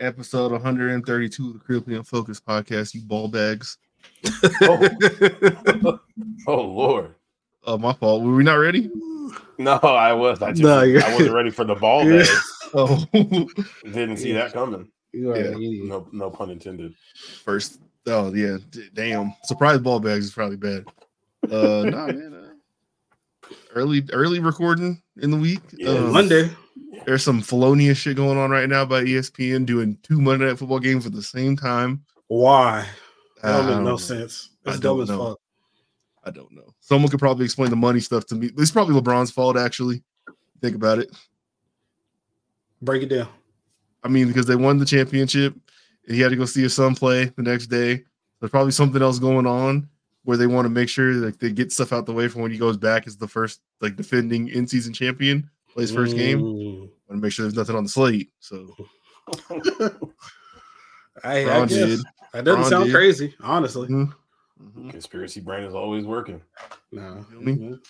episode 132 of the Critically Unfocused podcast, you ball bags. Oh, oh Lord. Oh, my fault. Were we not ready? No, I was. I, just, No, you're- I wasn't ready for the ball bag. Oh, Didn't see that coming. You are Yeah. an idiot. No, no pun intended. first. Oh, yeah. D- damn. Surprise ball bags is probably bad. Uh, nah, man. uh, early, early recording in the week. Yeah. Um, Monday. There's some felonious shit going on right now by E ESPN doing two Monday Night Football games at the same time. Why? That I don't don't make no know. sense. I That's dumb don't as know. fuck. I don't know. Someone could probably explain the money stuff to me. It's probably LeBron's fault, actually. Think about it. Break it down. I mean, because they won the championship, and he had to go see his son play the next day. There's probably something else going on where they want to make sure that they get stuff out the way for when he goes back as the first like defending in season champion, plays first game. Mm. Want to make sure there's nothing on the slate. So I, I Ron guess. did. That doesn't Ron sound did. crazy, honestly. Mm-hmm. Mhm. Conspiracy brain is always working. No. Mm-hmm. Feel me? Mhm.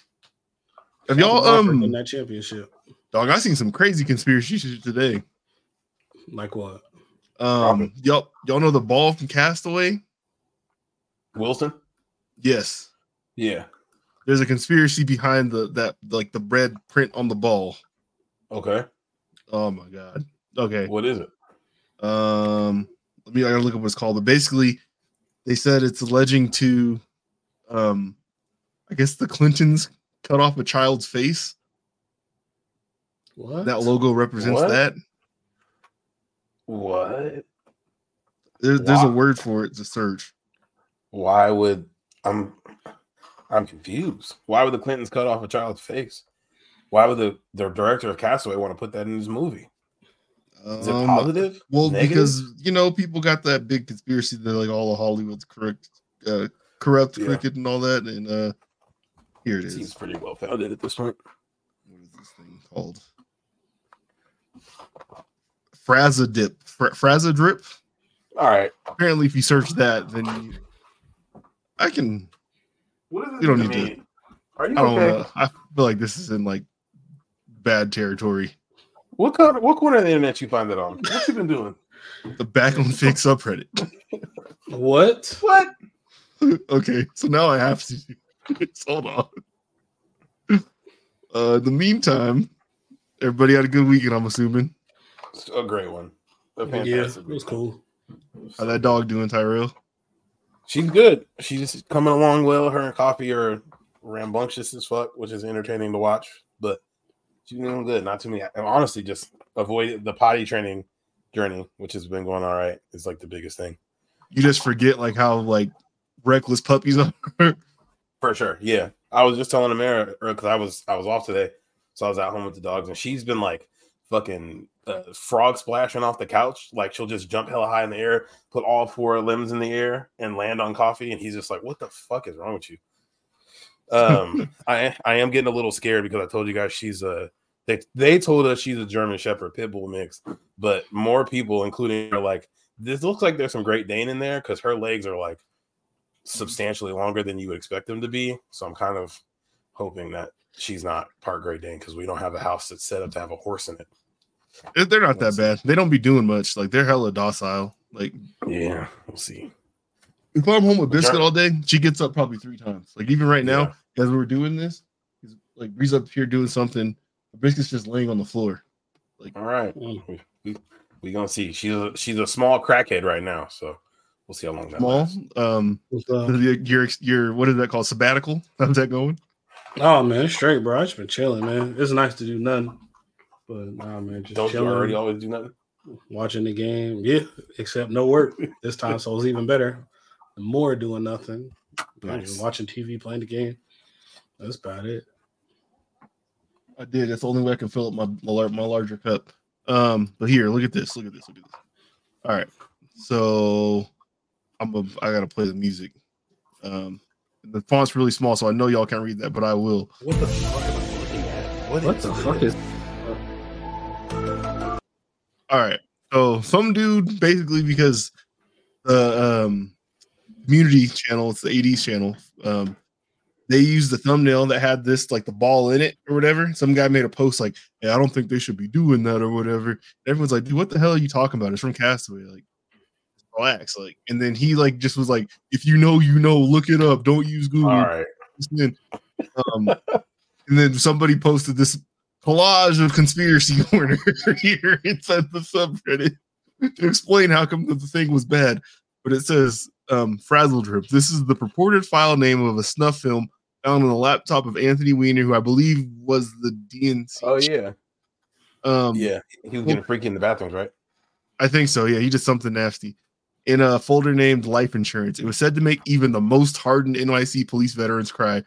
Have y'all LeBron for winning um that championship? dog? I seen some crazy conspiracy shit today. Like what? Um, y'all y'all know the ball from Castaway? Wilson? Yes. Yeah. There's a conspiracy behind the that like the red print on the ball. Okay. Oh my god. Okay. What is it? Um, let me I gotta look up what it's called, but basically, they said it's alleging to, um, I guess the Clintons cut off a child's face. What? That logo represents What? that. What? There, There's a Wow. word for it to search. Why would I'm I'm confused. Why would the Clintons cut off a child's face? Why would the, the director of Castaway want to put that in his movie? Is it Um, positive? Well, Negative? because you know people got that big conspiracy that like all of Hollywood's corrupt, uh, corrupt, Yeah. crooked, and all that. And uh, here it it is. seems pretty well founded at this point. what is this thing called? Frazza dip, Fra- Frazza drip. All right. apparently if you search that then you, i can What does You don't need to- Are you i don't uh, i feel like this is in like bad territory What kind what corner of the internet you find that on? What you been doing? the back on fix subreddit What? What? okay so now i have to it's- hold on uh in the meantime everybody had a good weekend i'm assuming It's a great one. A Yeah, fantastic it was one. cool. how that dog doing tyrell She's good. She's coming along well. Her and Coffee are rambunctious as fuck, which is entertaining to watch. But she's doing good. Not too many. and honestly, just avoid the potty training journey, which has been going all right. Is like the biggest thing you just forget like how like reckless puppies are for sure. Yeah, I was just telling Amara because I was I was off today, so I was at home with the dogs, and she's been like fucking uh, frog splashing off the couch. Like she'll just jump hella high in the air, put all four limbs in the air, and land on Coffee, and he's just like, "What the fuck is wrong with you?" um i i am getting a little scared because i told you guys she's a they, they told us she's a german shepherd pit bull mix but more people including are like this looks like there's some great dane in there because her legs are like Mm-hmm. substantially longer than you would expect them to be so i'm kind of hoping that she's not part great dane because we don't have a house that's set up to have a horse in it They're- they're not that bad they don't be doing much like they're hella docile like yeah we'll see if I'm home with But Biscuit Jar- all day, she gets up probably three times. Like even right now, as we're doing this, he's like Bree's up here doing something. Biscuit's just laying on the floor. all right Mm. we, we, we gonna see she's a, she's a small crackhead right now so we'll see how long that Small. lasts. Um What's up? your your, your what is that called? Sabbatical? How's that going? Oh man, it's straight, bro. I just been chilling, man. It's nice to do nothing. But nah, man, just don't chilling, you already always do nothing watching the game. Yeah, except no work this time, so it's even better. The more doing nothing, Not Nice. even watching TV, playing the game. That's about it. I did. That's the only way I can fill up my my, lar- my larger cup. Um, but here, look at this. Look at this. Look at this. All right. So I'm a, I gotta play the music. Um the font's really small, so I know y'all can't read that, but I will. What the fuck am I looking at? What the fuck is All right. So some dude basically because the um community channel, it's the 80s channel, um they used the thumbnail that had this like the ball in it or whatever. Some guy made a post like, "Hey, I don't think they should be doing that or whatever." And everyone's like, "Dude, what the hell are you talking about? It's from Castaway." Like, relax. Like, and then he like just was like, "If you know, you know. Look it up. Don't use Google." All right. And, um, and then somebody posted this collage of conspiracy corner here inside the subreddit to explain how come the thing was bad. But it says um, Frazzle Drip. This is the purported file name of a snuff film found on the laptop of Anthony Weiner, who I believe was the DNC. Oh yeah. Um, Yeah. He was getting freaky in the bathrooms, right? I think so. Yeah, he did something nasty in a folder named Life Insurance. It was said to make even the most hardened NYC police veterans cry.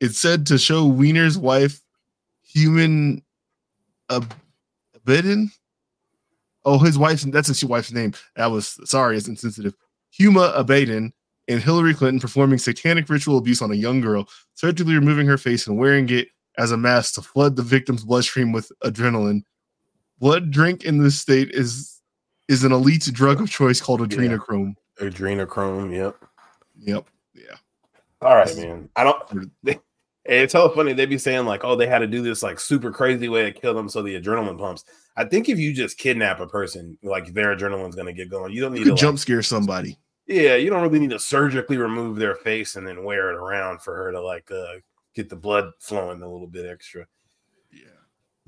It's said to show Wiener's wife human ab- abidden. Oh, his wife's that's his wife's name. That was sorry, it's insensitive. Huma Abaden and Hillary Clinton performing satanic ritual abuse on a young girl, surgically removing her face and wearing it as a mask to flood the victim's bloodstream with adrenaline. Blood drink in this state is is an elite drug of choice called adrenochrome. Adrenochrome. Yep. Yep. All right, man. I don't. They, it's hella funny. They be saying like, "Oh, they had to do this like super crazy way to kill them, so the adrenaline pumps." I think if you just kidnap a person, like their adrenaline's gonna get going. You don't need You to could like- jump scare somebody. yeah, you don't really need to surgically remove their face and then wear it around for her to like uh, get the blood flowing a little bit extra. Yeah.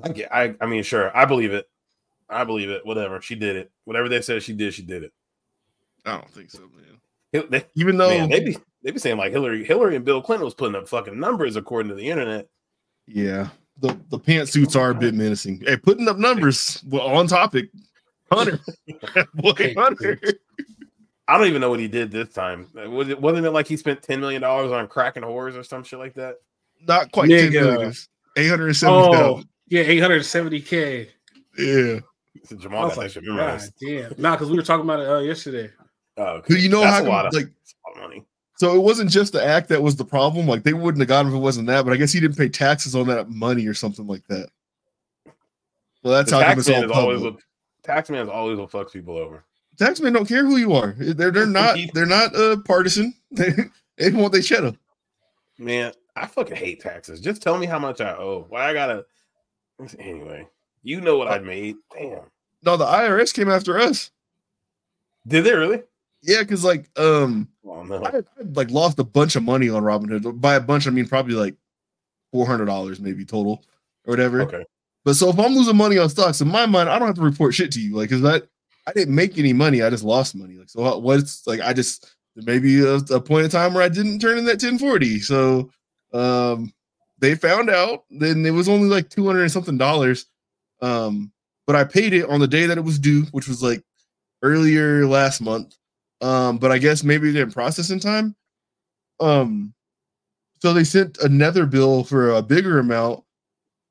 I get. I. I mean, sure. I believe it. I believe it. Whatever. She did it. Whatever they said she did, she did it. I don't think so, man. Hil- They, Even though man, they be they be saying like Hillary, Hillary and Bill Clinton was putting up fucking numbers according to the internet. Yeah. The the pantsuits are a bit menacing. Hey, putting up numbers well, on topic. Hunter. Boy, Hunter. I don't even know what he did this time. Like, Was it wasn't it like he spent ten million dollars on cracking whores or some shit like that? Not quite 10 Nigga. million. 870,000. Oh, yeah, 870k. Oh. Yeah. I Jamal got was that like, shit God memorized. damn. Nah, because we were talking about it uh, yesterday. Oh, okay. Do you know That's how a lot come, of, like that's a lot of money. so it wasn't just the act that was the problem. Like they wouldn't have gotten if it wasn't that, but I guess he didn't pay taxes on that money or something like that. Well, that's The how come it's tax man all is always public. what tax man is always what fucks people over. taxmen don't care who you are. They're they're not they're not uh, partisan. They, they want they cheddar. Man, I fucking hate taxes. Just tell me how much I owe. Why I gotta anyway. You know what I made. Damn. No, the IRS came after us. Did they really? Yeah, because like um Oh no. I, I like lost a bunch of money on Robinhood. By a bunch, I mean probably like four hundred dollars maybe total or whatever. Okay. But so if I'm losing money on stocks, in my mind, I don't have to report shit to you. Like, is that I didn't make any money. I just lost money. Like, so what- what's like? I just maybe a, a point in time where I didn't turn in that 1040. So, um, they found out. Then it was only like 200 and something dollars. Um, but I paid it on the day that it was due, which was like earlier last month. Um, but I guess maybe they didn't process in time. Um, so they sent another bill for a bigger amount,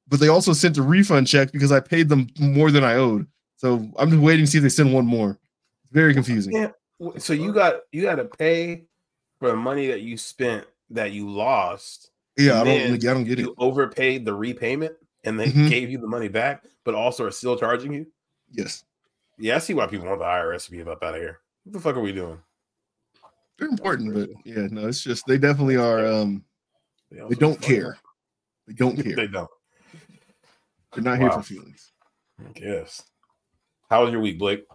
but they also sent a refund check because I paid them more than I owed. So I'm just waiting to see if they send one more. It's very confusing. Yeah. W- So you got you gotta pay for the money that you spent that you lost Yeah, I And don't. then like, I don't get it. you overpaid the repayment and they Mhm. gave you the money back, but also are still charging you. Yes, Yeah, I see why people want the IRS to be up out of here. What the fuck are we doing? they're important, but yeah, no, it's just they definitely are. Um, also they don't fucking- care. They don't care. they don't. They're not here Wow. for feelings. I guess. How was your week, Blake?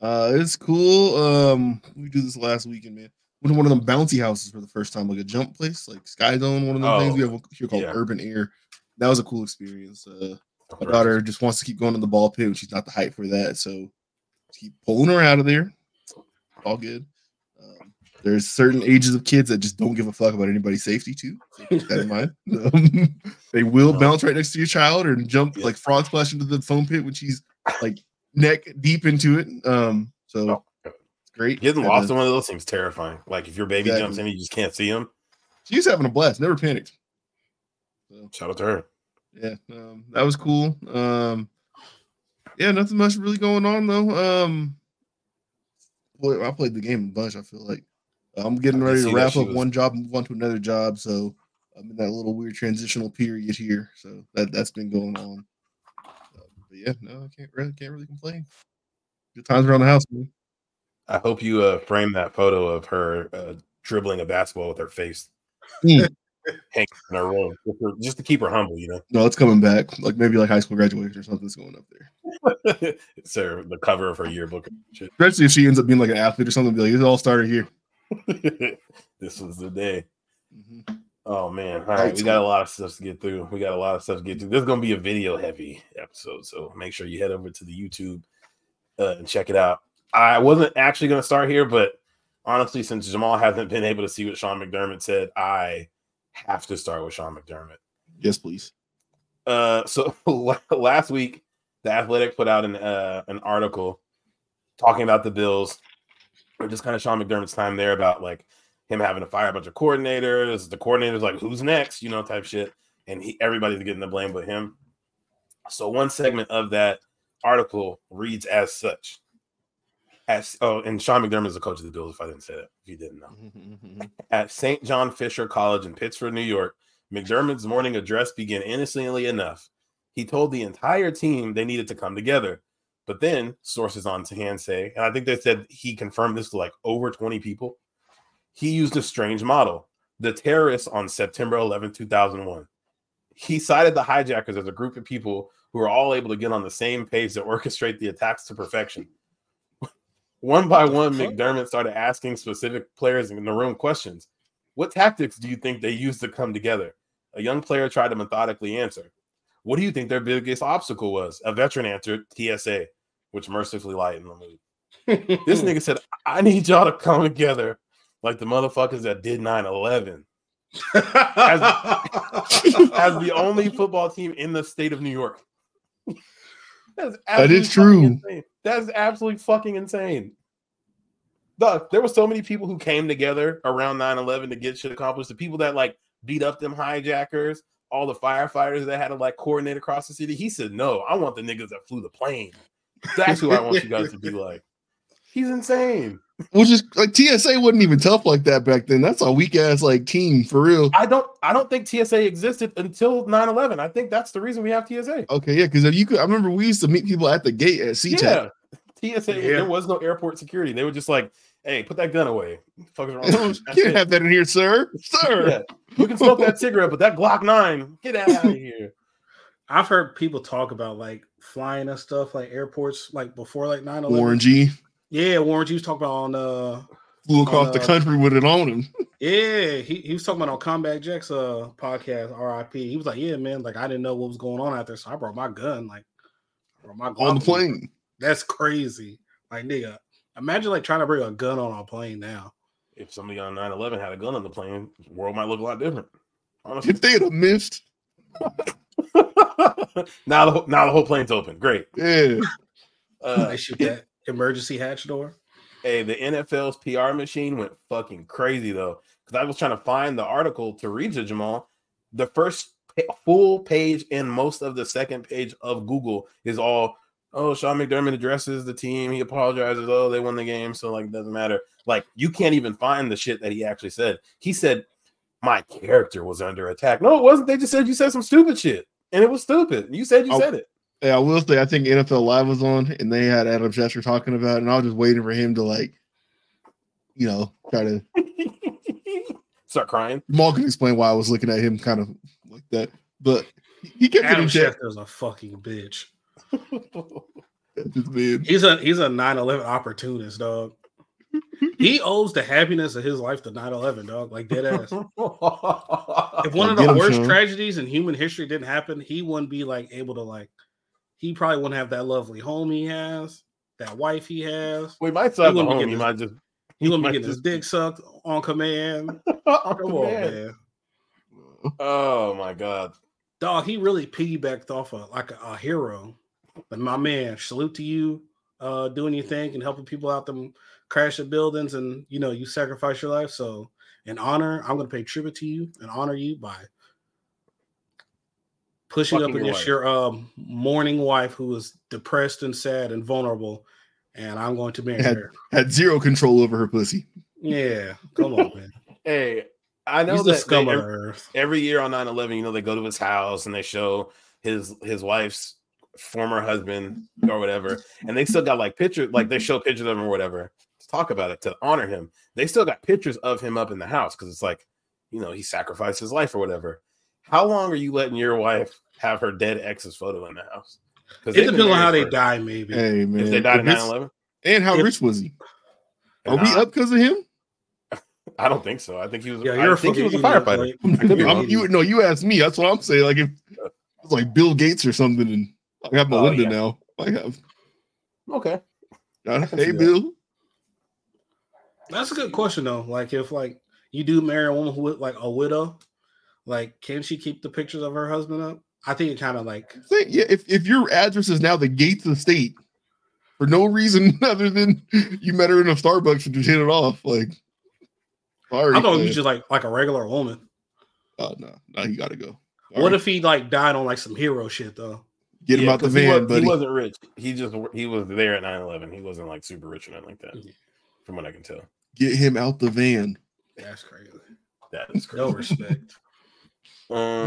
Uh, it's cool. Um, we do this last weekend, man. Went to one of them bouncy houses for the first time, like a jump place, like Sky Zone, one of them things Oh, we have here called yeah. Urban Air. That was a cool experience. Uh, my daughter just wants to keep going to the ball pit, and she's not the height for that, so keep pulling her out of there. All good. Um, there's certain ages of kids that just don't give a fuck about anybody's safety too. So keep that in mind. Um, they will No. bounce right next to your child or jump Yeah. like frog splash into the foam pit when she's like neck deep into it. Um, so Oh, God. it's great. Getting And, lost uh, in one of those seems terrifying. Like if your baby Exactly. jumps in and you just can't see him, she's having a blast. Never panicked. So shout out to her. yeah, um, that was cool. Um, yeah, nothing much really going on though. Um, boy, I played the game a bunch. I feel like I'm getting I can ready to see that wrap she up was- one job, and move on to another job. So I'm in that little weird transitional period here. So that that's been going on. Uh, but yeah, no, I can't really can't really complain. Good times around the house, man. I Hmm. hope you uh frame that photo of her uh, dribbling a basketball with her face. hanging in her room just to- just to keep her humble, you know. No, it's coming back. Like maybe like high school graduation or something's going up there. it's her, the cover of her yearbook. and shit. Especially if she ends up being like an athlete or something. Be like, it all started here. this was the day. Mhm. Oh man! All right, we got a lot of stuff to get through. We got a lot of stuff to get through. This is gonna be a video heavy episode, so make sure you head over to the YouTube uh, and check it out. I wasn't actually gonna start here, but honestly, since Jamal hasn't been able to see what Sean McDermott said, I have to start with Sean McDermott. Yes, please. Uh, so last week, the Athletic put out an uh, an article talking about the Bills, or just kind of Sean McDermott's time there about like him having to fire a bunch of coordinators. The coordinators like, who's next, you know, type shit, and he, everybody's getting the blame but him. So one segment of that article reads as such. As, oh, and Sean McDermott is the coach of the Bills. If I didn't say that, if you didn't know, at St. John Fisher College in Pittsford, New York, McDermott's morning address began innocently enough. He told the entire team they needed to come together. But then sources on hand say, and I think they said he confirmed this to like over 20 people. He used a strange model the terrorists on September 11, 2001. He cited the hijackers as a group of people who were all able to get on the same page to orchestrate the attacks to perfection. One by one, McDermott started asking specific players in the room questions. What tactics do you think they used to come together? A young player tried to methodically answer. What do you think their biggest obstacle was? A veteran answered TSA, which mercifully lightened the mood. Hmm. This nigga said, I need y'all to come together like the motherfuckers that did 9 11 as the only football team in the state of New York. That's That is absolutely true. fucking insane. That is absolutely fucking insane. Dog, there were so many people who came together around 9 11 to get shit accomplished. The people that like beat up them hijackers, all the firefighters that had to like coordinate across the city. He said, No, I want the niggas that flew the plane. That's who I want you guys to be like. He's insane. Which is like TSA wasn't even tough like that back then. That's a weak ass like team for real. I don't I don't think TSA existed until 9-11. I think that's the reason we have TSA. Okay, yeah, because you could. I remember we used to meet people at the gate at SeaTac. Yeah. TSA, Yeah. there was no airport security. They were just like, hey, put that gun away. Fuckers You wrong. with you?" Oh, That's Can't it. have that in here, sir. Sir. Yeah. You can smoke that cigarette, but that Glock 9, get that out of here. I've heard people talk about like flying and stuff, like airports, like before like 9 11. Warren G Yeah, Warren G was talking about on uh flew across uh, the country with it on him. yeah, he, he was talking about on Combat Jack's uh podcast, RIP. He was like, Yeah, man, like I didn't know what was going on out there, so I brought my gun, like I brought my Glock on the with me." plane. That's crazy. Like nigga, imagine like trying to bring a gun on a plane now. If somebody on 9-11 had a gun on the plane, the world might look a lot different. Honestly. If they'd have missed, now the whole- now the whole plane's open. Great. yeah. Uh, They shoot that emergency hatch door. Hey, the NFL's PR machine went fucking crazy though, because I was trying to find the article to read to Jamal. The first pa- full page and most of the second page of Google is all, oh, Sean McDermott addresses the team. He apologizes. Oh, they won the game, so like it doesn't matter. Like you can't even find the shit that he actually said. He said, "My character was under attack." No, it wasn't. They just said you said some stupid shit, and it was stupid. You said you Oh. said it. Yeah, I will say I think NFL Live was on and they had Adam Schefter talking about it, and I was just waiting for him to like, you know, try to Start crying. Jamal can explain why I was looking at him kind of like that. But he kept it Adam in check. Schefter's a fucking bitch. This man. He's a he's a 9-11 opportunist, dog. He owes the happiness of his life to 9-11, dog. Like dead ass. if one of Get the him, worst Sean. tragedies in human history didn't happen, he wouldn't be like able to like. He probably wouldn't have that lovely home he has, that wife he has. We might still have a wouldn't be home. You getting this- might just He wouldn't might be getting his just- dick sucked on command. Come on, man. Oh my god. dog. He really piggybacked off of like a, a hero. But my man, salute to you, uh, doing your thing and helping people out them crash the buildings, and you know you sacrifice your life. So in honor, I'm gonna pay tribute to you and honor you by pushing Fucking up your against wife. your um, mourning wife who is depressed and sad and vulnerable, and I'm going to marry Had- her. Had zero control over her pussy. Yeah, come on, man. Hey, I know He's the that they- scum of the every, earth. every year on 9-11, you know, they go to his house and they show his his wife's former husband or whatever, and they still got like pictures, like they show pictures of him or whatever to talk about it to honor him. They still got pictures of him up in the house because it's like you know, he sacrificed his life or whatever. How long are you letting your wife have her dead ex's photo in the house? It depends on how they die, maybe. Hey man, If they died in it's- 9 11, and how if- rich was he? Are we up because of him? I don't think so. I think he was, Yeah, I you're a think he fucking was a idiot, firefighter. Blake. You're I'm- an you no, you asked me. That's what I'm saying. Like if it's like Bill Gates or something, and I have Oh, Melinda yeah. now. Like, I've, Okay. I, can hey see that. Bill, That's a good question though. Like if like you do marry a woman who like a widow, like can she keep the pictures of her husband up? I think it kind of like Say- yeah. If if your address is now the Gates estate for no reason other than you met her in a Starbucks and just hit it off, like, sorry. I thought it man. was just like like a regular woman. oh no, no, you gotta go. What Sorry. if he like died on like some hero shit though? get him Yeah, out the 'cause he wa- van, buddy? He wasn't rich. He just he was there at 9 11. He wasn't like super rich or nothing like that, Yeah. from what I can tell. Get him out the van. That's crazy. That is crazy. No respect. Um,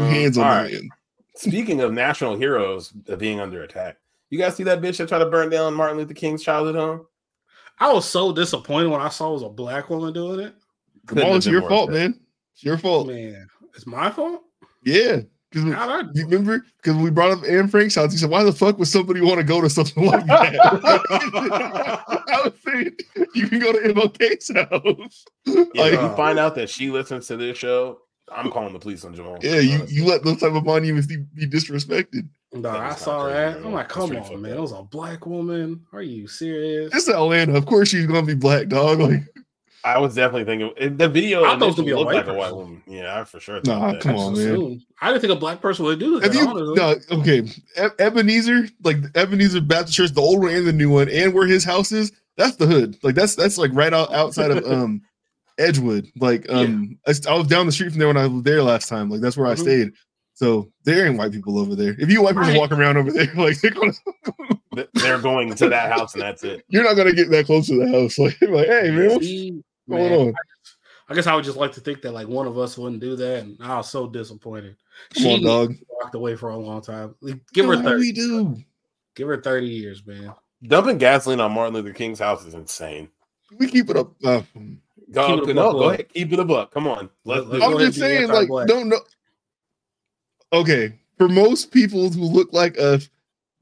Hands on all the right. van. Speaking of national heroes uh, being under attack, you guys see that bitch that tried to burn down Martin Luther King's childhood home? I was so disappointed when I saw it was a black woman doing it. Couldn't Jamal, have it's been your more fault, upset. man. It's your Oh. fault. Man, it's my fault. Yeah, because Hmm. How'd I You remember? Because we brought up Anne Frank's house. He said, "Why the fuck would somebody want to go to something like that?" I was saying, "You can go to MLK's house." Yeah, like, if uh, you find out that she listens to this show, I'm calling the police on Jamal. yeah, you, honestly. you let those type of monuments be, be disrespected. No, That I is not saw crazy that. at I'm all. like, That's come pretty fucked on, man. up. It was a black woman. Are you serious? This is Atlanta. Of course, she's gonna be black, dog. Like, I was definitely thinking it- the video. I thought it was gonna initially be a looked white like a white person. woman. Yeah, I for sure. Nah, thought that. come I on, just man. assumed. I didn't think a black person would do that. have you? honestly. No, okay. E- Ebenezer, like the Ebenezer Baptist Church, the old one and the new one, and where his house is. That's the hood. Like that's that's like right out, outside of um Edgewood. Like Yeah. um I, st- I was down the street from there when I was there last time. Like that's where Mhm. I stayed. So there ain't white people over there. If you white people Right. walking around over there, like they're gonna, Th- They're going to that house and that's it. you're not gonna get that close to the house. Like, like hey man, what's See, going man, on? I guess I would just like to think that like one of us wouldn't do that, and I was so disappointed. Come she on, dog. walked away for a long time. Like, give her What do thirty. we do? Give her thirty years, man. Dumping gasoline on Martin Luther King's house is insane. We keep it up. Uh, Go, Keep it a no, buck. go ahead. Keep it a buck. Come on. Let's, Let- do let- it. I'm ahead just and do saying, anti-black. like, don't know. Okay, for most people who look like us,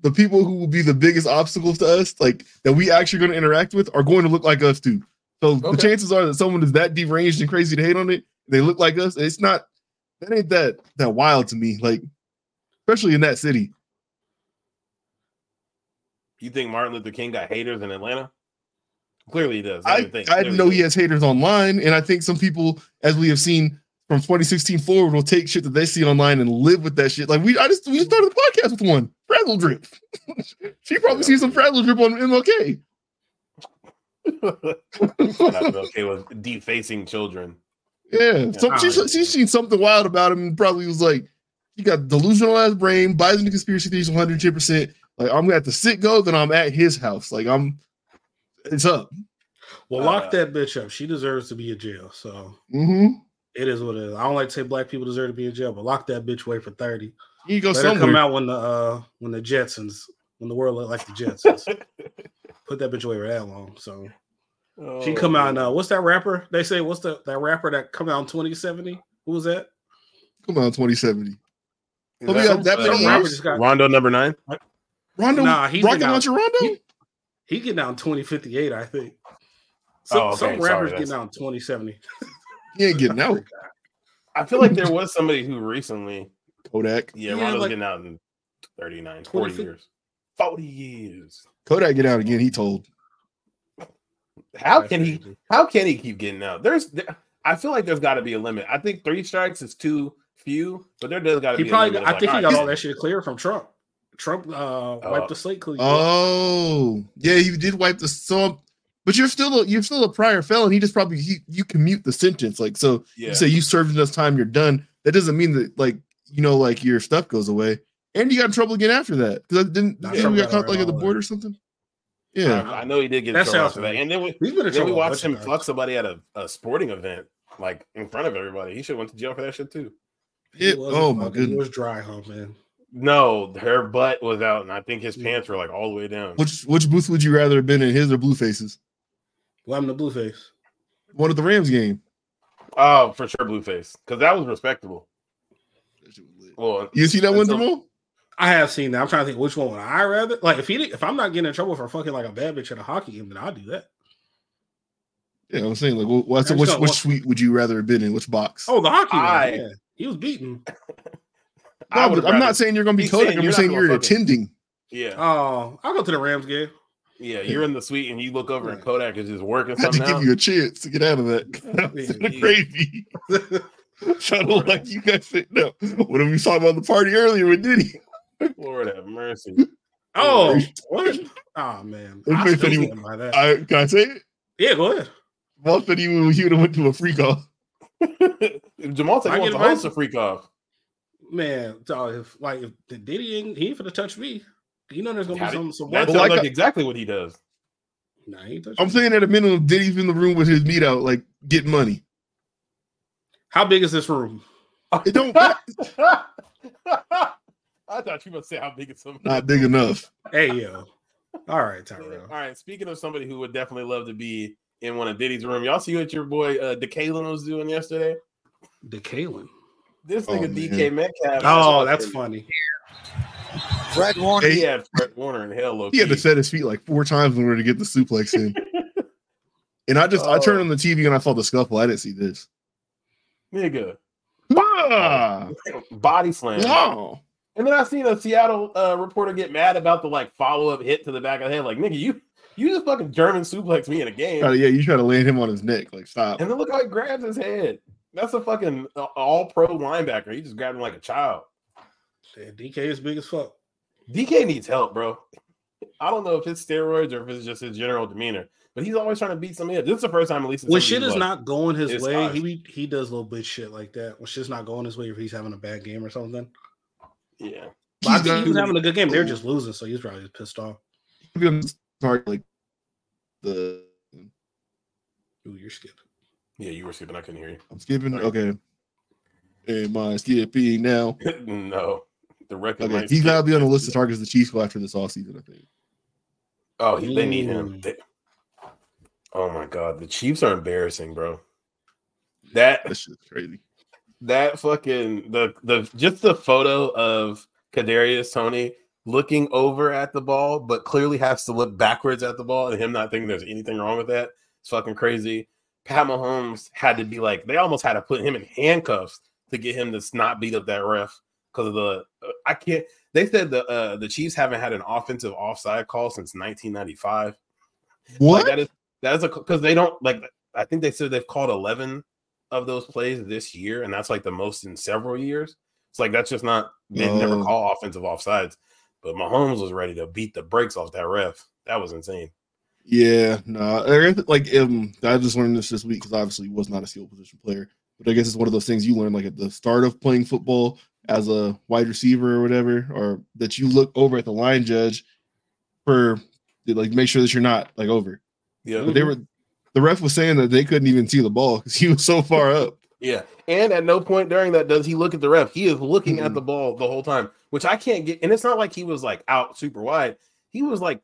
the people who will be the biggest obstacles to us, like that we actually going to interact with, are going to look like us too. So the Okay. chances are that someone is that deranged and crazy to hate on it. They look like us. It's not that ain't that that wild to me. Like, especially in that city. You think Martin Luther King got haters in Atlanta? Clearly he does. I, don't think- I clearly know he does. has haters online, and I think some people, as we have seen from 2016 forward, will take shit that they see online and live with that shit. Like we, I just we just started the podcast with one frazzle drip. she probably sees some frazzle drip on MLK. And I feel okay with defacing children. yeah, so she, she's seen something wild about him, and probably was like, "You got delusional ass brain, buys into conspiracy theories 110." percent Like I'm gonna have to sit go, then I'm at his house. Like I'm, it's up. Well, lock Uh, that bitch up. She deserves to be in jail. So Mm-hmm. it is what it is. I don't like to say black people deserve to be in jail, but lock that bitch away for thirty. You go Let her come somewhere. out when the uh when the Jetsons when the world look like the Jetsons. Put that bitch away for that long. So she come out and Oh. uh, what's that rapper? They say what's the that rapper that come out in 2070? Who was that? Come on, 2070. Is Oh, we got that many uh, rapper years? just got Rondo number nine. Rondo, Nah, he Rocket did not- Launcher Rondo. he- he getting out in 2058, I think. Some, Oh, okay. some Sorry, rappers that's- getting out in 2070. He ain't getting out. I feel like there was somebody who recently. Kodak. Yeah, Yeah, Rondo's like- getting out in 39, 40 25 years. 40 years. Kodak get out again. He told. How can he How can he keep getting out? There's, there, I feel like there's got to be a limit. I think three strikes is too few, but there does got to He be. probably. a limit. of Got, I like, think he alright, got this all that is- shit clear from Trump. Trump uh, wiped the slate clean. uh, Oh, yeah, he did wipe the sump. But you're still a, you're still a prior felon. He just probably he, you commute the sentence. Like so, Yeah, you say you served enough time, you're done. That doesn't mean that like you know like your stuff goes away. And you got in trouble again after that because didn't Nah, yeah, Trump we got got caught like at the around border or something. Yeah, Um, I, I know he did get That that trouble sounds after that. right. And then we, He's been in then trouble. we a watched bunch of him times. fuck somebody at a, a sporting event, like in front of everybody. He should have went to jail for that shit too. He It- wasn't oh my fucking- He goodness. was dry humping. No, her butt was out, and I think his pants were like all the way down. which which booth would you rather have been in, his or Blueface's? Well, I'm the blue face. One at the Rams game. Oh, for sure, Blueface, because that was respectable. That shit was lit. Well, You see that And one, so- Jamal? I have seen that. I'm trying to think which one would I rather like if he did, if I'm not getting in trouble for fucking like a bad bitch at a hockey game, then I'll do that. Yeah, I'm saying like, wh- what's, I just which got which one. suite would you rather have been in? Which box? Oh, the hockey I- one. Yeah. He was beaten. No, would but I'm rather- not saying you're going to be He's coding. saying I'm you're just not saying gonna you're fucking- attending. Yeah, Oh, I'll go to the Rams game. yeah. You're in the suite and you look over and Right. Kodak is just working had to something out. give you a chance to get out of that. to the Yeah. gravy. Trying to like you guys said, no. What if we talking about the party earlier with Diddy? Lord have mercy. Oh, what? Oh man. Let's I make still sure he- stand by that. I can I say it? yeah, go ahead. Well, said he would he would have went to a free call. If Jamal I Tate wants get to invited? host a freak off. Man, dog, if like if the Diddy ain't he ain't finna touch me. You know there's gonna How be did- some some That But sounds like like, I- exactly what he does. Nah, he ain't touch I'm me. saying at a minimum, Diddy's in the room with his meat out, like getting money. How big is this room? It don't not I thought you must say how big it's somebody. big enough. Hey yo. All right, Tyrell. All right. Speaking of somebody who would definitely love to be in one of Diddy's room, y'all see what your boy uh DeKalen was doing yesterday? DeKalen. This Oh, nigga man. DK Metcalf. Oh, that's funny. Fred Warner. He Hey, had Fred Warner in hell. he had to low-key. set his feet like four times in order to get the suplex in. and I just I turned Oh. on the TV and I saw the scuffle. I didn't see this. nigga Ah, body slam. wow. And then I seen a Seattle uh, reporter get mad about the like follow up hit to the back of the head. Like nigga, you you just fucking German suplex me in a game. Try to- Oh, yeah, you try to land him on his neck. Like, stop. And then look how he grabs his head. That's a fucking all pro linebacker. He just grabbed him like a child. Yeah, DK is big as fuck. DK needs help, bro. I don't know if it's steroids or if it's just his general demeanor, but he's always trying to beat somebody. up. This is the first time, at least, When somebody's shit is like- not going his it's way, odd. he he does little bitch shit like that. When shit's not going his way, if he's having a bad game or something. Yeah, But I He's think he was gonna- having a good game. They're just losing, so he's probably just pissed off. I'm sorry, like the Ooh, you're skipping. yeah, you were skipping. I couldn't hear I'm skipping. Okay. And my skipping now. you. no, the record. Okay, might he's skip. gotta be on the list of targets the Chiefs go after this offseason, I think. Oh, he, they need him. Mm. They- oh my god, the Chiefs are embarrassing, bro. That That shit's crazy. that fucking the the just the photo of Kadarius Tony looking over at the ball, but clearly has to look backwards at the ball, and him not thinking there's anything wrong with that. It's fucking crazy. Pat Mahomes had to be like they almost had to put him in handcuffs to get him to not beat up that ref because of the uh, I can't. They said the uh, the Chiefs haven't had an offensive offside call since 1995. Like, What? that is that is a because they don't like. I think they said they've called eleven of those plays this year, and that's like the most in several years. It's like that's just not they never No. call offensive offsides. But Mahomes was ready to beat the brakes off that ref. That was insane. Yeah, no. I guess, Like um, I just learned this this week because obviously was not a skill position player, but I guess it's one of those things you learn like at the start of playing football as a wide receiver or whatever, or that you look over at the line judge for like make sure that you're not like over. Yeah, But they were the ref was saying that they couldn't even see the ball because he was so far up. yeah. And at no point during that does he look at the ref. He is looking at Mhm. the ball the whole time, which I can't get. And it's not like he was like out super wide. He was like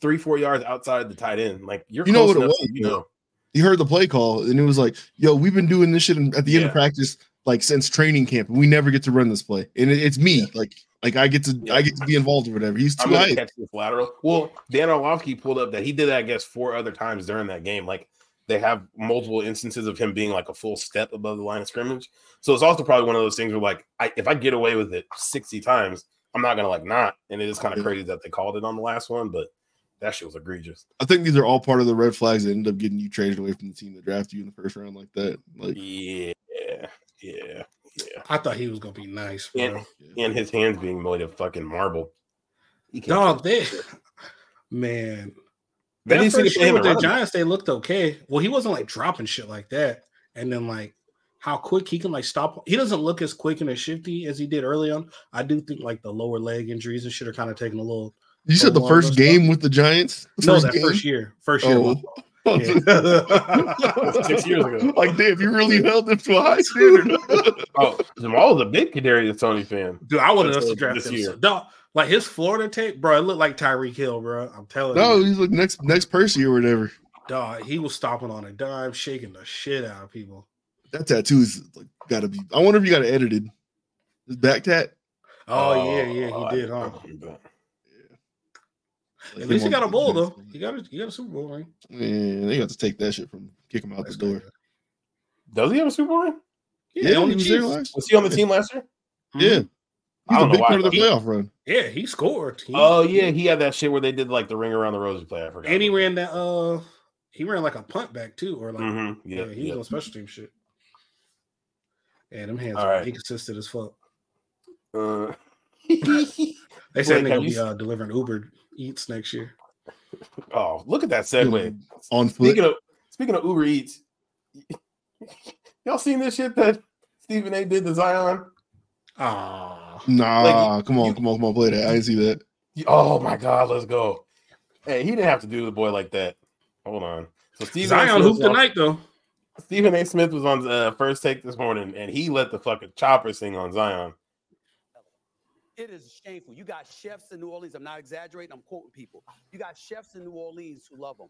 three, four yards outside the tight end. Like you're You know close what it enough, was, You man. know, He heard the play call and it was like, "Yo, we've been doing this shit in- at the end of Yeah. practice like since training camp, and we never get to run this play, and it, it's me, like." Like I get to, I get to be involved or whatever. He's I'm too gonna high. catch this lateral. Well, Dan Orlovsky pulled up that he did that, I guess, four other times during that game. Like they have multiple instances of him being like a full step above the line of scrimmage. So it's also probably one of those things where like I, if I get away with it 60 times, I'm not gonna like not. And it is kind of Yeah. crazy that they called it on the last one, but that shit was egregious. I think these are all part of the red flags that end up getting you traded away from the team that drafted you in the first round like that. Like Yeah, yeah, yeah. I thought he was gonna be nice, bro. And, and his hands being made of fucking marble. He can't- Dog, they man. They that didn't see the first play year in the with the run. Giants, they looked okay. Well, he wasn't like dropping shit like that. And then like how quick he can like stop. He doesn't look as quick and as shifty as he did early on. I do think like the lower leg injuries and shit are kind of taking a little. you said, the Along first those game lines. with the Giants. The no, first that game? first year, first year. Oh. my fault. Yeah. Six years ago. Like, damn, you really held them to a high standard. Oh, Jamal's a big Kadarius Tony fan. Dude, I wanted us This to draft this him. year. So, dog, like his Florida tape, bro. It looked like Tyreek Hill, bro. I'm telling no, you, he's like next next Percy or whatever. dog. He was stopping on a dime, shaking the shit out of people. That tattoo's like gotta be. I wonder if you got it edited. His back tat. Oh, yeah, yeah, he did, huh? At least he got a bowl though. He got a he got a Super Bowl ring. Yeah, they got to take that shit from kick him out That's the door. good. Does he have a Super Bowl ring? Yeah, on the he was there Chiefs. last- Was he on the team last year? Mhm. Yeah, he's I a don't know big why I part of the thought he- playoff run. yeah, he scored. He, Oh yeah, he had that shit where they did like the ring around the rosy play. I forgot. and he ran that. Uh, he ran like a punt back too, or like Mhm, yeah, Yeah, he was yeah. on special team shit. Yeah, them hands All are right. inconsistent as fuck. Uh, They said Wait, they're have gonna you be uh, delivering Uber Eats next year. oh, look at that segue. on foot. Speaking of speaking of Uber Eats, y'all seen this shit that Stephen A. did to Zion? Ah, nah, come on, you- come on, come on, play that. I didn't see that. Oh my god, let's go. Hey, he didn't have to do the boy like that. Hold on. So Stephen A. Zion Smith hooped was on- tonight though. Stephen A. Smith was on uh, first take this morning, and he let the fucking chopper sing on Zion. It is shameful. You got chefs in New Orleans. I'm not exaggerating. I'm quoting people. You got chefs in New Orleans who love them.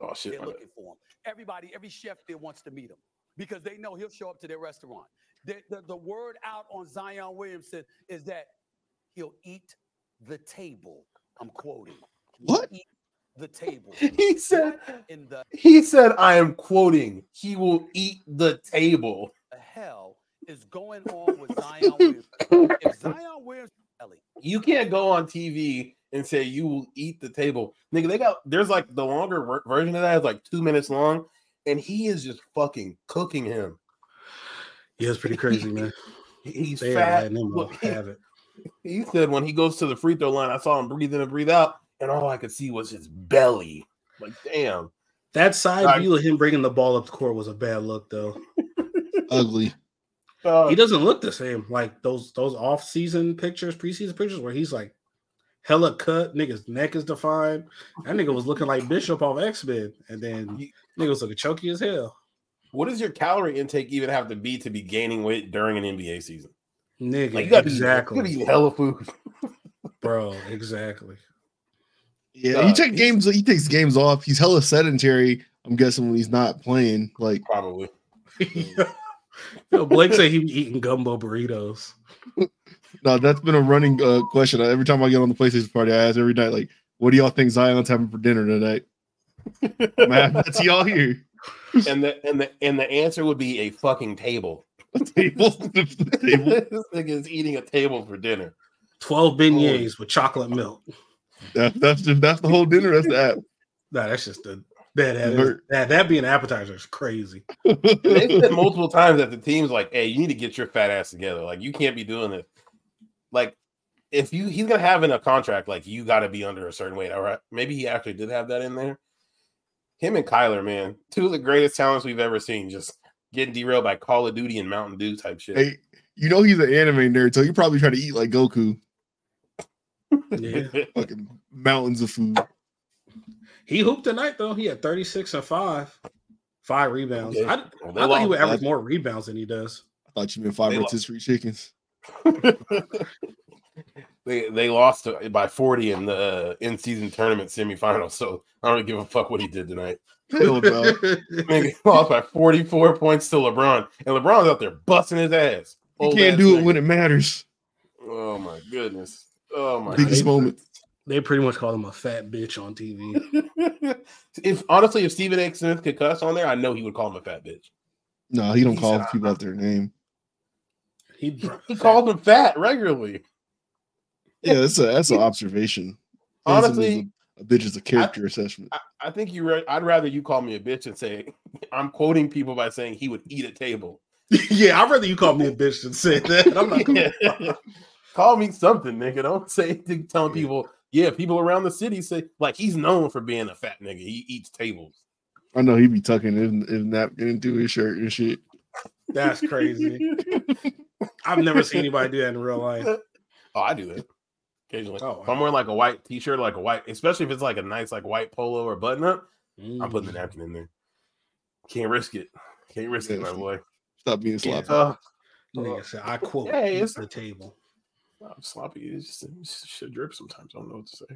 Oh shit! They're my bad. looking for him. Everybody, every chef there wants to meet him because they know he'll show up to their restaurant. The, the, the word out on Zion Williamson is that he'll eat the table. I'm quoting. He'll What? Eat the table. He said. In the He said, "I am quoting. He will eat the table." hell is going on with Zion Williamson? If Zion Williamson, Ellie, you can't go on TV and say you will eat the table, nigga. They got there's like the longer ver- version of that is like two minutes long, and he is just fucking cooking him. Yeah, it's pretty crazy, man. He's They are fat. letting him Look, he, have it. he said when he goes to the free throw line, I saw him breathe in and breathe out, and all I could see was his belly. Like, damn, That side Alright. view of him bringing the ball up the court was a bad look, though. Ugly. Uh, He doesn't look the same. Like those those off season pictures, preseason pictures, where he's like hella cut, nigga's neck is defined. That nigga was looking like Bishop off X Men, and then nigga was looking choky as hell. what does your calorie intake even have to be to be gaining weight during an NBA season? Nigga, Like, you gotta exactly, be, you gotta eat hella food. bro, exactly. Yeah, Uh, he takes he's- games. He takes games off. He's hella sedentary. I'm guessing when he's not playing, like Probably. Yo, Blake said he be eating gumbo burritos. no, that's been a running uh, question. Every time I get on the PlayStation party, I ask every night, like, "What do y'all think Zion's having for dinner tonight?" Man, that's y'all here. and the and the and the answer would be a fucking table. Table, table. this thing is eating a table for dinner. Twelve beignets with chocolate milk. That, that's the, that's the whole dinner. That's the app. Nah, that's just a that that, is, Vert. that that being an appetizer is crazy. And they said multiple times that the team's like, "Hey, you need to get your fat ass together. Like, you can't be doing this. Like, if you he's gonna have in a contract, like you got to be under a certain weight. All right, maybe he actually did have that in there. Him and Kyler, man, two of the greatest talents we've ever seen, just getting derailed by Call of Duty and Mountain Dew type shit. Hey, you know he's an anime nerd, so you probably try to eat like Goku. Yeah. Fucking mountains of food. He hooped tonight though. He had 36 and five, five rebounds. Okay. I, I Well, they thought he lost. would average that. more rebounds than he does. I thought you meant five They minutes lo- is free chickens. they they lost to- by 40 in the in season tournament semifinals, so I don't give a fuck what he did tonight. Hell no. Nigga lost by 44 points to LeBron, and LeBron's out there busting his ass. You Old can't ass do it nigga. when it matters. Oh my goodness. Oh my Biggest they- moment. they pretty much called him a fat bitch on TV. goodness. if honestly, if Stephen A. Smith could cuss on there, I know he would call him a fat bitch. No, he don't He's call not- people out their name. He, He called him fat regularly. Yeah, that's a that's an observation. Saying something is Honestly, a, a bitch is a character assessment. I, I think you. Re- I'd rather you call me a bitch and say I'm quoting people by saying he would eat a table. yeah, I'd rather you call me a bitch than say that. I'm not. gonna- Call me something, nigga. Don't say telling people. Yeah, people around the city say like he's known for being a fat nigga. He eats tables. I know he'd be tucking in in napkin into his shirt and shit. That's crazy. I've never seen anybody do that in real life. Oh, I do that occasionally. Oh, if I'm wearing like a white t-shirt, like a white, especially if it's like a nice like white polo or button up, I'm putting the napkin in there. Can't risk it. Can't risk it, my Nasty. boy. Stop being Yeah. sloppy. Uh, Mm, Nigga said, I quote Yeah, it's- the table. I'm sloppy. It's just, it's just shit drip sometimes. I don't know what to say.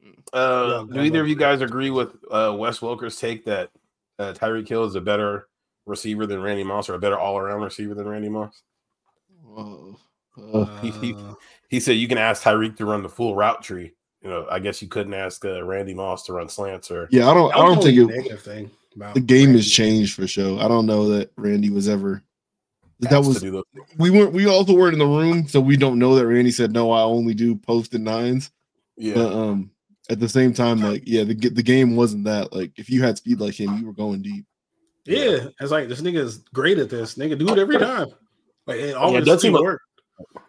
Yeah, Uh, I'm do either of you glad guys agree with uh, Wes Welker's take that uh, Tyreek Hill is a better receiver than Randy Moss or a better all around receiver than Randy Moss? Whoa. Uh, he- he- Uh, He said you can ask Tyreek to run the full route tree. You know, I guess you couldn't ask uh, Randy Moss to run slants or yeah, I don't. I that was don't the think only it, negative thing about the game has Randy. changed for sure. I don't know that Randy was ever. That asked to was do those we weren't. We also weren't in the room, so we don't know that Randy said no. I only do post and nines. Yeah, But um, at the same time, like yeah, the g- the game wasn't that. Like if you had speed like him, you were going deep. Yeah, it's like this nigga is great at this. Nigga, do it every time. Like it always does seem seems like- to work.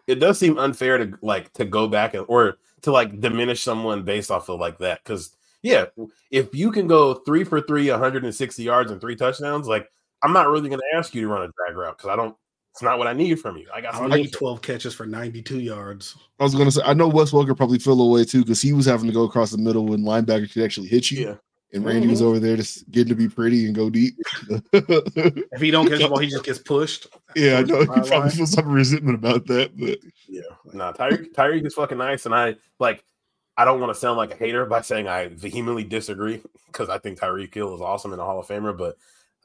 it does seem unfair to like to go back and or to like diminish someone based off of like that because yeah if you can go three for three 160 yards and three touchdowns like i'm not really going to ask you to run a drag route because i don't it's not what i need from you i got I don't something need 12 catches for 92 yards. I was gonna say I know Wes Welker probably fell away too because he was having to go across the middle when linebacker could actually hit you, yeah and Randy was over there just getting to be pretty and go deep. If he don't catch the ball, he just gets pushed. yeah, I know he probably Bye-bye. feels some resentment about that, but yeah nah, tyreek tyreek is fucking nice and i like i don't want to sound like a hater by saying i vehemently disagree because i think tyreek hill is awesome and a hall of famer but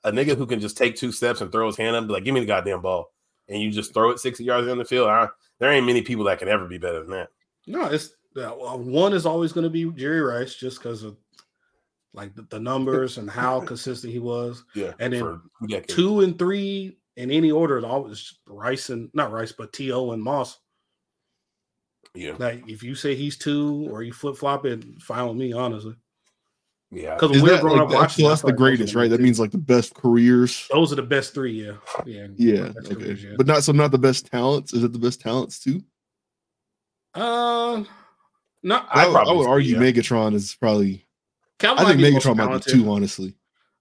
a nigga who can just take two steps and throw his hand up and be like give me the goddamn ball and you just throw it 60 yards down the field I, there ain't many people that can ever be better than that No, it's uh, one is always going to be Jerry Rice just because of like the, the numbers and how consistent he was. Yeah, And then for two decades. Two and three in any order is always Rice and not Rice, but T.O. and Moss. Yeah, Like if you say he's two or you flip flop it, fine with me, honestly. yeah. Because is we were that growing like up that's, watching. I that's feel the like those are greatest, the right? That means like the best careers. Those are the best three, yeah. Yeah. Yeah, best okay, careers, yeah. but not so not the best talents. Is it the best talents too? Uh, no, I, I'd would- I probably would say, argue yeah. Megatron is probably. Cal I might think be the most Megatron might be talented. two, honestly.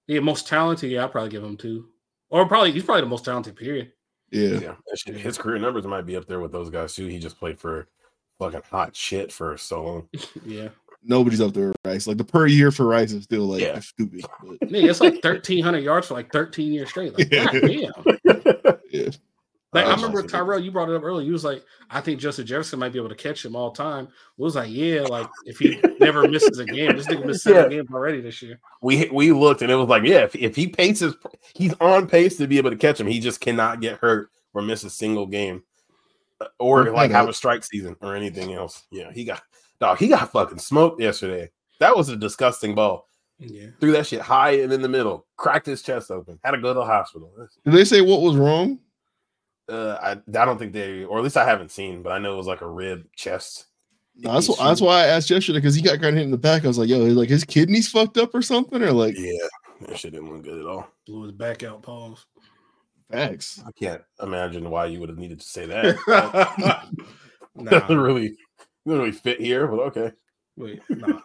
Yeah, most talented. Yeah, I'll probably give him two. Or probably he's probably the most talented. Period. Yeah, yeah. That shit- His career numbers might be up there with those guys too. He just played for fucking hot shit for so long. Yeah, nobody's up there. with Rice like the per year for Rice is still like Yeah. stupid. But nigga, it's like thirteen hundred yards for like thirteen years straight. Like, Yeah. God damn. yeah, Like, Uh, I remember that's- Tyrell, you brought it up earlier. You was like, I think Justin Jefferson might be able to catch him all time. We was like, yeah, like if he never misses a game, this nigga missed seven games already this year. We we looked and it was like, yeah, if, if he paces, he's on pace to be able to catch him. He just cannot get hurt or miss a single game, Uh, or Well, like I know. have a strike season or anything else. Yeah, he got dog. He got fucking smoked yesterday. That was a disgusting ball. Yeah, Threw that shit high and in the middle. Cracked his chest open. Had to go to the hospital. did they say what was wrong? Uh, I, I don't think they, or at least I haven't seen, but I know it was like a rib chest. No, that's, wh- issue. that's why I asked yesterday because he got kind of hit in the back. I was like, yo, like his kidneys fucked up or something, or like Yeah, that shit didn't look good at all. blew his back out. Pause. facts. I can't imagine why you would have needed to say that. That doesn't nah, really, doesn't really fit here, but okay. wait, nah.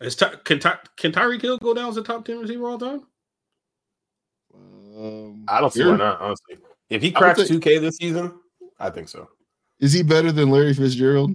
Is Ty- can Ty- can Tyreek Hill go down as a top ten receiver all time? Um, I don't see why sure. not, honestly. If he say- cracks 2K this season, I think so. Is he better than Larry Fitzgerald?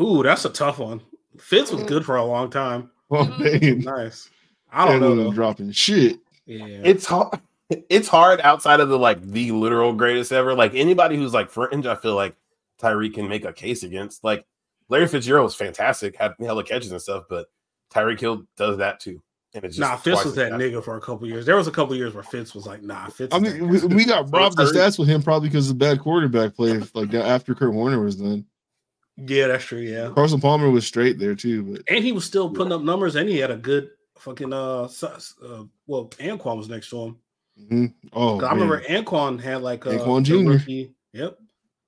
Ooh, that's a tough one. Fitz was good for a long time. Oh man, Nice. I don't know. though. dropping shit. Yeah. It's hard. It's hard outside of the like the literal greatest ever. Like anybody who's like fringe, I feel like Tyreek can make a case against. Like Larry Fitzgerald was fantastic, had hella catches and stuff, but Tyreek Hill does that too. And it's just nah, Fitz twice was as that fast. nigga for a couple years. There was a couple years where Fitz was like, nah, Fitz. I is mean, that we, guy. we got robbed the Curry. stats with him probably because of bad quarterback play. Like after Kurt Warner was done, yeah, that's true. Yeah. Carson Palmer was straight there too. But And he was still putting up numbers and he had a good fucking, uh, su- uh well, Anquan was next to him. Mhm. oh, 'Cause I remember man. Anquan had like a Anquan Jr.. Yep.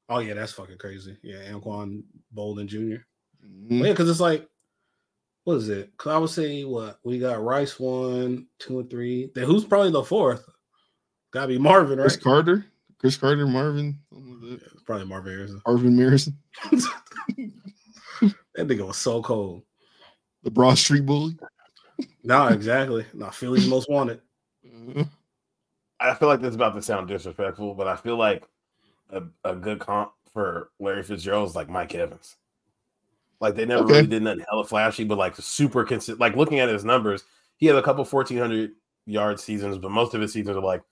Oh, yeah, that's fucking crazy. Yeah, Anquan Bolden Jr. Mhm. Yeah, because it's like, what is it? Because I would say what we got Rice one, two, and three. Then who's probably the fourth? Gotta be Marvin, right? Chris Carter, Chris Carter, Marvin, something like that. probably Marvin Harrison. Marvin Mirison, That nigga was so cold. the Broad Street Bully. Nah, exactly. Nah, Philly's most wanted. Uh, I feel like this is about to sound disrespectful, but I feel like a, a good comp for Larry Fitzgerald is like Mike Evans. Like they never Okay. really did nothing hella flashy, but like super consistent. Like looking at his numbers, he had a couple 1400 yard seasons, but most of his seasons are like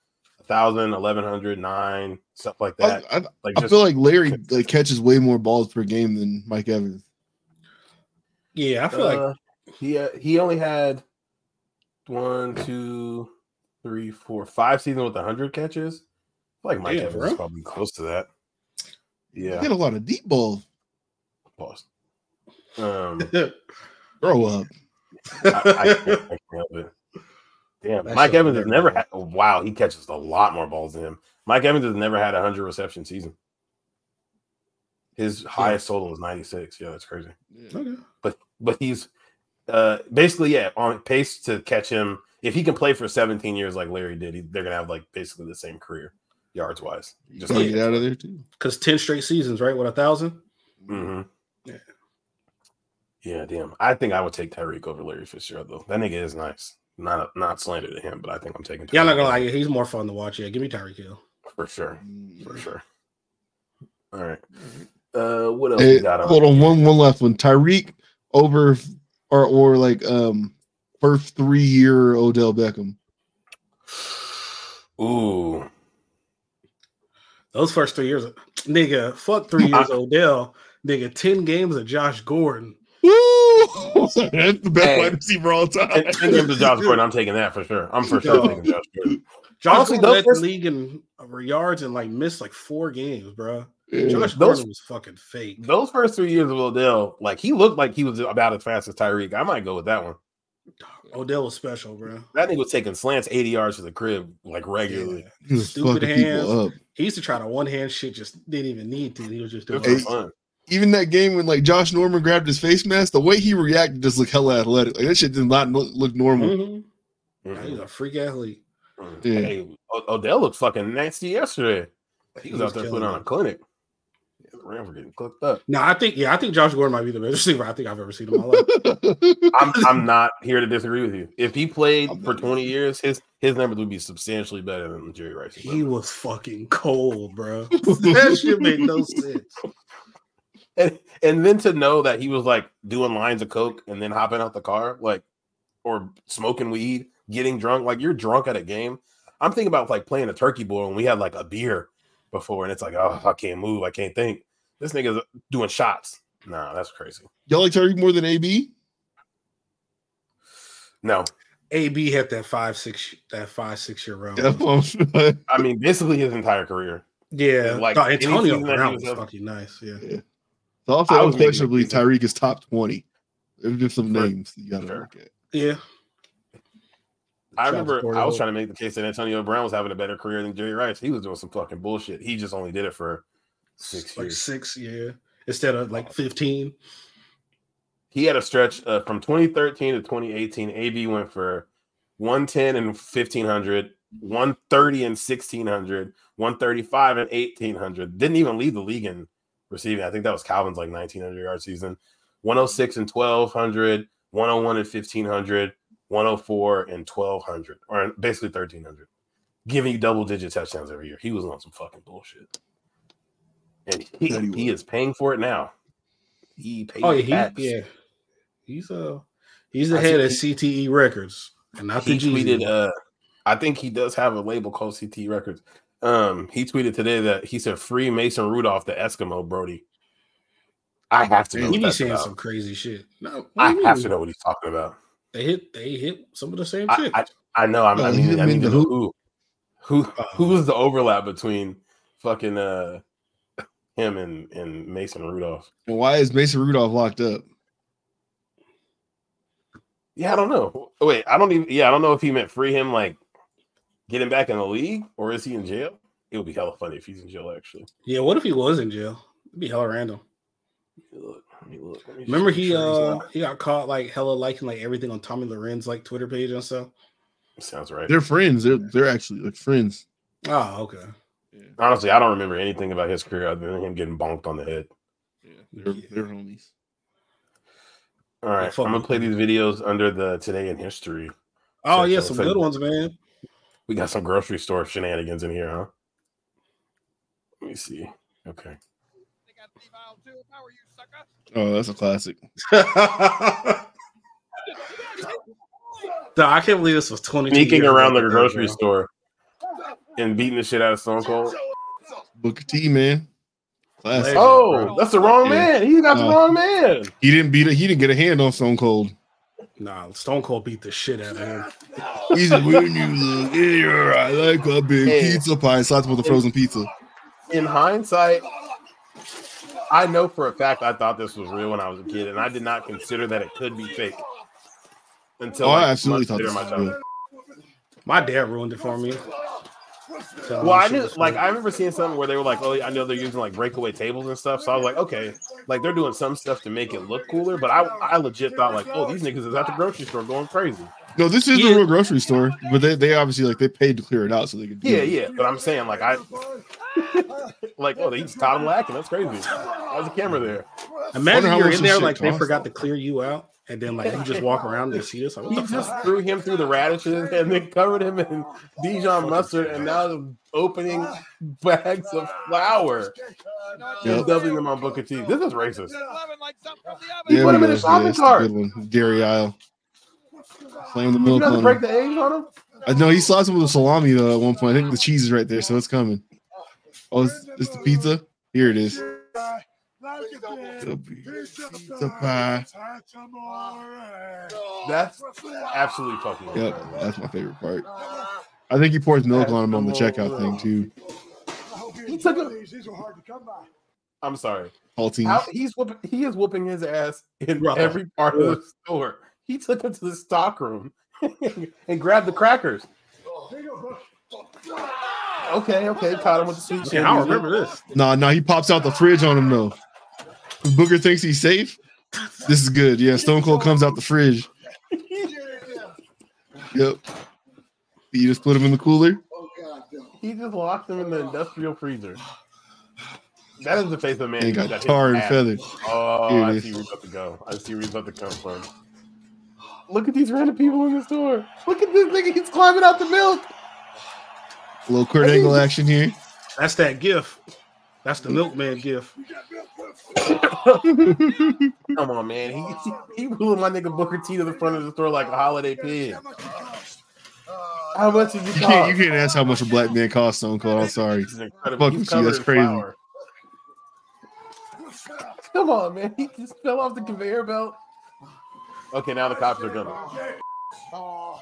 1000, 1100, 9, stuff like I, that. I, Like I just feel like Larry like catches way more balls per game than Mike Evans. Yeah, I feel like uh, he he only had one, two, three, four, five seasons with hundred catches. I feel like Mike Yeah, Evans bro. is probably close to that. He Yeah, did a lot of deep balls. pause. Um, Grow up. I, I can't, I can't help it. Damn, That Mike shit Evans has was never everywhere. had. oh, Wow, he catches a lot more balls than him. Mike Evans has never had a hundred reception season. His highest total was ninety six. Yeah, that's crazy. Yeah. Okay. but but he's uh basically yeah on pace to catch him if he can play for 17 years like larry did he, they're gonna have like basically the same career yards wise You just gotta like- get out of there too. Because 10 straight seasons, right? What, a thousand? Mm-hmm. Mhm. Yeah. yeah damn i think i would take tyreek over larry fitzgerald though that nigga is nice not not slander to him but i think i'm taking Yeah, I'm not Tyreek gonna lie, he's more fun to watch. Yeah, give me Tyreek Hill. for sure for Mm. sure all right Mm-hmm. uh what else Hey, we got on? hold on, one one last one. Tyreek over or or like um first three year Odell Beckham. Ooh, Those first three years, nigga, fuck three years Odell, nigga, 10 games of Josh Gordon. Woo! That's the best Hey. wide receiver of all and, time. and give it to Josh Gordon. I'm taking that for sure. I'm for sure No. taking Josh Gordon. Josh Honestly, Gordon those led first- the league in uh, yards and like missed like four games, bro. Yeah. Josh Those- Gordon was fucking fake. Those first three years of Odell, like he looked like he was about as fast as Tyreek. I might go with that one. Odell was special, bro. That nigga was taking slants 80 yards to the crib like regularly. Yeah. He was Stupid fucking hands. people up. He used to try to one hand shit, just didn't even need to. He was just doing It was it. fun. Even that game when like Josh Norman grabbed his face mask, the way he reacted just looked hella athletic. Like that shit did not look, look normal. Mhm. Nah, He's Mhm. a freak athlete. Mhm. Yeah. Hey, O- Odell looked fucking nasty yesterday. He was out there killing putting on a it. clinic. Yeah, the Rams were getting cooked up. No, I think yeah, I think Josh Gordon might be the best receiver I think I've ever seen in my life. I'm, I'm not here to disagree with you. If he played I'm for not. 20 years, his his numbers would be substantially better than Jerry Rice. He was fucking cold, bro. Mm. that shit made no sense. and and then to know that he was like doing lines of coke and then hopping out the car like or smoking weed getting drunk like you're drunk at a game i'm thinking about like playing a turkey bowl and we had like a beer before and it's like oh i can't move i can't think this nigga's doing shots nah that's crazy Y'all like Tyreek more than AB? no AB had that five six that five six year round. Yeah, Yeah, I'm sure. i mean basically his entire career like, no, any Antonio season that he Brown was was up- fucking nice. Yeah, So I'll say I was making unquestionably it easy. Tyreek is top twenty. There's just some For- names you gotta sure. look at. yeah. i Travis remember i was Porter. trying to make the case that antonio brown was having a better career than jerry rice he was doing some fucking bullshit he just only did it for six like years six, yeah, instead of like fifteen. he had a stretch uh, from 2013 to 2018. AB went for 110 and 1500, 130 and 1600, 135 and 1800. Didn't even lead the league in receiving. I think that was Calvin's like 1900 yard season. 106 and 1200, 101 and 1500, 104 and 1200, or basically 1300. Giving you double digit touchdowns every year. He was on some fucking bullshit. And he, Yeah, he he was. is paying for it now. He paid Oh the yeah, tax. he, yeah. He's uh he's the I head think at he- CTE E Records and not he the G. tweeted uh i think he does have a label called ct records um he tweeted today that he said free mason rudolph the eskimo brody i have to know He what be that's saying about. some crazy shit. No, what i do you have mean? to know what he's talking about They hit they hit some of the same I- chicks. i know i'm No, i he mean didn't i mean the mean who who Oh. who's the overlap between fucking uh him and and mason rudolph And why is Mason Rudolph locked up? yeah i don't know Oh, wait i don't even yeah i don't know if he meant free him like get him back in the league or is he in jail it would be hella funny if he's in jail actually yeah, what if he was in jail? It'd be hella random. Let me look, let me look, let me Remember make he sure he's uh not- he got caught like hella liking like everything on Tommy Loren's like Twitter page and stuff. Sounds right. They're friends. They're they're actually like friends. Oh, okay. Honestly, I don't remember anything about his career other than him getting bonked on the head. Yeah, they're Yeah. they're homies. All right, fuck I'm gonna with play him. these videos under the today in history. Oh Sounds yeah, like some something. good ones, man. We got some grocery store shenanigans in here, huh? Let me see. Okay. They got Steve Isle too. If I were you, sucker. Oh, that's a classic. Duh, I can't believe this was twenty. Sneaking around the grocery store and beating the shit out of Stone Cold. Booker T, man. Classic. Legend, Oh, that's the wrong Yeah. man. He got the No. wrong man. He didn't beat it. He didn't get a hand on Stone Cold. He Nah, Stone Cold beat the shit out of him. He's when you look in your eye like a big Hey. pizza pie and slapped him with a frozen pizza. in hindsight, I know for a fact I thought this was real when I was a kid, and I did not consider that it could be fake until Oh, I like, absolutely months thought later this in my was childhood. real. My dad ruined it for me. Tell him Well, I shit knew, was like, fake. I remember seeing something where they were like, "Oh, I know they're using like breakaway tables and stuff." So I was like, "Okay, like they're doing some stuff to make it look cooler." But I, I legit thought like, "Oh, these niggas is at the grocery store going crazy." No, this is Yeah. the real grocery store, but they, they obviously like they paid to clear it out so they could. do Yeah, it. yeah. But I'm saying like I, like, oh, they just taught them lacking. That's crazy. Why's the camera there? Wonder Imagine how you're much in this there shit like they cost. forgot to clear you out, and then like you just walk around and see this. Like, what He the fuck? just threw him through the radishes and then covered him in Dijon mustard and now they're opening bags of flour and Yep. dumping them on Booker T. This is racist. There Put we him in go. a shopping that's a cart. good one. Dairy aisle. Slam the milk You know to on break him. the eggs on him? I know he slapped him with a salami though at one point. I think the cheese is right there, so it's coming. Oh, it's, it's the pizza. Here it is. The pizza pie. That's absolutely fucking Yep, incredible. that's my favorite part. I think he pours milk on him on the checkout thing too. He took a- I'm sorry. Halting. How, he's whooping, he is whooping his ass in Bro. every part of the store. He took him to the stock room and grabbed the crackers. Okay, okay, caught him with the sweet Yeah, chin I music. remember this. Nah, nah, he pops out the fridge on him though. Booker thinks he's safe. This is good. Yeah, Stone Cold comes out the fridge. Yep. You just put him in the cooler. He just locked him in the industrial freezer. That is the face of a man. Ain't who got hit tar and ass. feathers. Oh, Here it I is. see where he's about to go. I see where he's about to come from. Look at these random people in the store. Look at this nigga. He's climbing out the milk. A little Kurt Angle action here. That's that gif. That's the milkman gif. Come on, man. He, he, he blew my nigga Booker T to the front of the store like a holiday pig. How much did you You can't, cost? you can't ask how much a black man costs Stone Cold. I'm sorry. This is incredible. Fuck He's with you, covered that's in crazy. flour. Come on, man. He just fell off the conveyor belt. Okay, now the cops are coming. Oh,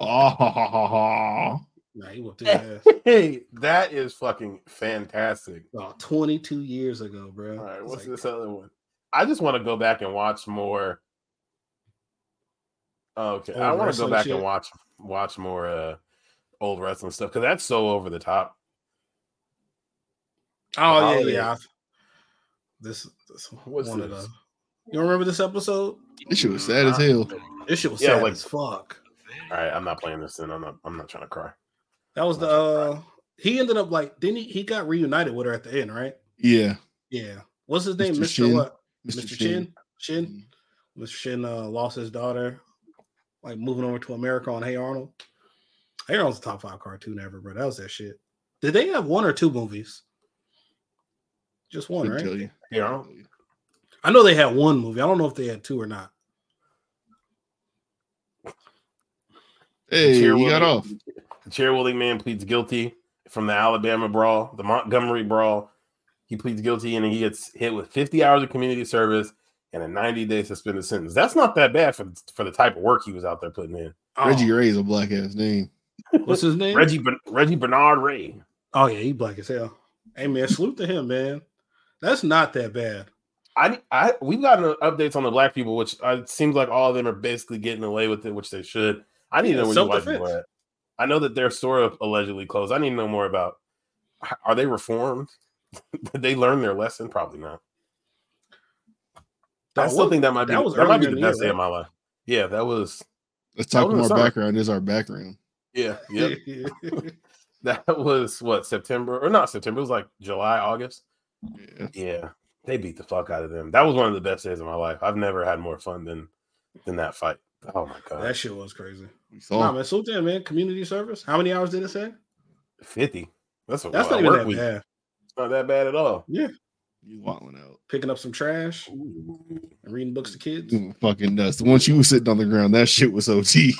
ha, ha, ha, ha. Nah, he whooped his ass. Hey, that is fucking fantastic. About 22 years ago, bro. All right, It's what's like, this other one? I just want to go back and watch more. Okay, I Old want to go wrestling back shit? and watch watch more uh old wrestling stuff because that's so over the top. Oh yeah, Holiday. yeah. I- This, this What's one of this? the. You remember this episode? This shit was sad as hell. This shit was Yeah, sad like- as fuck. All right, I'm not playing this, and I'm not I'm not trying to cry. That was the. uh He ended up like didn't he? He got reunited with her at the end, right? Yeah, Yeah. What's his name? Mr. Mr. Shin. What? Mr. Chin. Mr. Chin. Mm, Chin. Mr. Shin uh, lost his daughter, like moving over to America on Hey Arnold. Hey Arnold's a top five cartoon ever, bro. That was that shit. Did they have one or two movies? Just one, Couldn't tell right? you. You know, I know they had one movie. I don't know if they had two or not. Hey, he Cheerleader. got off. the chairwielding man pleads guilty from the Alabama brawl, the Montgomery brawl. He pleads guilty, and he gets hit with 50 hours of community service and a 90 day suspended sentence. That's not that bad for for the type of work he was out there putting in. Oh, Reggie Ray's a black ass name. what's his name? Reggie Ben- Reggie Bernard Ray. Oh yeah, he black as hell. Hey man, salute to him, man. That's not that bad. I, I we've gotten updates on the black people, which uh, it seems like all of them are basically getting away with it, which they should. I need to know where you white people Self-defense. are at. I know that they're sort of allegedly closed. I need to know more about. h- Are they reformed? Did they learn their lesson? Probably not. I That still was- think that might be that that, was might be earlier the in the best year, day of my life. Yeah, that was. Let's That talk was more the summer. background. This is our background. Yeah, yeah. that was what September or not September? It was like July, August. Yeah. Yeah, they beat the fuck out of them. That was one of the best days of my life. I've never had more fun than than that fight. Oh my god. that shit was crazy. We Oh. Nah, saw man, salute to him, man. Community service. How many hours did it say? 50. That's a That's wow, not even work that week. bad. It's not that bad at all. you wilding out. Picking up some trash and reading books to kids. You were fucking nuts. The one she was sitting on the ground, that shit was OT.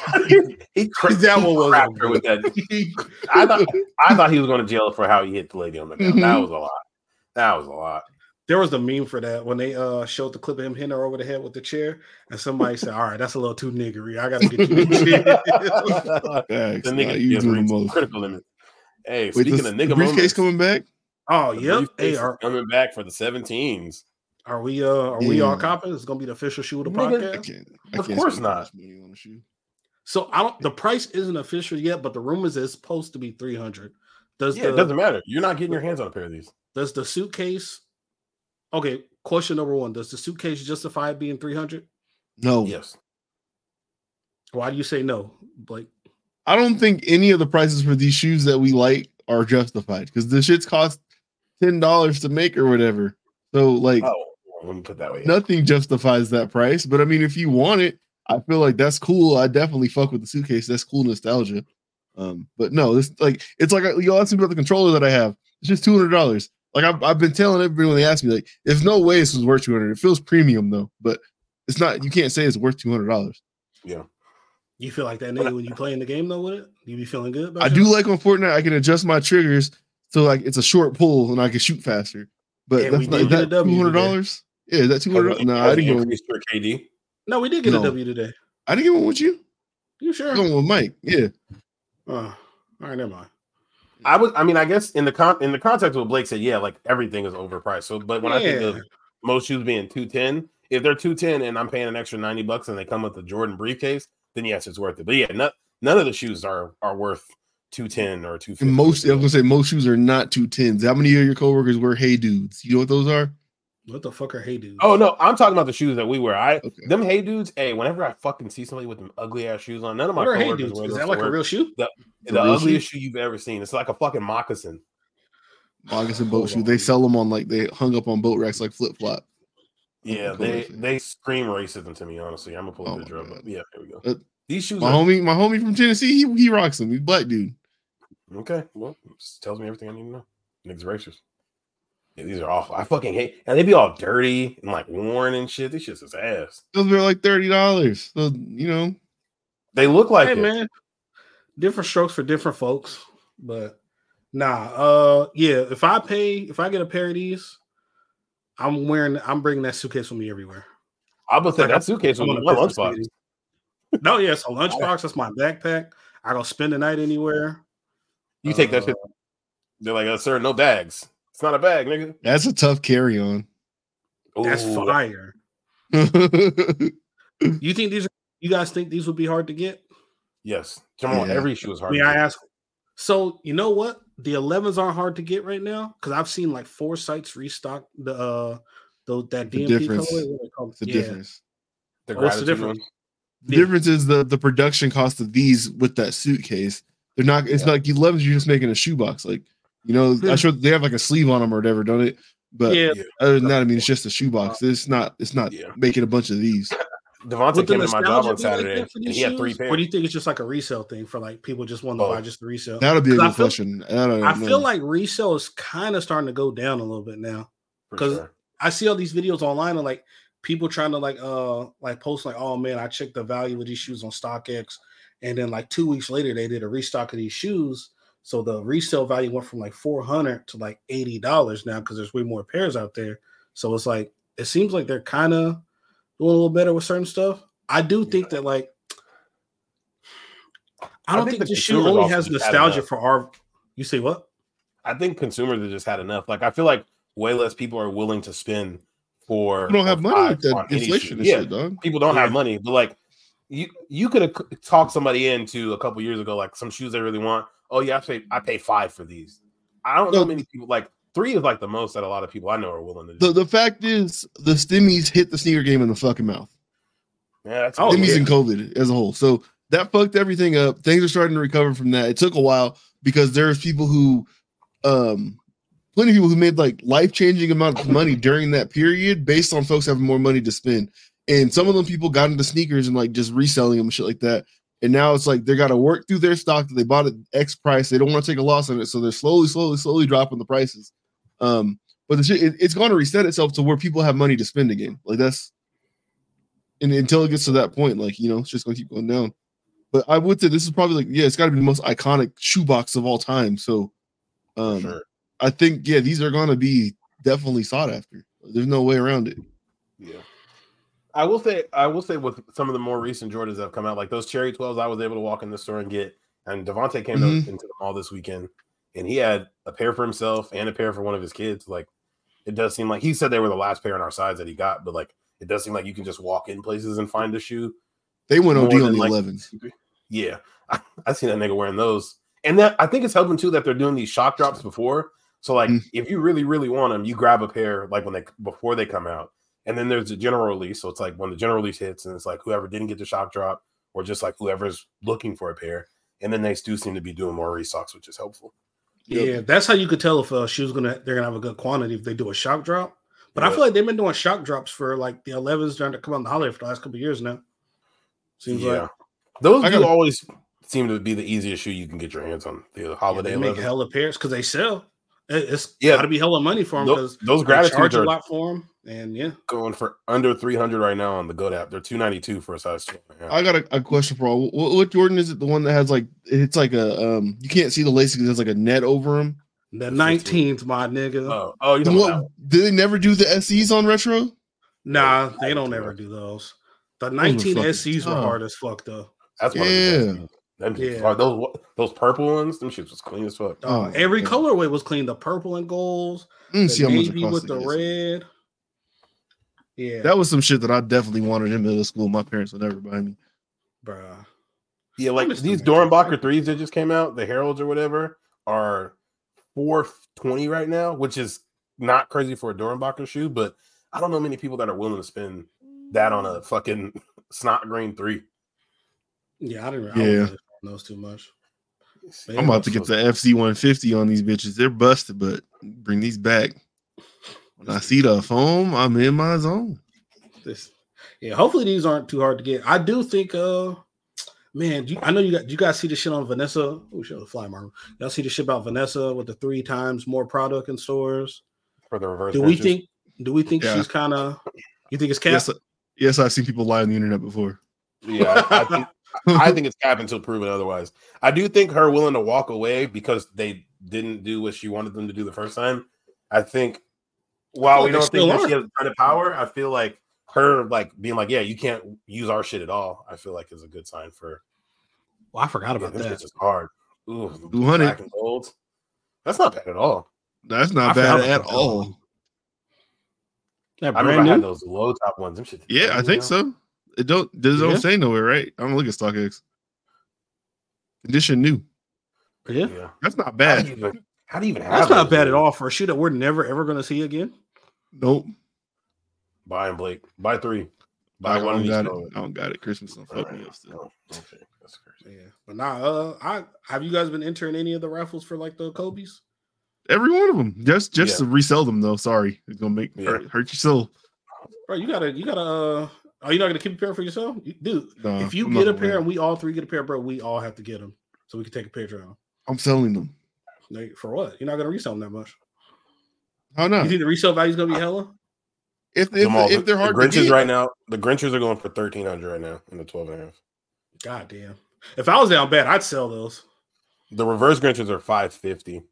He cra- That he one was cracked her with that. I thought I thought he was going to jail for how he hit the lady on the ground. That Mhm. was a lot. That was a lot. There was a meme for that when they uh showed the clip of him hitting her over the head with the chair, and somebody said, "All right, that's a little too niggery. I gotta get you." a chair." Facts, nah, the nigga you is doing reached the most. critical limit. Hey, Wait, speaking this- of the nigga briefcase moments, coming back? oh, the yep. briefcase Hey, is are, coming back for the 17s. are we uh are we all Yeah. copping? It's gonna be the official shoe of the Nigga. I podcast. can't. I Of can't course spend not. that much money on a shoe. So I don't. The price isn't official yet, but the rumors is it's supposed to be three hundred. Does Yeah, it the doesn't matter. You're not getting your hands on a pair of these. does the suitcase? Okay, question number one: Does the suitcase justify it being three hundred? No, Yes. Why do you say no, Blake? I don't think any of the prices for these shoes that we like are justified because the shits cost ten dollars to make or whatever. So like Oh, let me put it that way. nothing justifies that price. But I mean, if you want it, I feel like that's cool. I definitely fuck with the suitcase. That's cool nostalgia. Um, but no, it's like it's like you all asked me about the controller that I have. It's just two hundred dollars. Like I've, I've been telling everybody when they ask me, like, there's no way this was worth two hundred. It feels premium though, but it's not. You can't say it's worth two hundred dollars. You feel like that nigga when you playing the game though with it? You be feeling good about I your- do like on Fortnite. I can adjust my triggers so like it's a short pull and I can shoot faster. But And we that's did not get a that two W today. Oh, hundred dollars. Yeah, is that two hundred. No, I Has it didn't get one. increased your Mm. KD. No, we did get No. a W today. I didn't get one with you. You I sure? got one with Mike. Yeah. Oh, all right, never mind. I was, I mean, I guess in the con in the context of what Blake said, yeah, like everything is overpriced. So, but when I think Yeah. of most shoes being two ten, if they're two ten and I'm paying an extra ninety bucks and they come with the Jordan briefcase, then yes, it's worth it. But yeah, no, none of the shoes are are worth two ten or two fifty. And most I was gonna say most shoes are not two tens. How many of your coworkers wear hey dudes? You know what those are? What the fuck are hey dudes? Oh no, I'm talking about the shoes that we wear. I Okay. them hey dudes. Hey, whenever I fucking see somebody with them ugly ass shoes on, none of my what are hey coworkers dudes? wear Is those that to like a work. real shoe? a the real ugliest shoe you've ever seen. It's like a fucking moccasin. Moccasin Hold boat shoe. on. They sell them on like they hung up on boat racks like flip flop. Yeah, Cool. they they scream racism to me. Honestly, I'm gonna pull Oh up my the drill. God. But yeah, here we go. Uh, These shoes. My Are, homie, my homie from Tennessee, he, he rocks them. He's a black dude. okay, well, just tells me everything I need to know. Niggas racist. Yeah, these are awful. I fucking hate. And they be all dirty and like worn and shit. These shits is ass. Those are like thirty dollars. So you know, They look like hey it. man, different strokes for different folks. But nah, uh, yeah. If I pay, if I get a pair of these, I'm wearing, I'm bringing that suitcase with me everywhere. I would say Like, that suitcase I'm was on a my business lunchbox. meeting. No, yeah, it's a lunchbox. That's my backpack. I go spend the night anywhere. You take that Uh, shit. They're like, uh, sir, no bags. It's not a bag, nigga. that's a tough carry on. That's Ooh, fire. You think these? Are, you guys think these would be hard to get? Yes, come on. Yeah. Every shoe is I hard. mean, to I get. asked. So you know what? The 11s aren't hard to get right now because I've seen like four sites restock the uh the, that The DMP difference. colorway. What they call it? It's the Yeah. difference. The what's the gratitude difference? one. The Yeah. difference is the the production cost of these with that suitcase. They're not. It's Yeah. like you love. You're just making a shoebox. Like you know, Hmm. I'm sure they have like a sleeve on them or whatever, don't it? But yeah, other than that, I mean, it's just a shoebox. It's not. It's not Yeah. making a bunch of these. Devontae Would the came to my job on nostalgia be like that Saturday for and these he had three shoes? pairs. Oh. Or do you think it's just like a resale thing for like people just want to Both. buy just the resale? That'd be a 'Cause I good feel- question. I, don't I know. feel like resale is kind of starting to go down a little bit now. For 'Cause- sure. I see all these videos online of like people trying to like uh like post like oh man I checked the value of these shoes on StockX and then like two weeks later they did a restock of these shoes so the resale value went from like four hundred to like eighty dollars now because there's way more pairs out there so it's like it seems like they're kind of doing a little better with certain stuff I do think that like I I don't think think, the this shoe consumer's only also has just had nostalgia enough. for our you say what I think consumers have just had enough. Like I feel like way less people are willing to spend for we don't have for money with five that on any inflation shoe. and Yeah, shit, dog. people don't have Yeah. money, but like you you could have c- talked somebody into a couple years ago, like some shoes they really want. Oh yeah, I pay I pay five for these. I don't know No. many people like three is like the most that a lot of people I know are willing to do. The the fact is, the stimmies hit the sneaker game in the fucking mouth. yeah, that's Oh, Stimmies yeah. and COVID as a whole. So that fucked everything up. Things are starting to recover from that. It took a while because there's people who, um, plenty of people who made like life changing amounts of money during that period based on folks having more money to spend. And some of them people got into sneakers and like just reselling them and shit like that. And now it's like they got to work through their stock that they bought at X price. They don't want to take a loss on it, so they're slowly, slowly, slowly dropping the prices. Um, but the shit, it, it's going to reset itself to where people have money to spend again. Like that's and until it gets to that point, like you know, it's just gonna keep going down. But I would say this is probably like, yeah, it's got to be the most iconic shoebox of all time. So, for um, sure. I think yeah, these are gonna be definitely sought after. Like, There's no way around it. Yeah. I will say I will say with some of the more recent Jordans that have come out, like those Cherry 12s, I was able to walk in the store and get. And Devontae came to- Mhm. into the mall this weekend, and he had a pair for himself and a pair for one of his kids. Like it does seem like he said they were the last pair on our size that he got, but like it does seem like you can just walk in places and find a shoe. They went OD More on than the like- 11s. Yeah, I, I seen that nigga wearing those, and that I think it's helping too that they're doing these shock drops before. So like, Mm. if you really really want them, you grab a pair like when they before they come out, and then there's a general release. So it's like when the general release hits, and it's like whoever didn't get the shock drop, or just like whoever's looking for a pair, and then they do seem to be doing more restocks, which is helpful. Yep. Yeah, that's how you could tell if a shoe's gonna they're gonna have a good quantity if they do a shock drop. But I Yeah. feel like they've been doing shock drops for like the 11s trying to come on the holiday for the last couple of years now. Seems yeah, like those I do gotta- always seem to be the easiest shoe you can get your hands on the yeah, holiday. they make 11. hella pairs because they sell. It, it's Yeah. got to be hella money for them those, because those they charge gratitudes a are lot for them. And yeah, going for under 300 right now on the Goat app. They're 292 for a size 12. Yeah. I got a, a question for all. What, what Jordan is it? The one that has like it's like a um you can't see the laces. 'cause There's like a net over them. the 15. 19th, my nigga. Oh, oh, you Then know what? Did they never do the SEs on retro? nah, they don't ever do those. The 19 fucking Oh. SCs were tough. hard as fuck though. That's one of the Yeah. best. Them shits Yeah. hard. Those those purple ones, them shits was clean as fuck. Oh, Uh, every yeah. colorway was clean. The purple and golds, Mm, see the how much it navy cost with to the get it. red. Yeah, That was some shit that I definitely wanted in middle school. My parents would never buy me. bruh. Yeah, like miss the these Matrix. Dorenbacher threes that just came out, the Heralds or whatever, are 420 right now, which is not crazy for a Dorenbacher shoe, but I don't know many people that are willing to spend that on a fucking snot green three. Yeah, I didn't. I Yeah. wasn't really on those too much. But I'm yeah, about to get the FC 150 on these bitches. They're busted, but bring these back. When I see the foam, I'm in my zone. this. Yeah, hopefully these aren't too hard to get. I do think, uh, man, you, I know you got you guys see the shit on Vanessa. Oh shit, the fly mark. Y'all see the shit about Vanessa with the three times more product in stores. For the reverse, Do we purchase. think? Do we think Yeah. she's kind of? You think it's cap? Yes, I- yes, I've seen people lie on the internet before. Yeah, I, I think I think it's cap until proven otherwise. I do think her willing to walk away because they didn't do what she wanted them to do the first time. I think while we Well, don't they still think that are. she has a ton of power, I feel like her like being like, Yeah, you can't use our shit at all, I feel like is a good sign for Well, oh, I forgot yeah, about this that. bitch is hard. Ooh, 200. black and gold. That's not bad at all. That's I not forgot bad about at that one. all. That I brand remember I had new? those low top ones. Them shit- Yeah, I think so. It don't it don't Yeah. say nowhere, right? I'm gonna look at StockX. Condition new. Yeah. Yeah. That's not How do you bad. even, how do you even have That's not those, bad at dude? all for a shoe that we're never ever going to see again. Nope. Buy 'em, Blake. Buy three. Buy I one of don't these. got it. colors. I don't got it. Christmas don't fuck me up still. Oh, okay. That's crazy. Yeah, but nah. Uh, I have you guys been entering any of the raffles for like the Kobe's? Every one of them. Just just to Yeah. resell them though. Sorry, it's gonna make Yeah. hurt, hurt your soul. Bro, you gotta, you gotta. Uh, are you not gonna keep a pair for yourself, You- dude? Nah, if you I'm not get a gonna pair wear and we all three get a pair, bro, we all have to get them so we can take a picture of them. it. I'm selling them. Like for what? You're not gonna resell them that much. How not? You think the resale value's gonna be hella? If if, Jamal, if they're hard the to Grinches get, right now, the Grinches are going for thirteen hundred right now in the twelve and a half. God damn. If I was down bad, I'd sell those. The reverse Grinches are five fifty.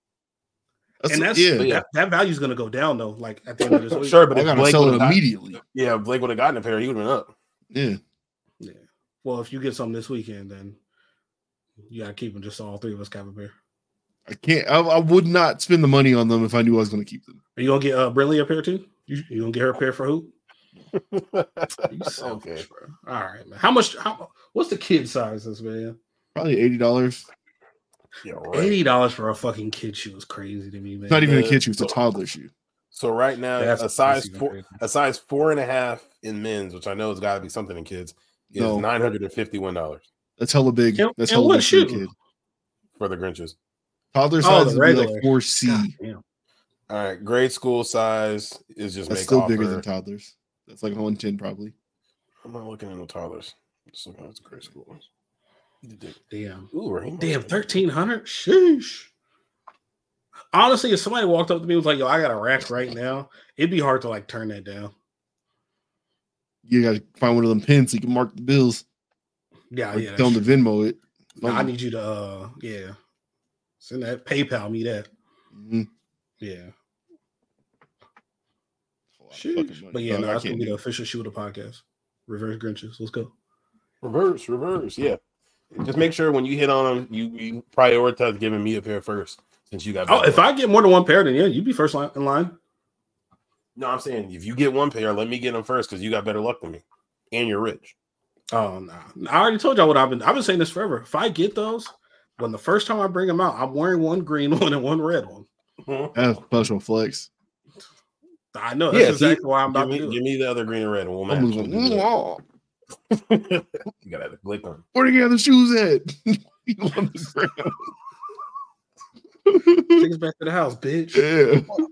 that's, and that's yeah. But yeah. that, that value's gonna go down though. Like at the end of this week. sure, but I if gotta Blake sell would it have got, immediately. yeah, if Blake would have gotten a pair, he would have been up. Yeah. Yeah. Well, if you get some this weekend, then you gotta keep them. Just so all three of us can have a pair. I can't. I, I would not spend the money on them if I knew I was going to keep them. Are you gonna get uh Brinley a pair too? You you gonna get her a pair for who? You Okay. selfish, bro. All right, man. How much? How what's the kid sizes, man? Probably eighty dollars. Yeah, right. Eighty dollars for a fucking kid shoe is crazy to me, man. It's not even a Uh, kid shoe. It's a toddler shoe. So right now, That's- a that's size even four, crazy. a size four and a half in men's, which I know has got to be something in kids, is No. nine hundred and fifty-one dollars That's hella big. And- That's and hella what big for a shoe? kid. for the Grinches. Toddler Oh, size the is would be regular. like four C. God damn. All right, grade school size is just That's make still offer. bigger than toddlers. That's like one ten probably. I'm not looking at the toddlers. I'm just looking at the grade school ones. Damn. Ooh, Raheem. Damn, thirteen hundred. Sheesh. Honestly, if somebody walked up to me and was like, "Yo, I got a rack right now," it'd be hard to like turn that down. You got to find one of them pins so you can mark the bills. Yeah, Or Ah, yeah. that's tell them true. to Venmo it. Nah, I need you to, uh yeah, send Mm-hmm. that PayPal me that. Mhm. Yeah. lot of fucking Sheesh. money, But yeah, dog. no, I that's gonna can't be do the official shoe of the podcast. Reverse Grinches. Let's go. Reverse, reverse. Yeah. Just make sure when you hit on them, you, you prioritize giving me a pair first since you got. Oh, if I get more than one pair, then yeah, you'd be first line, in line. no, I'm saying if you get one pair, let me get them first because you got better luck than me, and you're rich. Oh no, I already told y'all what I've been. I've been saying this forever. If I get those, when the first time I bring them out, I'm wearing one green one and one red one. Mm-hmm. That's special flex. I know that's Yeah, see, exactly why I'm Give about me, to do. give it. me the other green and red, and we'll match. I'm just like, We'll do "Mwah, that. you gotta have to click on. where do you got the shoes at? You on the ground. Take us back to the house, bitch. yeah. it. Oh,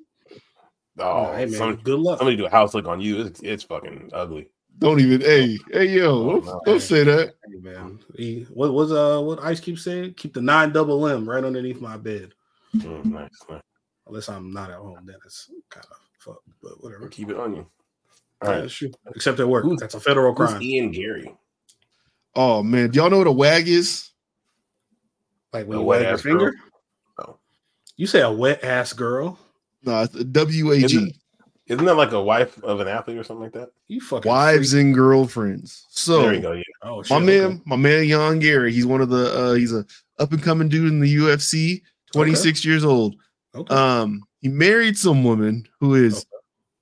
Oh, hey man, some- good luck. somebody do a house look on you. It's, it's fucking ugly. Don't even. Hey, hey, yo, Oh, don't, no. don't say that. Hey, man, he, what was uh what Ice Cube said? Keep the nine double M right underneath my bed, Mm, nice, nice. unless I'm not at home. Then it's kind of fuck, but whatever. Keep it on you. All Yeah, right. that's true. Except at work, Who's- that's a federal Who's crime. Ian Gary? Oh man, do y'all know what a wag is? Like when A you wag your wet-ass girl? finger. Oh. You say a wet ass girl. Nah, it's W A Is G. it- Isn't that like a wife of an athlete or something like that? You fucking Wives freak. and girlfriends. So there you go. Yeah. Oh, my shit, okay. man, my man, Jan Gary. He's one of the. uh He's a up and coming dude in the UFC. Twenty six years old. Okay. Um, he married some woman who is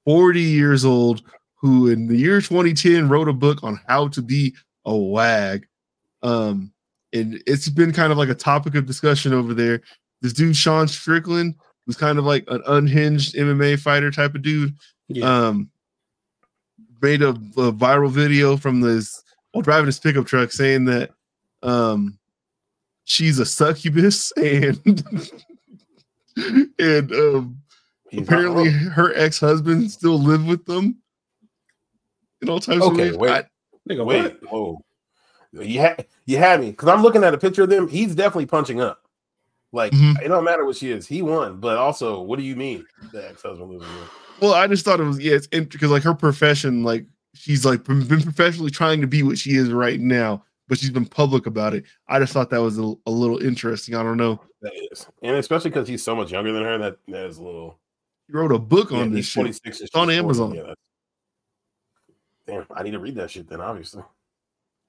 forty years old, who in the year twenty ten wrote a book on how to be a wag. Um, and it's been kind of like a topic of discussion over there. This dude Sean Strickland was kind of like an unhinged MMA fighter type of dude yeah. um made a, a viral video from this while driving his pickup truck saying that um she's a succubus and and um He's not apparently wrong. her ex-husband still lived with them and all types Okay, of ways. wait. I- Nigga, Wait, what? whoa. You had you had me because I'm looking at a picture of them. He's definitely punching up. Like Mhm. it don't matter what she is. He won, but also, what do you mean the ex husband losing? you? well i just thought it was yeah it's because like her profession like she's like been been professionally trying to be what she is right now but she's been public about it i just thought that was a, a little interesting i don't know That is, and especially because he's so much younger than her. That that is a little. he wrote a book yeah, on he's this shit. 26 and It's on she's 40. Amazon. Yeah, that's- Damn, I need to read that shit then. Obviously,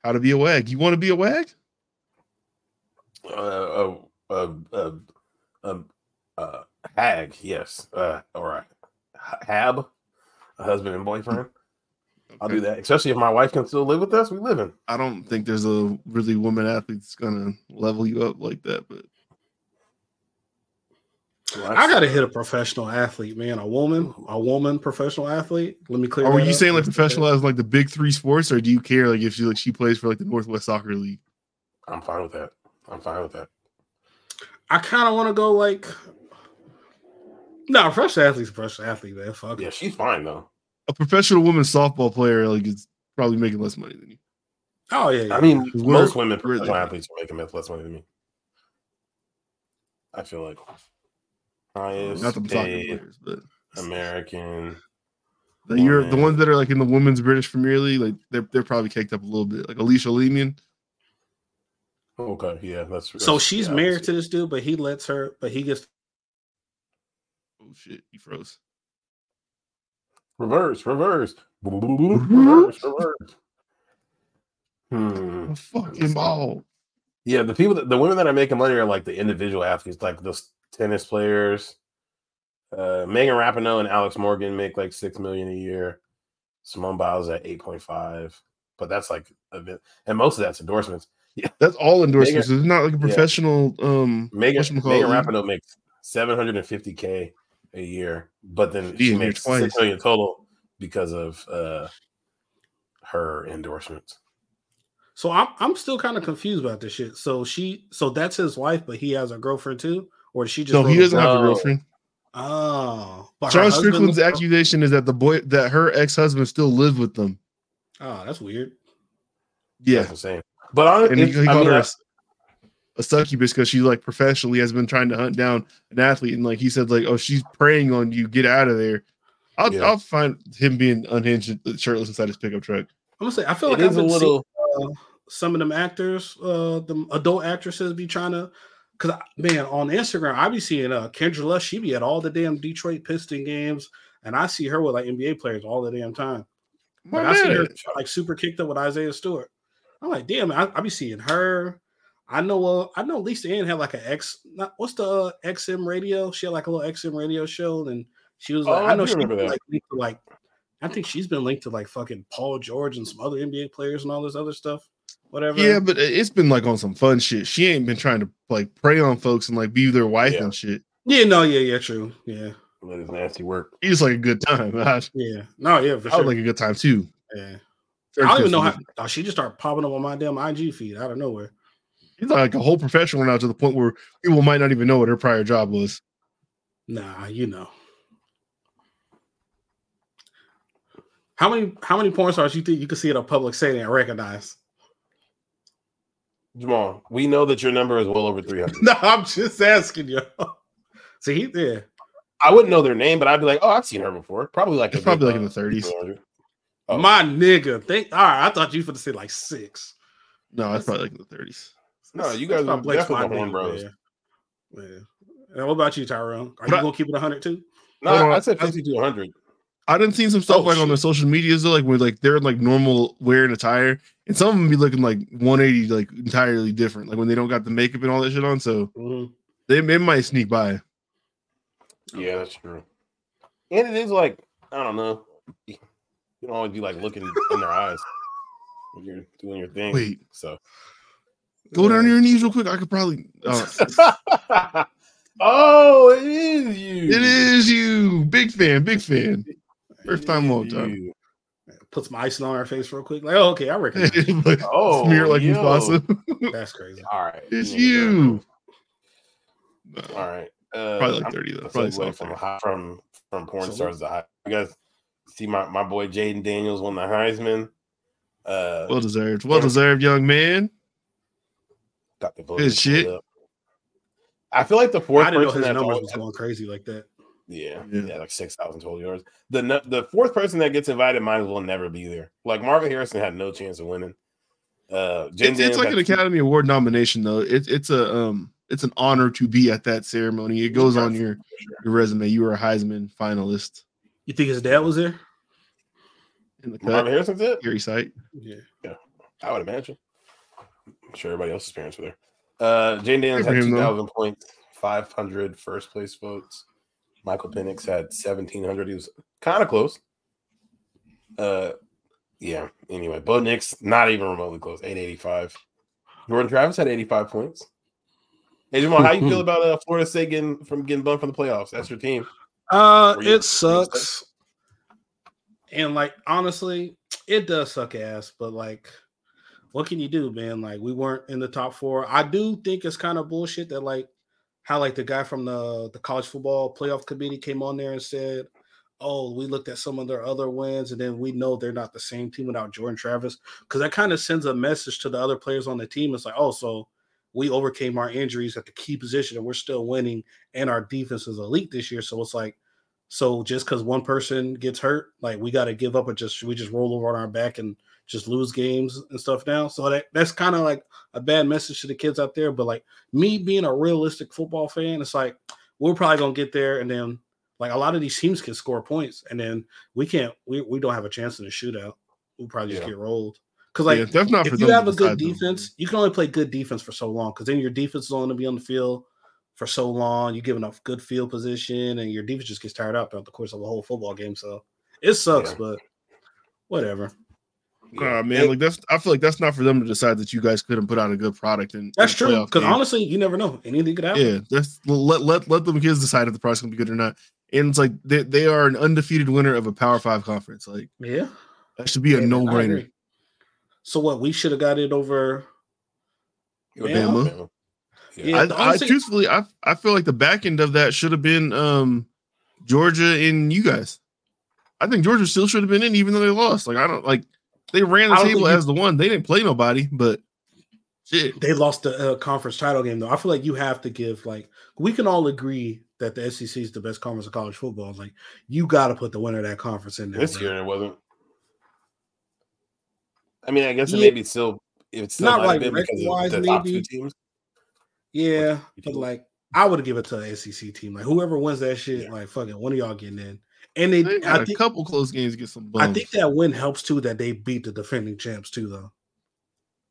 How to be a wag. You want to be a wag? uh, uh, uh, uh, um, uh, hag, yes, uh, all right, hab, a husband and boyfriend. I'll do that, especially if my wife can still live with us. We living. I don't think there's a really woman athlete that's gonna level you up like that, but I gotta hit a professional athlete, man. A woman, a woman professional athlete. Let me clear. are that you up. saying like professional as like the big three sports, or do you care like if she like she plays for like the Northwest Soccer League? I'm fine with that. I'm fine with that. I kind of want to go like. No, professional athlete's a professional athlete, man. Fuck. Yeah, she's fine though. A professional woman softball player like is probably making less money than you. Oh yeah. yeah. I mean, We're- most women we're professional like- athletes are making much less money than me. I feel like highest Not the soccer paid players, but American. the Europe, the woman. ones that are like in the women's British Premier League, like they're they're probably caked up a little bit. Like Alicia Lehman, Okay, yeah, that's so that's- she's yeah, I married see. to this dude, but he lets her, but he gets. oh shit, he froze. reverse, reverse, reverse, reverse. Hmm. I'm fucking ball. Yeah, the people, that, the women that are making money are like the individual athletes, like those tennis players. Uh, Megan Rapinoe and Alex Morgan make like six million a year. Simone Biles at eight point five, but that's like a bit, and most of that's endorsements. That's all endorsements. It's not like a yeah. professional um Megan whatchamacallit Megan league. Rapinoe makes seven hundred and fifty k a year, but then She she in here makes twice. six million total because of uh her endorsements. So I'm I'm still kind of confused about this shit. So she, so that's his wife, but he has a girlfriend too, or she just? No, wrote he a doesn't book? have a No. girlfriend. Oh, but her John husband- Strickland's accusation is that the boy that her ex husband still lived with them. Oh, that's weird. Yeah, That's insane. But I, and he, it's- he I called her mean, a, I- s- a succubus because she like professionally has been trying to hunt down an athlete, and like he said, like oh she's preying on you, get out of there. I'll Yeah. I'll find him being unhinged, uh, shirtless inside his pickup truck. I'm gonna say I feel it like is I've a been seeing little. some of them actors, uh, the adult actresses be trying to, cause I, man, on Instagram I be seeing uh Kendra Lush, she be at all the damn Detroit Piston games. And I see her with like NBA players all the damn time. Like, I see her like super kicked up with Isaiah Stewart. I'm like, damn, I, I be seeing her. I know, uh, I know Lisa Ann had like an X, not, what's the uh, XM radio? She had like a little XM radio show, and she was like, Oh, I I know do she's remember that. like, linked to, like, I think she's been linked to like fucking Paul George and some other NBA players and all this other stuff, whatever. Yeah, but it- it's been like on some fun shit. She ain't been trying to like prey on folks and like be their wife Yeah. and shit. yeah, no, yeah, yeah, true, yeah, That is nasty work. It's like a good time. I, yeah, no, yeah, for I sure. would like a good time too. yeah. I don't even know how She's oh, she just started popping up on my damn IG feed out of nowhere. like a whole professional now to the point where people might not even know what her prior job was. Nah, you know. How many how many porn stars you think you could see at a public setting and recognize? Jamal, we know that your number is well over 300. No, I'm just asking you. See, he, yeah, I wouldn't know their name, but I'd be like, oh, I've seen her before. Probably like It's a probably like good, in the 30s. uh, Oh. my nigga. Think all right. I thought you were to say like six. No, it's probably like in the 30s. No, you guys my were definitely the Horn Bros. Yeah. yeah. And what about you, Tyrone? Are you But- gonna keep it hundred too? No, Hold on. I said 50 to 100. I done seen some stuff Oh, like on shit. their social medias though, like where like they're in like normal wear and attire, and some of them be looking like 180, like entirely different, like when they don't got the makeup and all that shit on. So Mm-hmm. Mhm. they, they might sneak by. Oh. Yeah, that's true. And it is like, I don't know. You can always be like looking in their eyes when you're doing your thing. Wait, So. go down to your knees real quick. I could probably. Uh, oh, it is you. it is you, big fan, big fan. First time, long time. You. Put some icing on her face real quick. Like, oh, okay, I recognize. you. Oh, Smear like yo. Mufasa. That's crazy. All right. It's Yeah, you. yeah. All right. Uh, Probably I'm like 30 though. gonna Probably segue something. from high, from from porn Salute. stars to high. You guys see my my boy Jaden Daniels won the Heisman. Uh, Well deserved. Well deserved, young man. got the vote good shit. up. I feel like the fourth I didn't know person his that's numbers all- was going crazy like that. Yeah, Yeah. yeah, like six thousand total yards. The nu- the fourth person that gets invited might as well never be there. Like Marvin Harrison had no chance of winning. Uh, Jaden It's, it's Daniels like had an two- Academy Award nomination though. It's it's a um it's an honor to be at that ceremony. It goes on your your resume. You were a Heisman finalist You think his dad was there? in the Marvin cut. Harrison's it. Gary Sight. Yeah. I would imagine. I'm sure everybody else's parents were there. Uh, Jane Daniels had Abraham, though. 2,000 points, 500 first place votes. Michael Penix had 1,700. He was kind of close. Uh, yeah. Anyway, Bo Nix, not even remotely close, 885. Jordan Travis had 85 points. Hey, Jamal, how you feel about uh, Florida State getting from getting bumped from the playoffs? That's your team. Uh, Were you- were you it sucks. And like honestly, it does suck ass, but like what can you do, man? Like we weren't in the top 4. I do think it's kind of bullshit that like how like the guy from the the college football playoff committee came on there and said, "Oh, we looked at some of their other wins and then we know they're not the same team without Jordan Travis." Cuz that kind of sends a message to the other players on the team. It's like, "Oh, so we overcame our injuries at the key position and we're still winning and our defense is elite this year." So it's like so just because one person gets hurt, like we got to give up or just we just roll over on our back and just lose games and stuff now. So that that's kind of like a bad message to the kids out there. But like me being a realistic football fan, it's like we're probably gonna get there, and then like a lot of these teams can score points, and then we can't. We we don't have a chance in the shootout. We'll probably just Yeah. get rolled because Like, like yeah, that's not for if them you to have a good decide, though. defense, you can only play good defense for so long because then your defense is only going to be on the field for so long. You're giving up good field position, and your defense just gets tired out throughout the course of a whole football game. So it sucks, Yeah. but whatever. Nah, Hey, man, like that's I feel like that's not for them to decide that you guys couldn't put out a good product and That's true. Because honestly. honestly, you never know. Anything could happen. Yeah, that's let let let them kids decide if the product's gonna be good or not. And it's like they, they are an undefeated winner of a Power Five conference. Like yeah. that should be a Yeah, no I brainer. agree. So what? We should have got it over. it would've Bama. been Alabama. Yeah. Yeah. I, I honestly- truthfully, I I feel like the back end of that should have been um Georgia and you guys. I think Georgia still should have been in, even though they lost. Like I don't like they ran the I don't table think you- as the one. They didn't play nobody, but shit. They lost the uh, conference title game though. I feel like you have to give like we can all agree that the SEC is the best conference of college football. Like you got to put the winner of that conference in there. This bro. year it wasn't. I mean, I guess it Yeah. maybe still it's still Not might have like been record-wise, because of the top two maybe. teams. Yeah, you but do. like I would give it to the SEC E team. Like whoever wins that shit, Yeah. like fucking one of y'all getting in. And they, They got I a think, couple close games against some bums. I think that win helps too that they beat the defending champs too, though.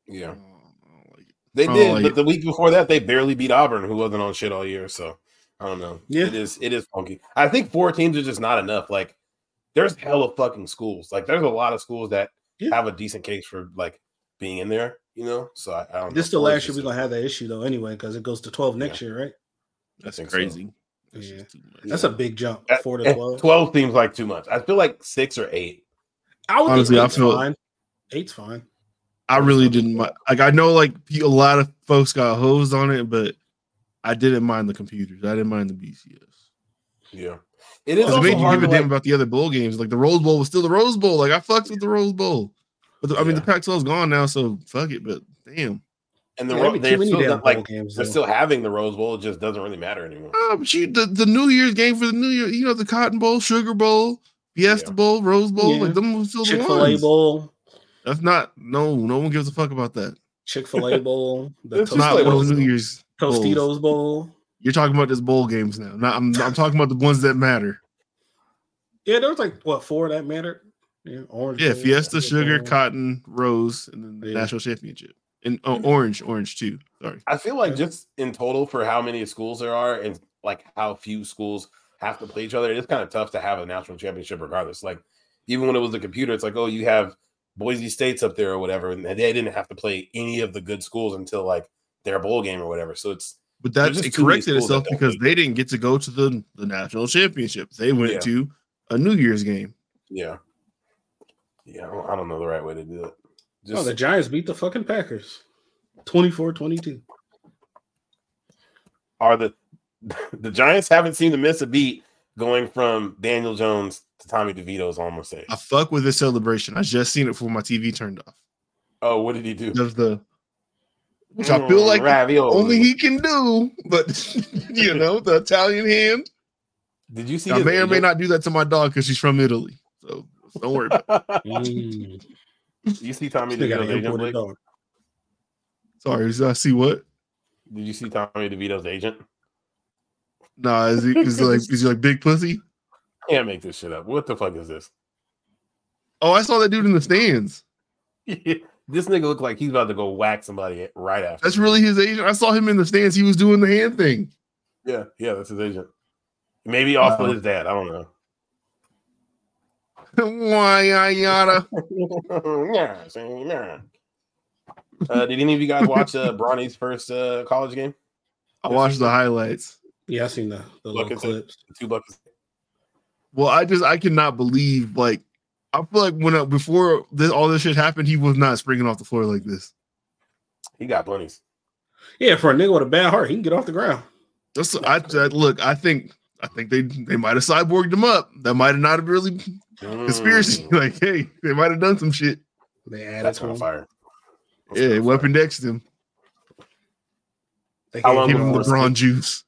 I Yeah, don't- Oh, I don't like it. they Oh, did. like- but the week before that, they barely beat Auburn, who wasn't on shit all year. So I don't know. Yeah. it is. It is funky. I think four teams are just not enough. Like, there's hella fucking schools. Like, there's a lot of schools that Yeah. have a decent case for like being in there. You know. So I, I don't. know. This is the Four is last year just we're a- gonna have that issue though, anyway, because it goes to twelve next year, right? That's think so. crazy. That's Yeah. just too much. That's a big jump, At- four to at twelve. 12 Eh, seems like too much. I feel like six or eight. I would Honestly, think I eight's feel- fine. Eight's fine. I really didn't mind. Like I know, like pe- a lot of folks got hosed on it, but I didn't mind the computers. I didn't mind the BCS. Yeah. It is Because it also made you hard give a to, damn like- about the other bowl games. Like the Rose Bowl was still the Rose Bowl. Like I fucked with the Rose Bowl, but the, I mean the Pac-12's gone now, so fuck it. But damn, and the, There Ro- would be too they're many still, damn not, like bowl games. they're though. still having the Rose Bowl. It just doesn't really matter anymore. Ah, but you the, the New Year's game for the New Year, you know the Cotton Bowl, Sugar Bowl, Fiesta Yeah. Bowl, Rose Bowl, Yeah. like them was still Chick-fil-A the ones. Bowl, That's not no, no one gives a fuck about that. Chick-fil-A Bowl, the It's It's not like one of Tostitos, the New Year's bowls. Tostitos Bowl. You're talking about this bowl games now. Not, I'm I'm talking about the ones that matter. Yeah, there was like what four that mattered. Yeah, orange. Yeah, Bowl, Fiesta, Orange Sugar, Bowl. Cotton, Rose, and then the Yeah. national championship. And oh, orange, orange too. Sorry. I feel like Yeah. just in total for how many schools there are and like how few schools have to play each other, it's kind of tough to have a national championship regardless. Like even when it was a computer, it's like, oh, you have Boise State's up there or whatever, and they didn't have to play any of the good schools until like their bowl game or whatever. So it's But There's that's just it too many corrected schools that itself don't because make they didn't get to go to the, the national championship. They went Yeah. to a New Year's game. yeah, yeah. I don't, I don't know the right way to do it. Just Oh, the Giants beat the fucking Packers. 24-22. are the the Giants haven't seemed to miss a beat going from Daniel Jones to Tommy DeVito is all I'm gonna say. I fuck with this celebration. I just seen it before my TV turned off. Oh, what did he do? Does the which I Mm, feel like ravioli. only he can do, but you know, the Italian hand. did you see? I his may or may video? not do that to my dog because she's from Italy. So don't worry about it. Mm. you see Tommy Still got DeVito's an agent? imported Blake? dog. Sorry, so I see what? Did you see Tommy DeVito's agent? Nah, is he is he like is he like big pussy? Can't make this shit up. What the fuck is this? Oh, I saw that dude in the stands. this nigga look like he's about to go whack somebody right after. That's really his agent. I saw him in the stands. He was doing the hand thing. yeah, yeah. That's his agent. Maybe off Wow. with his dad. I don't know. Why yada, yada. Yeah, same, yeah. uh, did any of you guys watch uh, Bronny's first uh, college game? I watched the highlights. Yeah, I seen the, the little Buckets in. clips. The two buckets. Well, I just I cannot believe like I feel like when I, before this all this shit happened, he was not springing off the floor like this. He got plenties. Yeah, for a nigga with a bad heart, he can get off the ground. That's I, I- look. I think I think they they might have cyborged him up. That might have not have really Hmm. conspiracy. Mm, Like hey, they might have done some shit. They added that's to on him. fire. That's Yeah, on they fire. weapon dexed him. They How gave long Give him him was a- LeBron juice.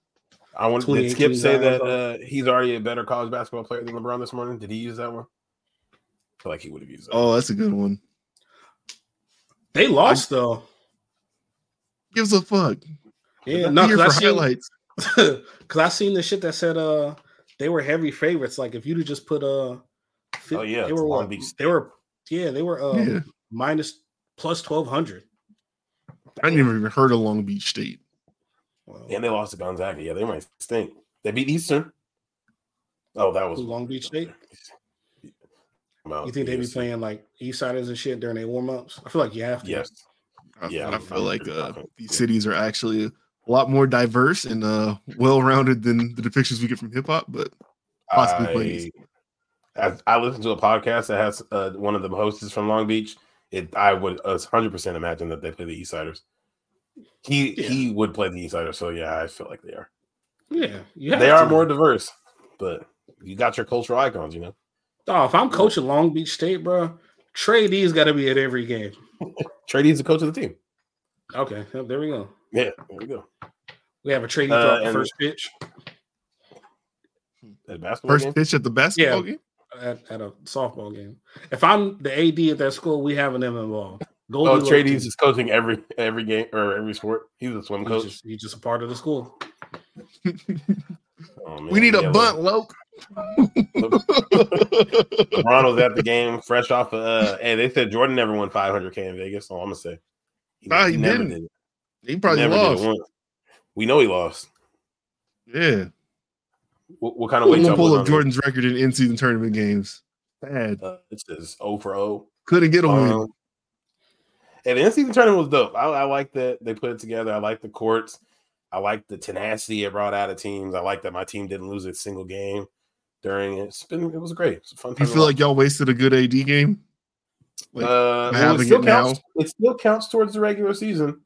I want did 28, Skip say 29, that I uh, he's already a better college basketball player than LeBron this morning? Did he use that one? I feel like he would have used that. Oh, that's a good one. They lost though. Gives a fuck. Yeah, I'm no, here because I for seen highlights. because I seen the shit that said uh they were heavy favorites. Like if you'd have just put uh, fif- Oh, yeah, they were Long what? Beach State. They were yeah, they were uh yeah, minus plus twelve hundred. I never even heard of Long Beach State. Well, And they lost to Gonzaga. Yeah, they might stink. They beat Eastern. Oh, that was Who, Long Beach State? Well, you think they'd be yes. playing like East Siders and shit during their warm ups? I feel like you have to. Yes. I, Yeah, I I'm- feel I'm like pretty uh, confident. these Yeah. cities are actually a lot more diverse and uh, well-rounded than the depictions we get from hip hop. But possibly plays. I, as I listened to a podcast that has uh, one of the hosts from Long Beach. It, I would uh, hundred percent imagine that they play the Eastsiders. He Yeah. he would play the Eastsiders, so yeah, I feel like they are. Yeah, you have they are to. more diverse, but you got your cultural icons, you know. Oh, if I'm coaching Long Beach State, bro, Trey D's got to be at every game. Trey D's the coach of the team. Okay, yep, there we go. Yeah, there we go. We have a Trey D Uh, throw out the and- first pitch That basketball First game? pitch at the basketball game. at, at a softball game. If I'm the AD at that school, we having them involved. Go Oh, Trey D's is coaching every every game or every sport. He's a swim He's coach. just, he's just a part of the school. Oh, man, We need yeah, a bunt, look. Loke. LeBron was at the game, fresh off of. Uh, hey, they said Jordan never won 500k in Vegas, so I'm gonna say Nah, he never didn't. did it. he probably Never did it lost. once. We know he lost. Yeah. What, what kind of I'm weight gonna y'all pull was up on? Jordan's record in in-season tournament games. Bad. Uh, it says 0 for 0. Couldn't get a win. Um, and the in-season tournament was dope. I, I like that they put it together. I like the courts. I like the tenacity it brought out of teams. I like that my team didn't lose a single game during it. It's been it was great. It's a fun. You time to feel watch. like y'all wasted a good AD game? like, uh, well, having it still it counts. It still counts towards the regular season.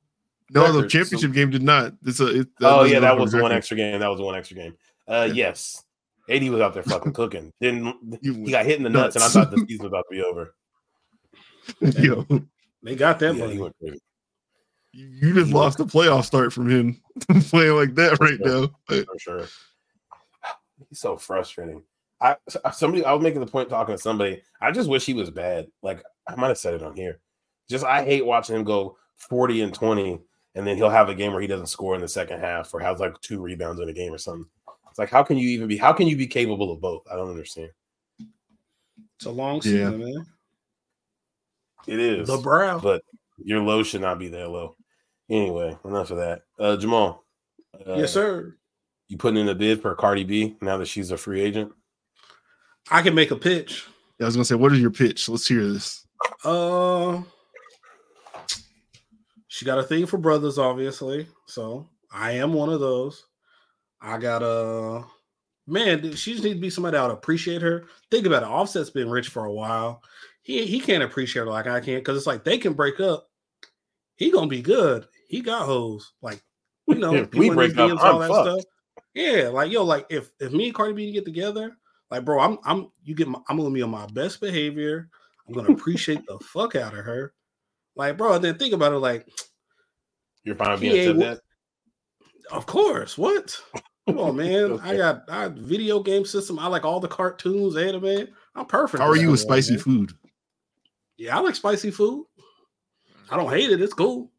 No, the Record, so- championship game did not. It's a. It, oh doesn't yeah, go that for was the one record. extra game. That was the one extra game. Uh, Yeah. yes, AD was out there fucking cooking. Then You- he got hit in the nuts, and I Nuts. thought the season was about to be over. yo, They got that Yeah, money. he went crazy. you just lost the playoff start from him playing like that right now. Like, for sure. He's so frustrating. I s- uh, somebody I was making the point talking to somebody. I just wish he was bad. Like I might have said it on here. Just I hate watching him go 40 and 20 and then he'll have a game where he doesn't score in the second half or has like two rebounds in a game or something. It's like how can you even be how can you be capable of both? I don't understand. It's a long Yeah. season, man. It is. The brow. but your low should not be that low. Anyway, enough of that. Uh Jamal. Uh, yes, sir. You putting in a bid for Cardi B now that she's a free agent? I can make a pitch. I was gonna say, what is your pitch? Let's hear this. Uh, she got a thing for brothers, obviously. So I am one of those. I got a man. dude, She just needs to be somebody that would appreciate her. Think about it. Offset's been rich for a while. He he can't appreciate her like I can because it's like they can break up. He gonna be good. He got hoes. Like you know, If people we in break these up, DMs, I'm all that fucked. stuff. Yeah, like yo, like if if me and Cardi B get together, like bro, I'm I'm you get my, I'm gonna be on my best behavior. I'm gonna appreciate the fuck out of her. Like, bro, and then think about it, like, You're fine He being said ain't that. of course, what? Come on, man. I got I video game system. I like all the cartoons, anime. I'm perfect. How for are that you with one, spicy man. food? Yeah, I like spicy food. I don't hate it. It's cool.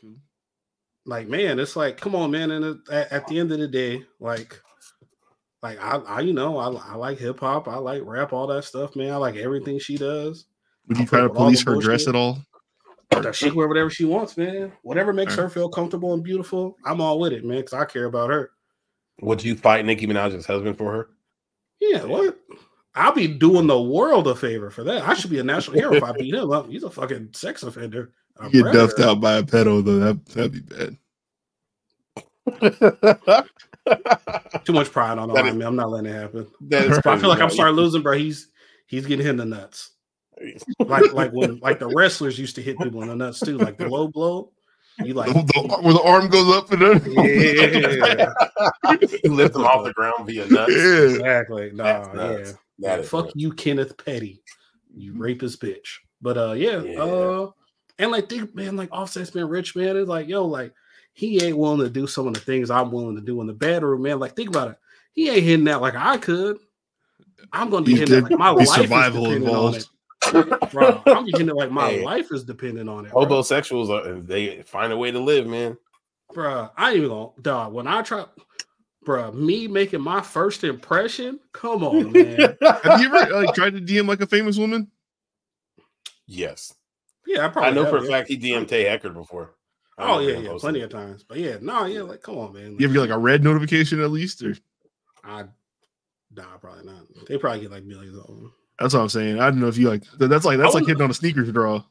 Cool. Like, man, it's like, come on, man. And it, at, at the end of the day, like, like I, I you know, I, I like hip hop. I like rap, all that stuff, man. I like everything she does. Would I you try to fuck with all the police her dress bullshit. at all? She can wear whatever she wants, man. Whatever makes Fair. her feel comfortable and beautiful, I'm all with it, man, because I care about her. Would you fight Nicki Minaj's husband for her? Yeah, what? I'll be doing the world a favor for that. I should be a national hero if I beat him up. He's a fucking sex offender. A You get predator. duffed out by a pedo though. That that'd be bad. that Too much pride on the That is- line, man. I'm not letting it happen. is But I feel like I'm crazy. starting losing, bro. He's he's getting hit in the nuts. Like like when like the wrestlers used to hit people in the nuts too, like the low blow. You like The- the- where the arm goes up and then yeah, you lift him off the ground via nuts. yeah. exactly. Nah, That's yeah. nuts. That is Fuck nuts. you, Kenneth Petty. You rapist bitch. But uh yeah, Yeah. uh and like think man, like offset's been rich, man. It's like, yo, like he ain't willing to do some of the things I'm willing to do in the bedroom, man. Like, think about it. He ain't hitting that like I could. I'm gonna be He's hitting that like my definitely life survival is dependent involved. on it. Bro, I'm just hitting it like my Hey. life is dependent on it. Bro. Homosexuals are they find a way to live, man. Bruh, I ain't even gonna dog. When I try bruh, me making my first impression, come on, man. Have you ever like tried to DM like a famous woman? yes. Yeah, I probably I know have, for a yeah. fact he DM'd Tay Eckerd before. I Oh know yeah, him yeah, posted. plenty of times. But yeah, no, yeah, like come on, man. You ever get like a red notification at least? Or I nah, probably not. They probably get like millions of them. that's what I'm saying. I don't know if you like that- that's like that's like wouldn't- hitting on a sneakers draw.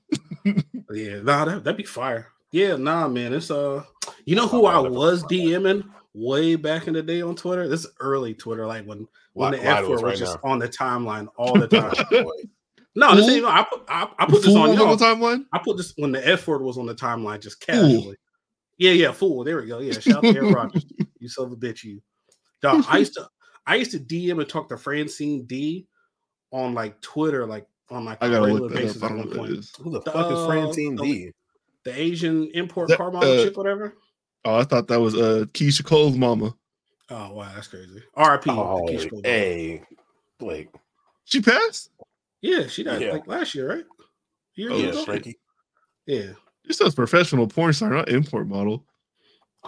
But yeah, nah, that that'd be fire. Yeah, nah, man. It's uh you know It's who not I bad. was DMing way back in the day on Twitter? This is early Twitter, like when Lie- when the lie F to word us was right just now. on the timeline all the time. Boy, no, this Fool. ain't even- I put I, I I put put this on y'all. on the timeline. I put this when the F word was on the timeline, just casually. Yeah, yeah, fool. There we go. Yeah, shout out to Aaron Rodgers. You son of a bitch, you. Dog, I used to, I used to DM and talk to Francine D on like Twitter, like on like I a gotta regular look that basis up. I at don't know one what that point. is. Who the The- fuck is Francine the- D? The Asian import That- car mama uh, chick, whatever. Oh, I thought that was uh Keisha Cole's mama. Oh wow, that's crazy. R.I.P. the Oh, Keisha eh. Cole. hey, Blake. She passed. Yeah, she died Yeah. like last year, right? Year Oh, ago? yes, Frankie. yeah. This says professional porn star, not import model.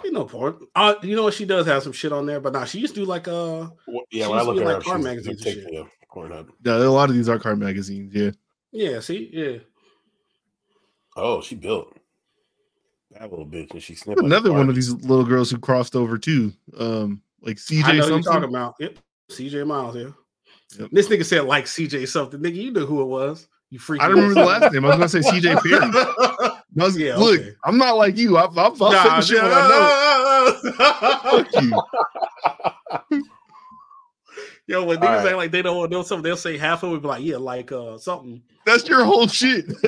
You know, porn. Uh, you know what? She does have some shit on there, but nah, she used to do like uh, Wh- Yeah, She when I used to look be at like her, car she's a magazines big and chick, shit. yeah, Pornhub. Yeah, a lot of these are card magazines. Yeah, yeah. See, yeah. Oh, she built that little bitch, and she snipped another one of these little girls who crossed over too. Um, like I CJ know you're something. talking about. Yep. CJ Miles, yeah. Yep. This nigga said like CJ something. Nigga, you knew who it was. You freaking. I don't remember the last name. I was gonna say CJ Perry. I was- Yeah, look, okay. I'm not like you. I, I, I'll Nah, say the shit when I know. yeah. Fuck you. Yo, when niggas All right. act like they don't want to know something, they'll say half of it. Be like, yeah, like uh something. That's your whole shit.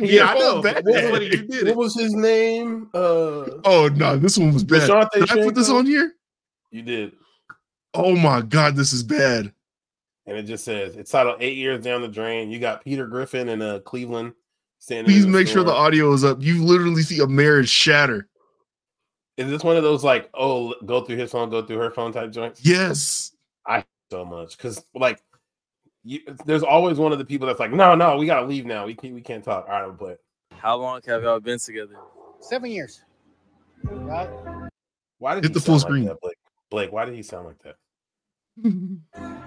Yeah, I know. but Bad. That's what you did. What It. was his name? Uh, Oh no, this one was bad. Deshante Did I put this Shanko? on here? You did, Oh my god, this is bad. and it just says it's titled Eight Years Down the Drain. You got Peter Griffin and uh Cleveland standing. Please in make sure the store. audio is up. You literally see a marriage shatter. is this one of those like oh go through his phone, go through her phone type joints. Yes. so much because like you, there's always one of the people that's like, no, no, we gotta leave now. We can't, we can't talk. All right, we'll play it. How long have y'all been together? Seven years. Right? Why did Hit he the full sound like screen. that, Blake? Blake, why did he sound like that? he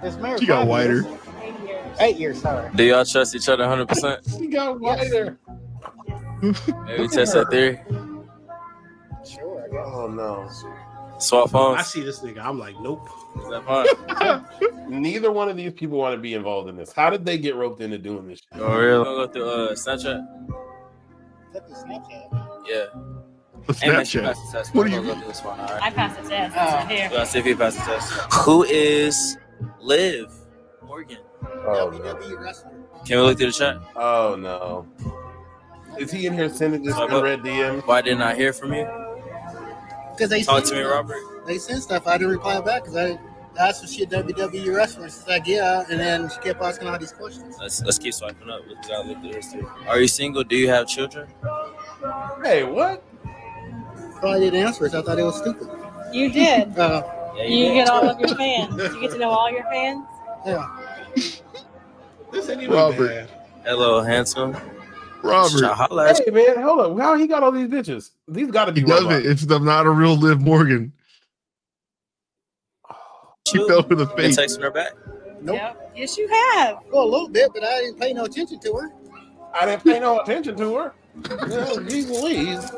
It's married. She got five whiter. years. Eight years, sorry. Do y'all trust each other 100%? He got wider. Maybe test that theory. Sure. I guess. Oh no. Swap Oh. phones. I see this nigga. I'm like, nope. Is that fun? Neither one of these people want to be involved in this. How did they get roped into doing this? Shit? For real? Gonna go through uh, Snapchat? Took the Snapchat. Yeah. Snapchat. What What do do you you- this one, all right? I passed the test. Oh. Here. Let's see if he passes the test. Who is Liv Morgan? Oh no. WWE wrestler. Can we look through the chat? Oh no. Is he in here sending this Uh, but- in red DM? Why didn't I hear from you? Because they Talk sent to me, Robert. They sent stuff. I didn't reply back because I asked if she a WWE wrestler. She's like, yeah, and then she kept asking all these questions. Let's let's keep swiping up. We gotta look through this too. Are you single? Do you have children? Hey, what? So I didn't answer it. So I thought it was stupid. You did. Uh, Yeah, You do. get all of your fans. You get to know all your fans. yeah. This ain't even Robert. bad. Hello, handsome. Robert. Holla at Hey man, hold up. How he got all these bitches? These gotta He be doesn't. robots. It's the- not a real Liv Morgan. She you. fell for the Been face. texting her back. Nope. Yep. Yes, you have. Well, a little bit, but I didn't pay no attention to her. I didn't pay no attention to her. Yeah, geez Louise.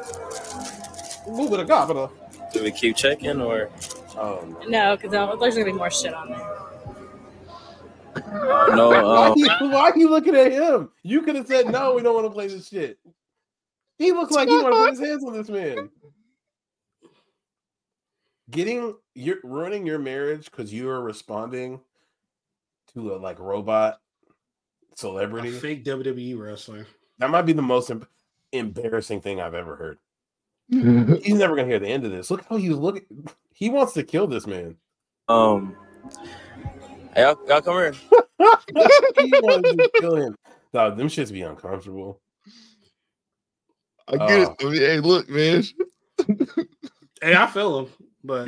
Move it a capital. Do we keep checking or Oh, no. No, because there's gonna be more shit on there. no? Why, Uh, you, why you looking at him? You could have said, no, we don't want to play this shit. He looks like he want to put his hands on this man. Getting you're ruining your marriage because you are responding to a like robot A celebrity. fake E WWE wrestler. That might be the most em- embarrassing thing I've ever heard. He's never gonna hear the end of this. Look how he's looking. He wants to kill this man. um, hey, y'all, y'all come here. he wanted to kill him. Nah, them shits be uncomfortable. I get it. Oh. I mean, hey, look, man. Hey, I feel him, but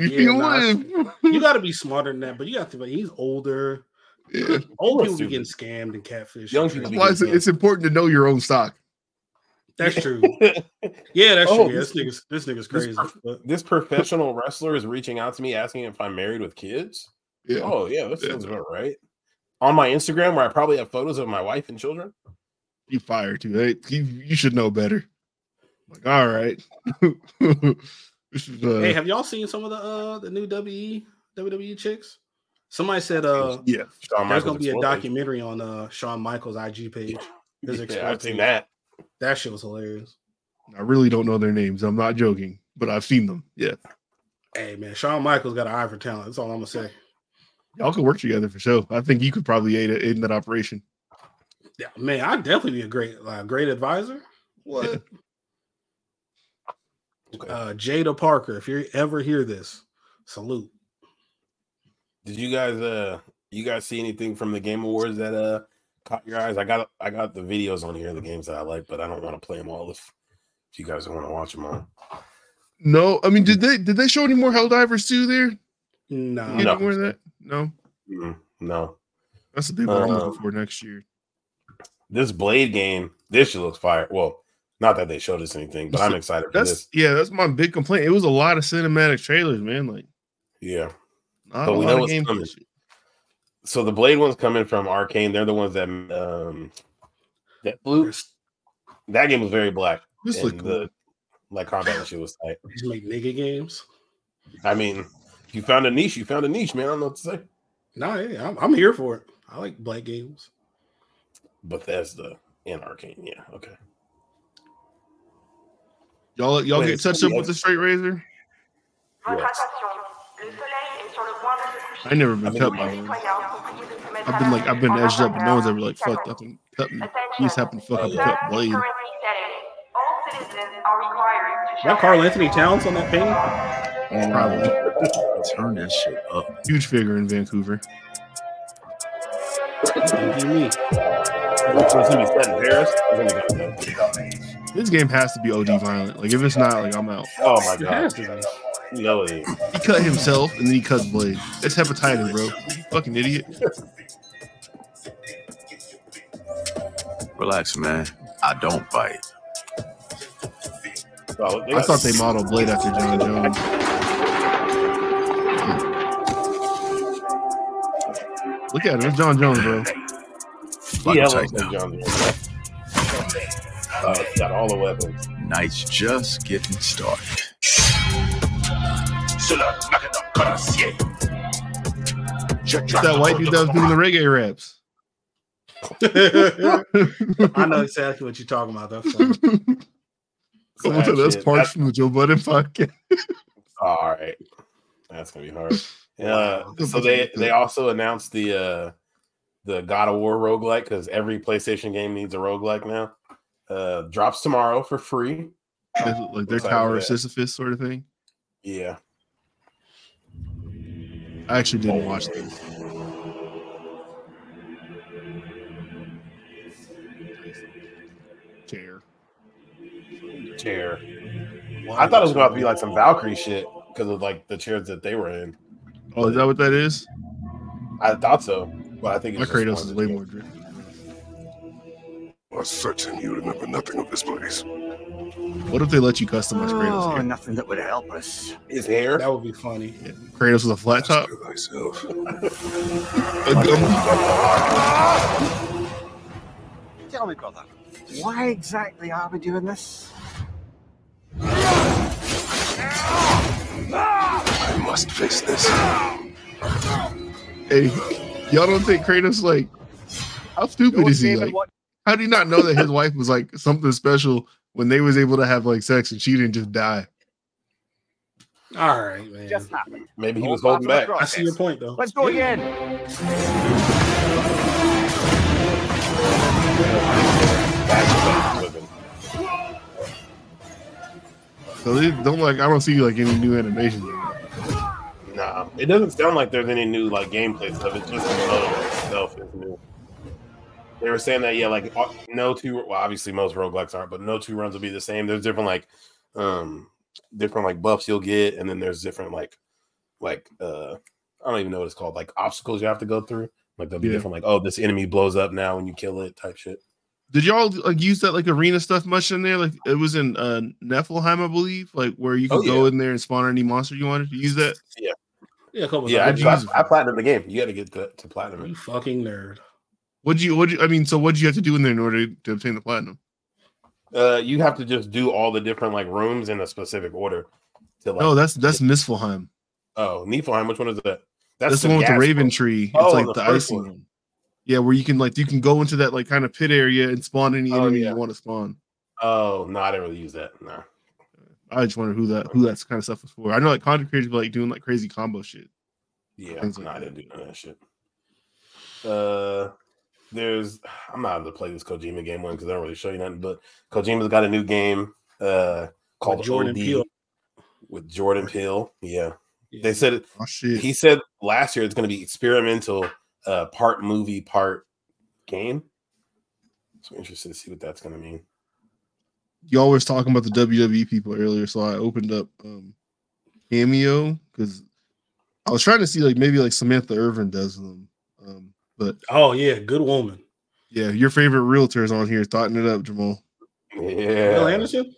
You yeah, feel nah, Liv. you got to be smarter than that. But you got to. But he's older. Yeah. People Old are people be getting stupid. scammed and catfish. Young people be Why is it- it's important to know your own stock. That's true. Yeah, that's Oh, true. Yeah, this this- nigga's this nigga's crazy. but- This professional wrestler is reaching out to me asking if I'm married with kids. Yeah. Oh yeah, that Yeah. sounds about right. On my Instagram, where I probably have photos of my wife and children. you fired too. Hey, you, you should know better. Like, all right. this is, uh, hey, have y'all seen some of the uh the new WE WWE E chicks? Somebody said uh yeah. Shawn Michaels there's gonna be a exploded. documentary on uh Shawn Michaels IG page. There's Yeah, I've exploding. seen that. That shit was hilarious. I really don't know their names. I'm not joking, but I've seen them. Yeah. Hey man, Shawn Michaels got an eye for talent. That's all I'm gonna say. Y'all could work together for sure. I think you could probably aid, aid in that operation. Yeah, man, I'd definitely be a great like great advisor. What? Okay. Uh Jada Parker, if you ever hear this, salute. Did you guys uh you guys see anything from the game awards that uh caught your eyes? I got I got the videos on here, of the games that I like, but I don't want to play them all if if you guys don't want to watch them all. No, I mean, did they did they show any more Helldivers too there? Nah. Any No. more of that? No. Mm, no. That's the big one I'm Uh, looking for next year. This blade game, this shit looks fire. Well, Not that they showed us anything, but I'm excited for That's this. yeah, that's my big complaint. It was a lot of cinematic trailers, man. Like Yeah. not But a we lot know of it's game. coming. So the Blade ones coming from Arcane. They're the ones that um that blue. That game was very black. This and uh, look cool. the like combat and shit was tight. Just make nigga games. I mean, you found a niche. You found a niche, man. I don't know what to say. Nah, yeah, I'm, I'm here for it. I like black games. Bethesda and Arcane. Yeah. Okay. Y'all y'all Wait, get it's touched up somebody with the straight razor? Yes. I never been mean- cut by one. I've been like I've been edged up, but no one's ever like fucked up and cut me. You just happen to fuck up and cut blade. That Carl Anthony Towns on that painting? Probably Turn that shit up. huge figure in Vancouver. Thank you, me. So it's gonna be set in Paris. It's gonna be kind of dope. This game has to be OD violent. Like if it's not, like I'm out. Oh my It god. has to be. No, it ain't. He cut himself and then he cuts blade. That's hepatitis, bro. You fucking idiot. Relax, man. I don't bite. Oh, I got- thought they modeled Blade after John Jones. Look at him. It's John Jones, bro. Fucking Yeah, looks tight now. like John Jones. Uh, got all the weapons. Night's just getting started. It's that white dude that was doing the reggae raps. I know exactly what you're talking about. That's funny. Come on, that's Shit, parts from the Joe Budden podcast. All right, that's gonna be hard. Uh, Wow. so they they also announced the uh, the God of War roguelike because every PlayStation game needs a roguelike now. Uh, drops tomorrow for free. That's Like their Looks like Tower of that. Sisyphus sort of thing. Yeah, I actually didn't watch this. Chair. chair. I thought it was gonna have to be like some Valkyrie shit because of like the chairs that they were in. Oh, is that what that is? I thought so, but I think My it's just Kratos one is of way the- more drip. I'm certain you remember nothing of this place. What if they let you customize Oh, Kratos? here? Oh, nothing that would help us. His hair. That would be funny. Kratos with a flat top. Master thyself. A gum- Tell me, brother, why exactly are we doing this? I must face this. Hey, y'all don't think Kratos like how stupid is he? Like, how do you not know that his wife was like something special when they was able to have like sex and she didn't just die? All right, man. Just happened. Maybe he Oh, was holding back. I see your point, though. Let's go again. That's what he was looking. So they don't like I don't see like any new animations. Nah, it doesn't sound like there's any new like gameplay stuff. It's just the mode itself is new. They were saying that yeah, like uh, no two. Well, obviously most roguelikes aren't, but no two runs will be the same. There's different like, um, different like buffs you'll get, and then there's different like, like uh, I don't even know what it's called, like obstacles you have to go through. Like there'll be Yeah. different like, oh, this enemy blows up now when you kill it type shit. Did y'all like use that like arena stuff much in there? Like it was in uh Nephilim, I believe, like where you could Oh, go in there and spawn any monster you wanted. to use that? Yeah, a couple Yeah, I, times. Jesus. I, I platinum the game. You got to get to, to platinum. You it. fucking nerd. What'd you what I mean, so what'd you have to do in there in order to obtain the platinum? Uh, you have to just do all the different like rooms in a specific order. To like, No, Oh, that's that's Misfulheim. Oh, Niflheim, which one is that? That's, the one with the gas raven one. tree. It's Oh, like the the, first icy one. one. Yeah, where you can like you can go into that like kind of pit area and spawn any Oh, enemy yeah. you want to spawn. Oh no, I didn't really use that. No. I just wonder who that who that kind of stuff was for. I know like content creators be like doing like crazy combo shit. Yeah, Things like no, I that. didn't do none of that shit. Uh there's I'm not gonna play this Kojima game one because I don't really show you nothing, but Kojima's got a new game uh called Jordan Jordan Peele. with Jordan Peele. Yeah. Yeah. They said Oh shit! he said last year it's gonna be experimental, uh part movie, part game. So I'm interested to see what that's gonna mean. Y'all was talking about the WWE people earlier, so I opened up um Cameo because I was trying to see like maybe like Samantha Irvin does them. Um, but Oh, yeah, good woman. yeah, your favorite realtor is on here, thoughting it up, Jamal. Yeah. Bill Anderson?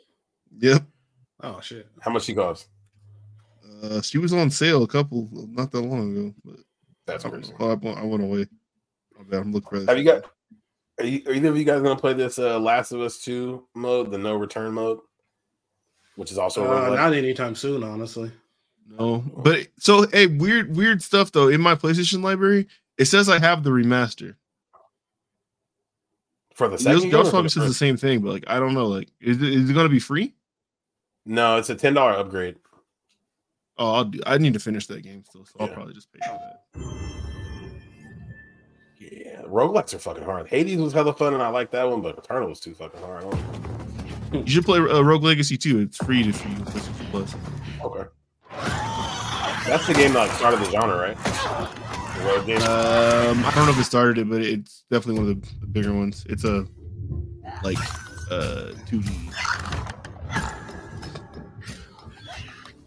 Yep. Oh shit. How much she costs? Uh, she was on sale a couple not that long ago, but That's I, don't crazy. know. I, went- I went away. My bad. I'm looking for that Have you shit. got? Are, you, are either of you guys gonna play this uh, Last of Us Two mode, the no return mode, which is also a Uh, roguelike? not anytime soon, honestly. No, but so hey, weird, weird stuff though. In my PlayStation library, it says I have the remaster. for the Y'all second. game or for probably the says the first? same thing, but like I don't know. Like, is it, is it going to be free? No, it's a ten dollar upgrade. Oh, I'll do, I need to finish that game still, so I'll probably just pay for that. Yeah, roguelikes are fucking hard. Hades was hella fun, and I like that one, but Eternal was too fucking hard. I don't- You should play uh, Rogue Legacy too. It's free if you use PlayStation Plus. Okay. That's the game that like, started the genre, right? The road game. Um, I don't know if it started it, but it's definitely one of the bigger ones. It's a like uh 2D.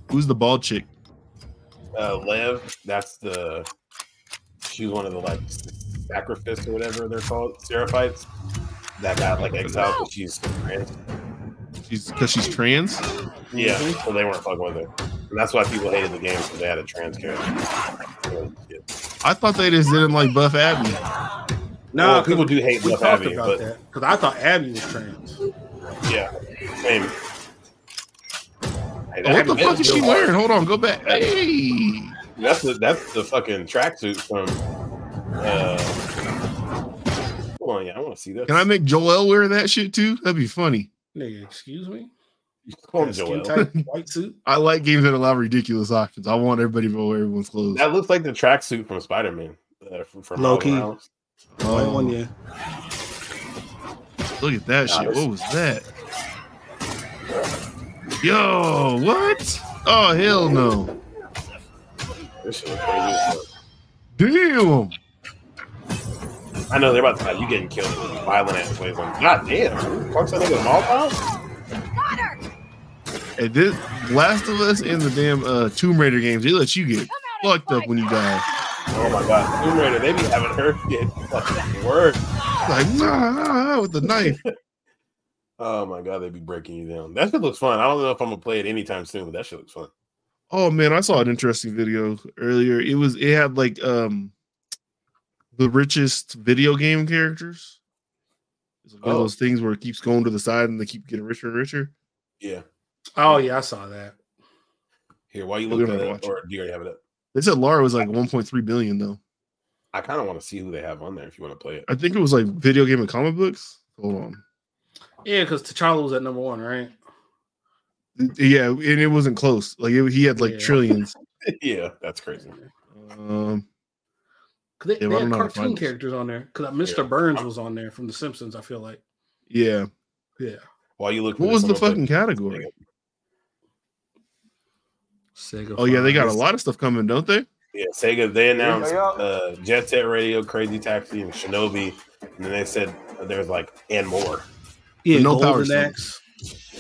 Who's the bald chick? Uh, Lev, that's the. She's one of the like sacrifice or whatever they're called, seraphites. That got like exiled. but She's trans. She's because she's trans. Yeah, Mm-hmm. so they weren't fucking with her, and that's why people hated the game because they had a trans character. Yeah. I thought they just didn't like Buff Abby. No, Well, people do hate we Buff talked Abby, about but- that because I thought Abby was trans. Yeah, same. Hey, Oh, what the fuck is she wearing? Hold on, go back. That's- Hey, That's the that's the fucking tracksuit from. Uh, hold on, yeah, I want to see this. can I make Joel wear that shit too? That'd be funny. Nigga, excuse me. Come on, Got a Joel. Skin tight white suit. I like games that allow ridiculous options. I want everybody to wear everyone's clothes. That looks like the tracksuit from Spider Man. Uh, from from Low Miles key. Morales. White Oh, one, yeah. Look at that Nah, shit. this- What was that? Yo, what? Oh hell no! This shit look crazy as fuck. Damn. I know they're about to. You getting killed with violent ass ways. Like, God damn, who the fuck's that nigga Molotov? And this Last of Us and the damn uh, Tomb Raider games, they let you get fucked up when you die. Oh my god, Tomb Raider. They be having her get fucking work. Like nah, nah, nah, with the knife. Oh my god, they be breaking you down. That shit looks fun. I don't know if I'm gonna play it anytime soon, but that shit looks fun. Oh man, I saw an interesting video earlier. It was it had like um the richest video game characters. It's one of Oh. those things where it keeps going to the side and they keep getting richer and richer. Yeah. Oh yeah, I saw that. Here, while you We look don't at have to it, watch or do you already have it up? They said Lara was like 1.3 billion though. I kind of want to see who they have on there if you want to play it. I think it was like video game and comic books. Hold on. Yeah, because T'Challa was at number one, right? Yeah, and it wasn't close. Like it, he had like Yeah. trillions. yeah, that's crazy. Um, Because they, Yeah, they I had don't know how to find cartoon this. characters on there. Because Mr. Yeah. Burns was on there from The Simpsons. I feel like. yeah. Yeah. While you look, for What this, was I'm the gonna play- fucking category? Sega. Oh yeah, they got a Fox. lot of stuff coming, don't they? Yeah, Sega. They announced uh, Jet Set Radio, Crazy Taxi, and Shinobi, and then they said there's like and more. Yeah, no Power Golden Stone. Axe.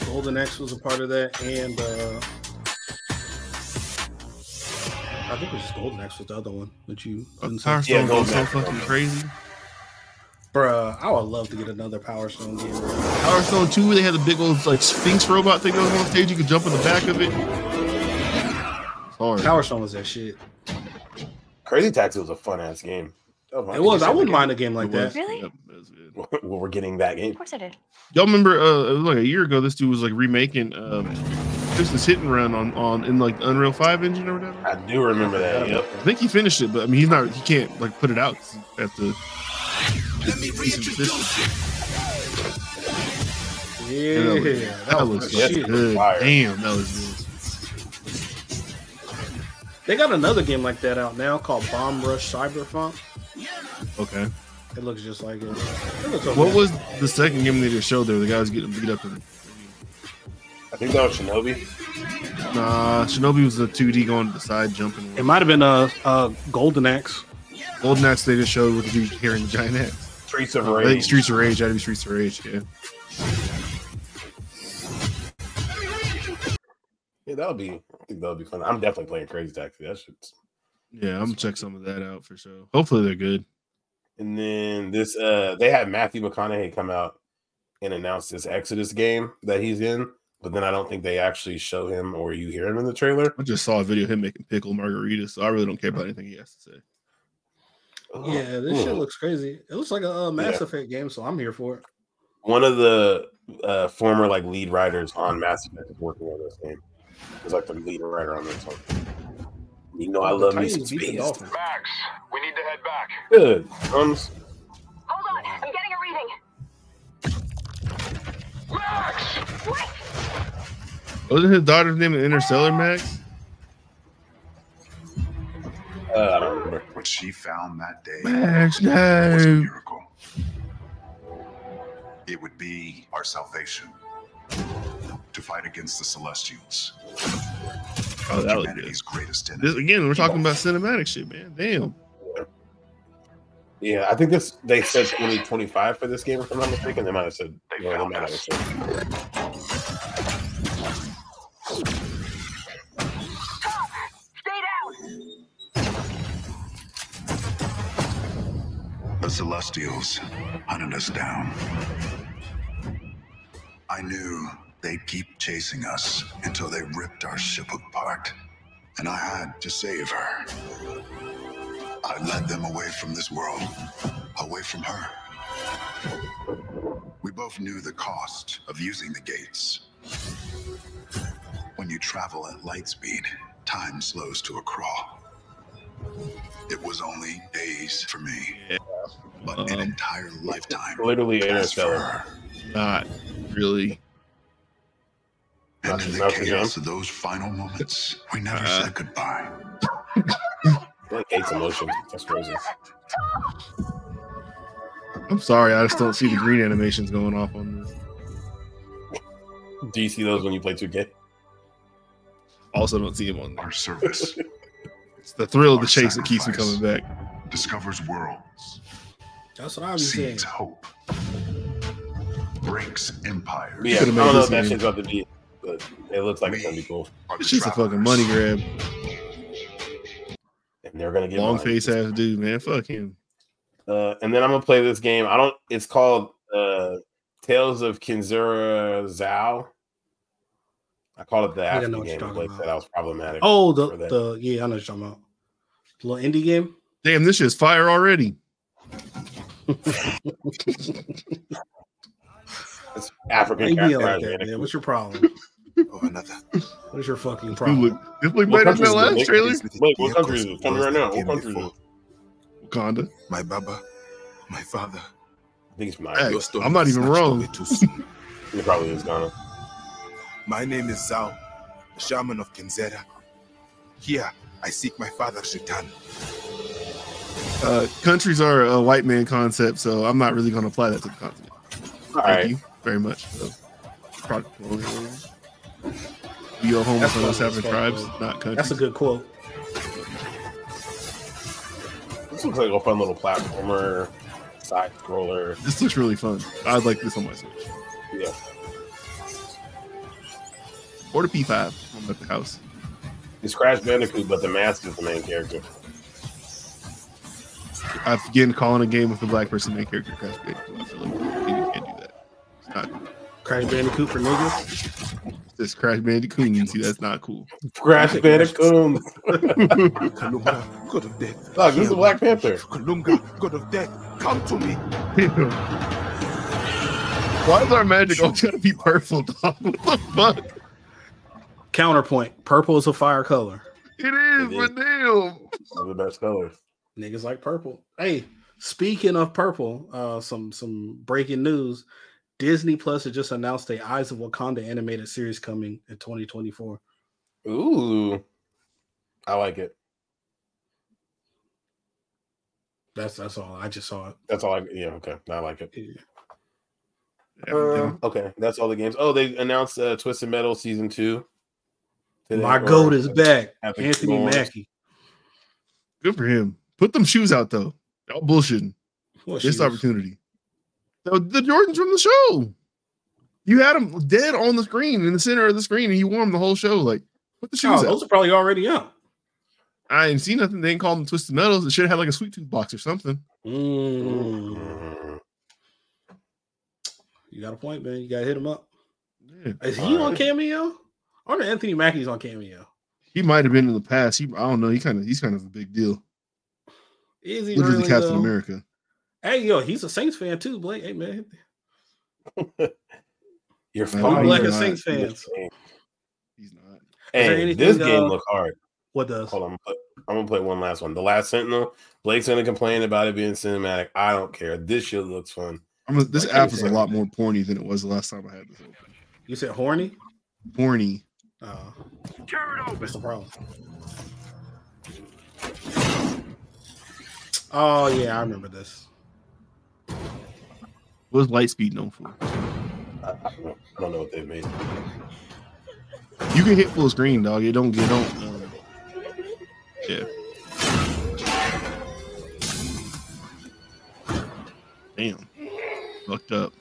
Golden Axe was a part of that, and uh I think it was just Golden Axe was the other one that you. Oh, didn't say. Power Stone go goes so back. fucking crazy. Bruh, I would love to get another Power Stone game. Power Stone 2, they had the big old like Sphinx robot thing that was on stage. You could jump in the back of it. Sorry. Power Stone was that shit. Crazy Taxi was a fun ass game. Oh, my- It was. I Sega wouldn't game. mind a game It like was- that. Really? yep, that was good. well, we're getting that game. Of course I did. Y'all remember uh it was like a year ago this dude was like remaking um Christmas Hit and Run on on in like the Unreal 5 engine or whatever. I do remember that. Yep. I think he finished it, but I mean he's not he can't like put it out 'cause he has to Piece of resistance. Yeah, Yeah, that, that was looks my yeah. shit. good. Fire. Damn, that was good. They got another game like that out now called Bomb Rush Cyberpunk. Okay. It looks just like it. it looks okay. What was the second game they just showed there? The guy was getting beat up in I think that was Shinobi. Nah, Shinobi was the 2D going to the side jumping. It might have been a, a Golden Axe. Golden Axe they just showed with the dude carrying the giant axe. Streets of I think Rage. Streets of Rage had to be Streets of Rage, yeah. Yeah, that'll be. I think that'll be fun. I'm definitely playing Crazy Taxi. That shit's Yeah, I'm gonna check some of that out for sure. Hopefully they're good. And then this, uh, they had Matthew McConaughey come out and announce this Exodus game that he's in, but then I don't think they actually show him or you hear him in the trailer. I just saw a video of him making pickle margaritas, so I really don't care about anything he has to say. Yeah, this shit Ooh. looks crazy. It looks like a, uh Mass Yeah. Effect game, so I'm here for it. One of the uh, former like lead writers on Mass Effect is working on this game. He's like the lead writer on this one. You know I The love me some Titans beat the space. Dolphins. We need to head back. Good. Um, Thumbs. Hold on, I'm getting a reading. Max! What? Wasn't his daughter's name an Interstellar Max? Uh, I don't remember. What she found that day Max, was a no. miracle. It would be our salvation to fight against the Celestials. Oh, that was good. humanity's greatest enemy. This, again, we're talking about cinematic shit, man. Damn. Yeah, I think this they said 2025 for this game, if I'm not mistaken. They might have said yeah, they might have said. The Celestials hunted us down. I knew they'd keep chasing us until they ripped our ship apart, and I had to save her. I led them away from this world, away from her. We both knew the cost of using the gates. When you travel at light speed, time slows to a crawl. It was only days for me, but an entire lifetime. Literally passed for Interstellar. her. Not really. And in the Not the chaos Uh-huh. of those final moments, we never said goodbye. Like hates emotions. That's crazy. I'm sorry, I just don't see the green animations going off on this. Do you see those when you play 2K? Also, don't see him on there. Our service It's the thrill of the chase that keeps me coming back. discovers worlds, That's what I'm saying. seeds hope, breaks empires. But yeah, I Could've don't made know this if that game. shit's about to be, but it looks like it's gonna be cool. are the It's just a travelers. fucking money grab. And they're gonna get Long mine. face ass dude, man. Fuck him. Uh, and then I'm gonna play this game. I don't. It's called uh, Tales of Kinzura Zao. I call it the I think I after know what game. you're I talking played about. that. That was problematic. Oh, for the, that. the yeah, I know what you're talking about. Little indie game. Damn, this shit's fire already. It's African Indie character. like Isaac. that, man. What's your problem? of Oh, another. What is your fucking You problem? look, this look What better than that country is it? last What trailer. Wait, what country is it? Tell me right now. What country is it? Wakanda. My Baba, my father. I think it's mine. Hey, Your story I'm not was even snatched wrong. away too soon. It probably is Ghana. my name is Zao, the shaman of Kinzera. Here, I seek my father's return. Uh, countries are a white man concept, so I'm not really going to apply that to the continent. All Thank right. you very much. So, product colonialism. You owe homeless That's on those funny as seven fuck, tribes, though. not That's countries. a good quote. This looks like a fun little platformer, side scroller. this looks really fun. I'd like this on my Switch Yeah. or the P5 I'm at the house. It's Crash Bandicoot, but the mask is the main character. I've again calling a game with the black person main character Crash Bandicoot. I feel like you can't do that. It's not cool. Crash Bandicoot for niggas. It's just Crash Bandicoot. See, that's not cool. Crash Bandicoot. Kalunga, god of death. Look, this is the Black Panther. Kalunga, god of death, come to me. Why is our magic always gotta be purple, dog? What the fuck? Counterpoint. Purple is a fire color. It is, It is. but damn. Those are the best colors. Niggas like purple. Hey, speaking of purple, uh, some some breaking news. Disney Plus has just announced a Eyes of Wakanda animated series coming in 2024. Ooh. I like it. That's that's all. I just saw it. That's all I yeah, okay. I like it. Uh, Everything. Okay, that's all the games. Oh, they announced uh, Twisted Metal season two. today, My or- goat is back. Epic Anthony Lords. Mackie. Good for him. Put them shoes out though. Y'all bullshitting. What This shoes? opportunity. The, the Jordans from the show. You had them dead on the screen in the center of the screen, and you wore them the whole show. Like, put the shoes Oh, out. those are probably already out. I ain't seen nothing. They ain't called them twisted metals. It should have had like a Mm-hmm. Mm-hmm. sweet tooth box or something. Mm. Mm. You got a point, man. You gotta hit him up. Yeah. Is he on Alright. cameo? I wonder if Anthony Mackie's on cameo. He might have been in the past. He, I don't know. He kind of he's kind of a big deal. Is he Look at the really, Captain though? America. Hey, yo, he's a Saints fan too, Blake. Hey, man, You're Man, fine. we Black are and not- Saints fans. He's not. there Hey, anything, this game uh, look hard. What does? Hold on. I'm gonna play- I'm gonna play one last one. The last Sentinel. Blake's gonna complain about it being cinematic. I don't care. This shit looks fun. I'm a, this Like app is a everything. lot more porny than it was the last time I had this. open. You said horny? Porny. Oh. What's the problem? Oh yeah, I remember this. What is Lightspeed known for? I, I don't- I don't know what they've made. You can hit full screen, dog. It don't get don't. Uh, yeah. Damn. Fucked up.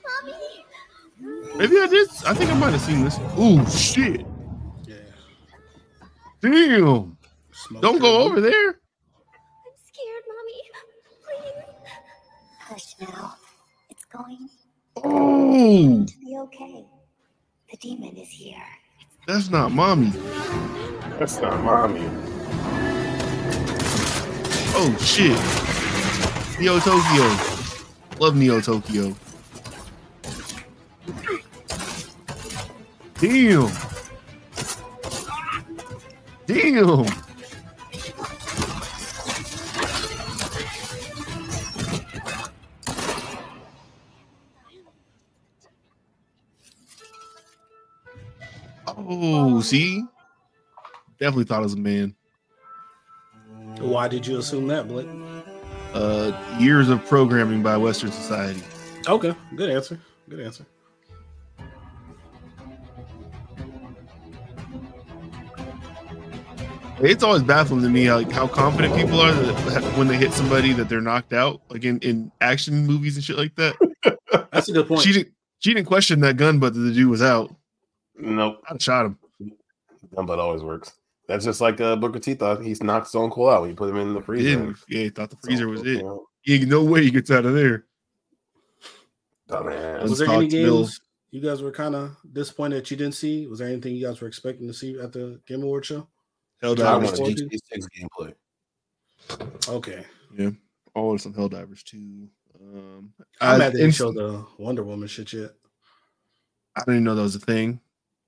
Maybe I did. I think I might have seen this. Oh shit. Yeah. Damn. Smoke Don't go over there. scared, mommy. Please. Hush now. It's going Oh, to be okay. The demon is here. that's not mommy. That's not mommy. Oh shit. Neo Tokyo. Love Neo Tokyo. Damn. Damn. Oh, see? Definitely thought it was a man. Why did you assume that, Blake? uh, years of programming by Western society. Okay, good answer. Good answer. It's always baffling to me like how confident people are that when they hit somebody that they're knocked out, like in, in action movies and shit like that. That's a good point. She didn't she didn't question that gun, but the dude was out. Nope. I'd have shot him. Dumb butt always works. That's just like uh, Booker T thought he knocked Stone Cold out when you put him in the He freezer. didn't. Yeah, he thought the freezer was it. You Yeah, no way he gets out of there. know, dumbass. Was there any Unstocked Bill. games you guys were kind of disappointed that you didn't see? Was there anything you guys were expecting to see at the Game Award show? I Helldivers want was two. wanted- GTA Six gameplay. Okay, Yeah. I wanted some Helldivers too. Um I'm I, mad they didn't and show the Wonder Woman shit yet. I didn't know that was a thing.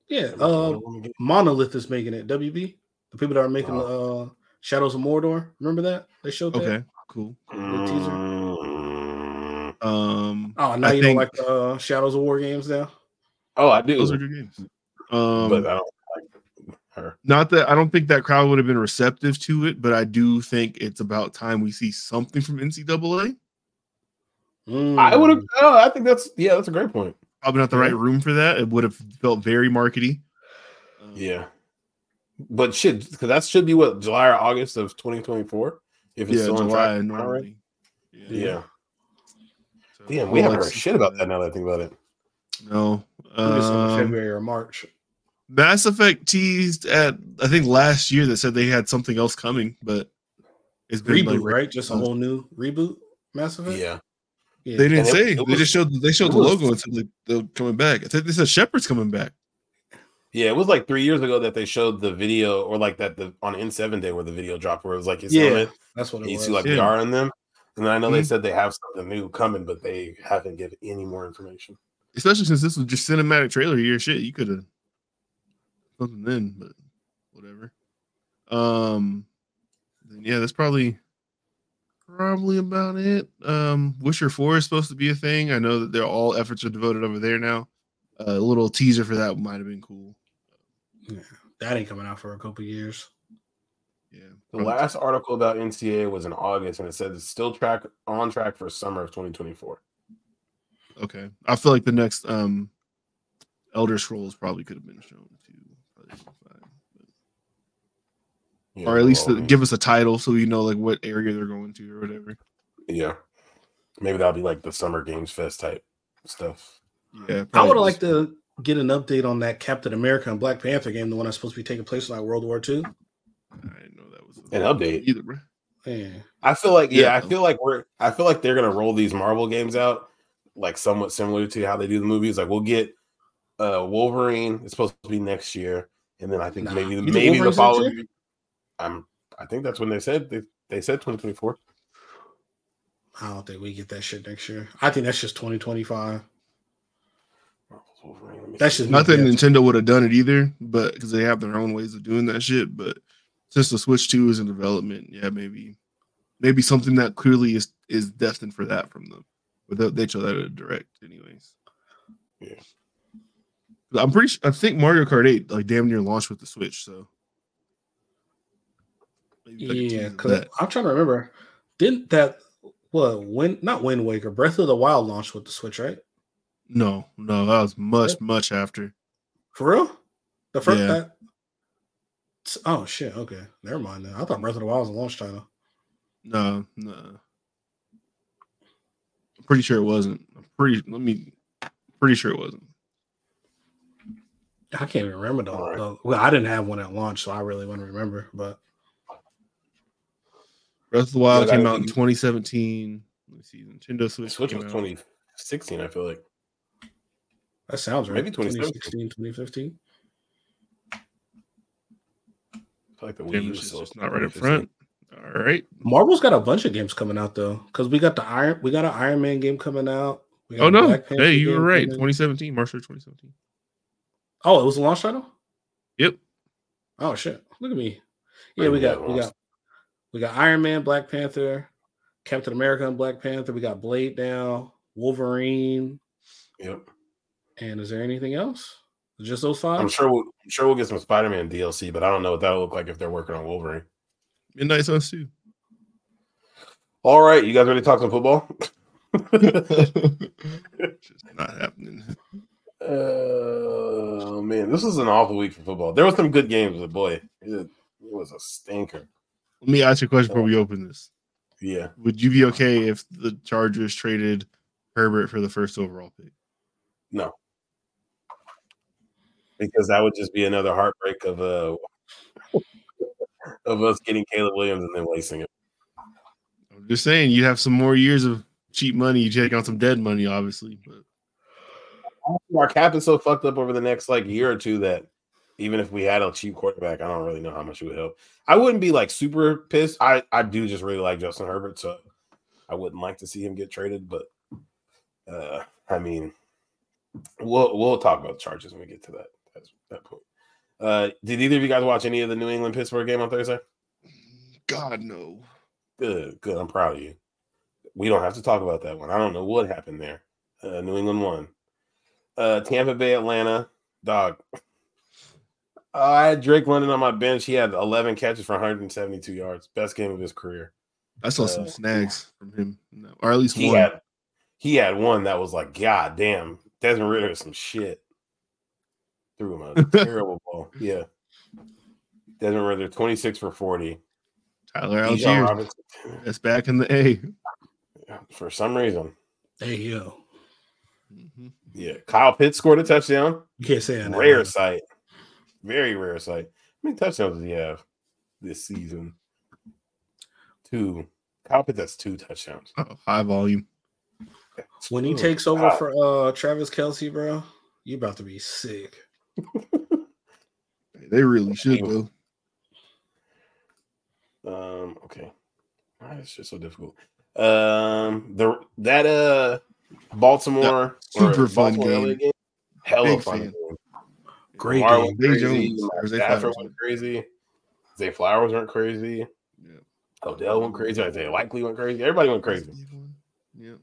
Yeah, Oh. uh, Monolith is making it. WB, the people that are making uh, Shadows of Mordor. Remember that they showed that. Okay, cool. Little teaser. Mm. Um Oh, now I you think don't like the uh, Shadows of War games now. Oh, I do. those are good games. Um but I don't like her. not that I don't think that crowd would have been receptive to it, but I do think it's about time we see something from NCAA. Mm. Hmm. I would have. Oh, I think that's yeah. That's a great point. Probably not the right room for that. It would have felt very markety. Um, Yeah, but shit, 'cause that should be what July or August of 2024. If it's yeah, still in July track, am I right? normally. Yeah. So, Damn, we well, haven't let's- heard shit about that now that I think about it. No. in Um, February or March. Mass Effect teased at I think last year that said they had something else coming, but it's been Reboot, like, right? Just a uh, whole new reboot, Mass Effect. Yeah, yeah. They didn't And it- say. it they was- just showed. They showed it the was- logo and said they- they're coming back. I think they said Shepard's coming back. yeah. It was like three years ago that they showed the video, or like that the on N7 day where the video dropped, where it was like it's Yeah, on it, that's what and it you was. see like Yeah. we are in them. And then I know they Mhm. said they have something new coming, but they haven't given any more information. especially since this was just cinematic trailer year shit you could have something then but whatever um then yeah that's probably probably about it um wisher 4 is supposed to be a thing i know that they're all efforts are devoted over there now a little teaser for that might have been cool that ain't coming out for a couple years. yeah The last article about NCA was in August, and it said it's still track on track for summer of 2024. okay i feel like the next um elder scrolls probably could have been shown too Probably would've been fine. Yeah, or at least well, the, give us a title so we know like what area they're going to or whatever yeah, maybe that'll be like the summer games fest type stuff. yeah I would probably. have liked to get an update on that Captain America and Black Panther game, the one that's supposed to be taking place in like World War II. I didn't know that was An update. either, bro. Yeah. I feel like yeah, Yeah. I feel like we're I feel like they're gonna roll these Marvel games out like somewhat similar to how they do the movies. Like we'll get uh Wolverine. It's supposed to be next year, and then I think Nah. maybe You think maybe the Wolverine's next following. year? I'm. I think that's when they said they, they said 2024. I don't think we get that shit next year. I think that's just 2025. That's just Not that yeah. Nintendo would have done it either, but because they have their own ways of doing that shit. But since the Switch Two is in development, yeah, maybe, maybe something that clearly is is destined for that from them. Without they chose that at a direct, anyways. Yeah, I'm pretty. Sure, I think Mario Kart Eight like damn near launched with the Switch, so Yeah, 'cause I'm trying to remember. Didn't that what Wind not Wind Waker, Breath of the Wild launched with the Switch, right? no, no, that was much much after. For real? The first Yeah. that Oh shit, okay. Never mind then. I thought Breath of the Wild was a launch title. No, no. I'm pretty sure it wasn't. I'm pretty. Let me. Pretty sure it wasn't. I can't even remember though. well, I didn't have one at launch, so I really wouldn't remember. But Breath of the Wild Yeah, that came would out in be- 2017. Let me see. Nintendo Switch. Switch came was out. 2016. I feel like that sounds right. Maybe 2017. 2016, 2015. I feel like the Damn, Wii this U was shit's still just not right up front. All right. Marvel's got a bunch of games coming out though, because we got the Iron we got an Iron Man game coming out. We got Oh a no! Black Panther Hey, you game were right. coming. 2017, March 3rd, 2017. Oh, it was a launch title? Yep. Oh shit. Look at me. I Yeah, we knew that got we launch. got we got Iron Man, Black Panther, Captain America and Black Panther. We got Blade now, Wolverine, Yep. and is there anything else? Just those 5 I'm sure. We'll, I'm sure we'll get some Spider-Man DLC, but I don't know what that'll look like if they're working on Wolverine. Midnight Suns too. All right, you guys ready to talk some football? Not happening. Oh man, this was an awful week for football. There was some good games, but boy, it, it was a stinker. Let me ask you a question before we open this. Yeah, Would you be okay if the Chargers traded Herbert for the first overall pick? no, because that would just be another heartbreak of uh of us getting Caleb Williams and then wasting it. I'm just saying you have some more years of cheap money. You take on some dead money, obviously. But Our cap is so fucked up over the next like year or two that even if we had a cheap quarterback, I don't really know how much it would help. I wouldn't be like super pissed. I I do just really like Justin Herbert, so I wouldn't like to see him get traded. But uh I mean, we'll we'll talk about the Chargers when we get to that that, that point. Uh, did either of you guys watch any of the New England Pittsburgh game on Thursday? God no. Good, good. I'm proud of you. We don't have to talk about that one. I don't know what happened there. Uh, New England won. Uh, Tampa Bay, Atlanta, dog. I had Drake London on my bench. He had 11 catches for 172 yards. Best game of his career. I saw Uh, some snags from him, no, or at least He one. had he had one that was like, God damn, Desmond Ritter is some shit. Threw him a terrible ball. Yeah. Desmond Ritter, 26 for 40. Tyler Bijan Algier. Robinson, That's back in the A. for some reason. Hey yo. Mm-hmm. Yeah. Kyle Pitts scored a touchdown. You can't say that. now. Rare sight. Very rare sight. How many touchdowns did he have this season? Two. Kyle Pitts has two touchdowns. Oh, high volume. When he Oh, takes over God. for uh Travis Kelsey, bro, you about to be sick. They really should though. Um, okay. Why is shit so difficult? Um, the that uh Baltimore super fun Baltimore game. LA game, hella Big fun. fan. Game. Great Lamar game. went Zay crazy. Jones, Matt or Zay Stafford Flowers. went crazy. Zay Flowers went crazy. Odell went crazy. Isaiah Likely went crazy. Everybody went crazy. Yeah.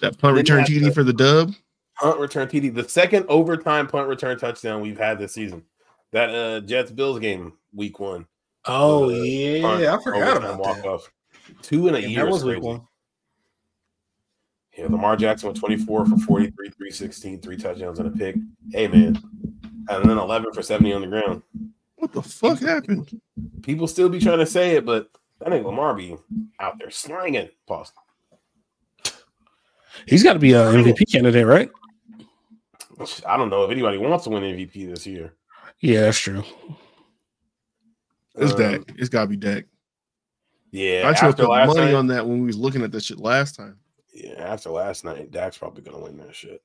That punt Didn't return have TD for the dub. Punt return TD, the second overtime punt return touchdown we've had this season. That uh Jets Bills game, week one. Oh Uh, yeah, punt, I forgot overtime about that. walk-off. Two in a Yeah, year. that is was week crazy. one. Yeah, Lamar Jackson went 24 for 43, 316, three touchdowns and a pick. Hey, man. And then 11 for 70 on the ground. What the fuck happened? People still be trying to say it, but I think Lamar be out there slinging. Pause. He's got to be a MVP candidate, right? I don't know if anybody wants to win MVP this year. Yeah, that's true. It's Um, Dak. It's gotta be Dak. Yeah. I tried to after put last money night- on that when we was looking at this shit last time. Yeah, after last night, Dak's probably gonna win that shit.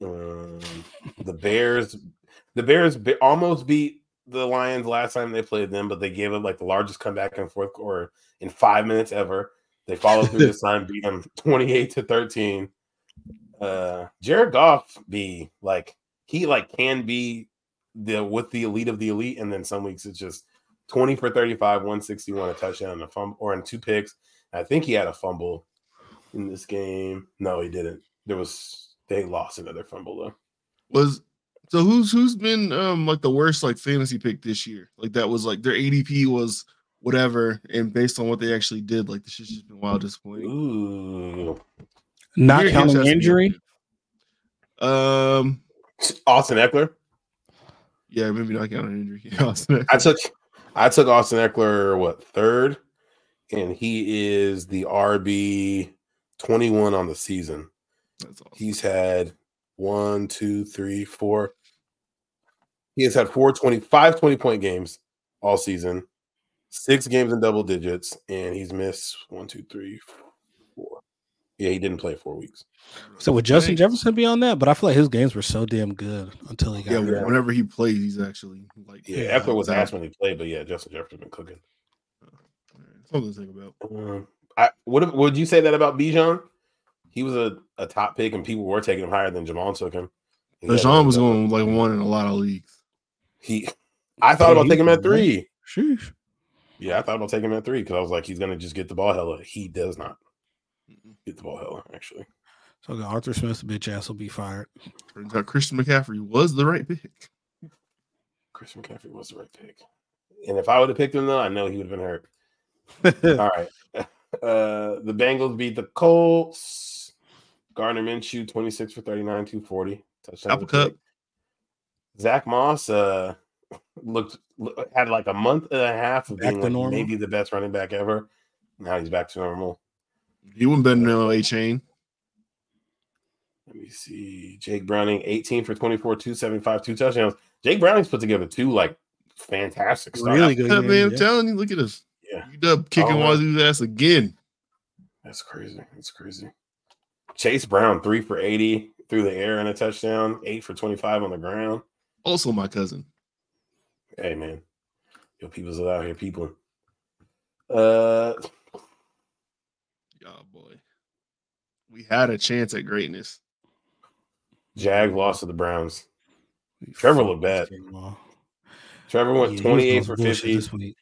Um, the Bears, the Bears be- almost beat the Lions last time they played them, but they gave up like the largest comeback in fourth quarter in five minutes ever. They followed through this time, beat them twenty-eight to thirteen. Uh, Jared Goff be like he like can be the with the elite of the elite, and then some weeks it's just twenty for thirty-five, one sixty-one, a touchdown, and a fumble, or in two picks. I think he had a fumble in this game. No, he didn't. There was they lost another fumble though. Was so who's who's been um like the worst like fantasy pick this year? Like that was like their ADP was whatever, and based on what they actually did, like this shit's just been wild disappointing. Ooh. Not Your counting interest- injury. Um, Austin Eckler. Yeah, maybe not counting injury. Yeah, Austin Eckler. I took I took Austin Eckler what third, and he is the RB twenty one on the season. He's had one, two, three, four. He has had four 20, five 20 point games all season, six games in double digits, and he's missed one, two, three, four. Yeah, he didn't play four weeks. So would Justin Jefferson be on that? But I feel like his games were so damn good until he got Yeah, hurt. whenever he plays, he's actually like Yeah, Eckler was asked when he played, but yeah, Justin Jefferson been cooking. Something to think about. Um, I would would you say that about Bijan? He was a, a top pick, and people were taking him higher than Jamal took him. He got- Deshaun was going like one in a lot of leagues. He, I thought Yeah, about he taking him was at great. three. Sheesh. Yeah, I thought about taking him at three because I was like, he's gonna just get the ball hella. He does not get the ball hella. Actually, So okay, Arthur Smith's bitch ass will be fired. Turns out Christian McCaffrey was the right pick. Chris McCaffrey was the right pick. And if I would have picked him though, I know he would have been hurt. All right. Uh the Bengals beat the Colts. Gardner Minshew, 26 for 39, 240. Touchdown. Apple and a pick. Zach Moss uh looked lo- had like a month and a half of Back being to like normal. maybe the best running back ever. Now he's back to normal. He wouldn't better than A chain. Let me see. Jake Browning, 18 for 24, 275, two touchdowns. Jake Browning's put together two like fantastic starts. man. I'm telling you, look at us. Yeah. You dub kicking Oh, man. Wazoo's ass again. That's crazy. That's crazy. Chase Brown, three for 80 through the air and a touchdown, eight for 25 on the ground. Also, my cousin. Hey, man. Yo, people's out here, people. Uh, Oh boy. We had a chance at greatness. Jag lost to the Browns. Trevor looked bad. Trevor Yeah, he went was 28 most for bullshit 50. this week.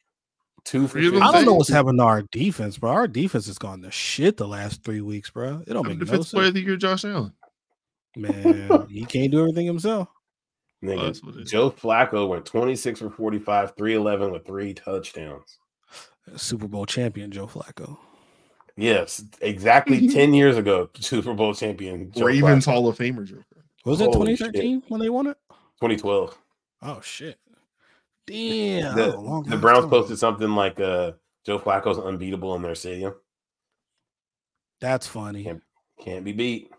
Two for I don't 50. know what's happened to our defense, bro. Our defense has gone to shit the last three weeks, bro. It don't I'm make the no fifth player sense. of the year, Josh Allen. Man, he can't do everything himself. Oh, Nigga, that's what it is. Joe Flacco went 26 for 45, 311 with three touchdowns. Super Bowl champion Joe Flacco. Yes, exactly 10 years ago, Super Bowl champion. Joe Ravens Flacco. Hall of Famer Joker. Was it Holy 2013 when they won it? 2012. Oh shit! Damn, that was a the, long Oh, the time Browns ago. posted something like uh, Joe Flacco's unbeatable in their stadium. That's funny. Can't be beat.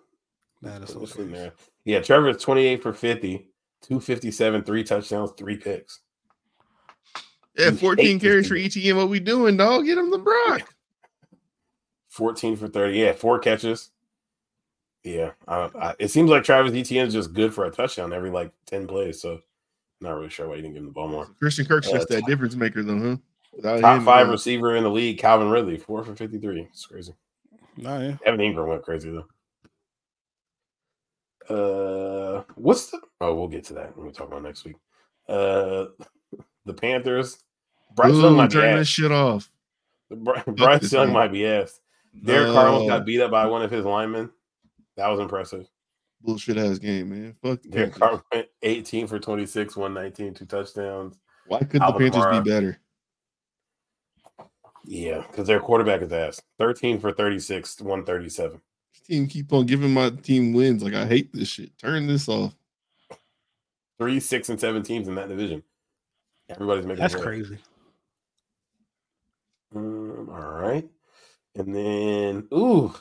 That is Put so this in funny. there. Yeah, Trevor's 28 for 50, 257, three touchdowns, three picks. Yeah, You 14 hate this carries for ETM. What we doing, dog? Get him the Brock. 14 for 30. Yeah, four catches. Yeah. I, I, it seems like Travis Etienne is just good for a touchdown every like 10 plays. So not really sure why you didn't give him the ball more. Christian Kirk's Uh, just that difference maker, though, huh? Without Top him, five uh, receiver in the league, Calvin Ridley, four for 53. It's crazy. Nah, yeah. Evan Ingram went crazy though. Uh, what's the? Oh, we'll get to that when we talk about next week. Uh, the Panthers. Bryce Young Ooh, might be turn this asked. shit off. Bry- Bryce this Young nigga. might be asked. Derek Carr almost No. got beat up by one of his linemen. That was impressive. Bullshit ass game, man. Fuck the Derek Panthers. Carr went 18 for 26, 119, two touchdowns. Why couldn't Alvin the Panthers Kamara. be better? Yeah, because their quarterback is ass. 13 for 36, 137. This team keep on giving my team wins. Like I hate this shit. Turn this off. Three, six, and seven teams in that division. Everybody's making That's plays. crazy. Um, all right. And then, ooh,